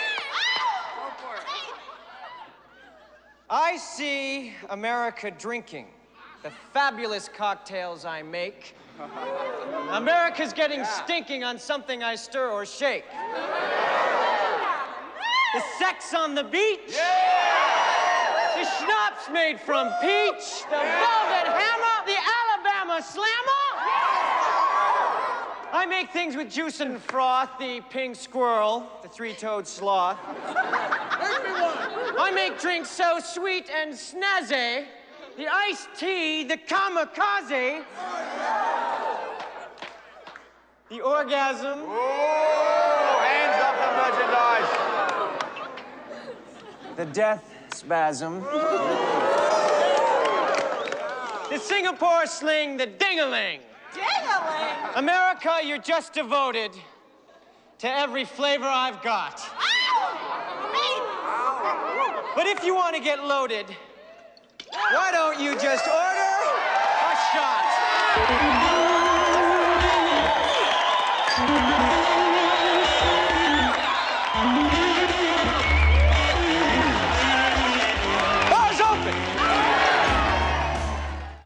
E: I see America drinking the fabulous cocktails I make. America's getting stinking on something I stir or shake. The sex on the beach. The schnapps made from peach, the velvet hammer, the Alabama slammer. I make things with juice and froth, the pink squirrel, the three-toed sloth. I make drinks so sweet and snazzy, the iced tea, the kamikaze, the orgasm.
F: Oh, Hands up the merchandise.
E: The death spasm. the Singapore sling, the ding-a-ling. Ding-a-ling? America, you're just devoted to every flavor I've got. But if you want to get loaded, why don't you just order a shot?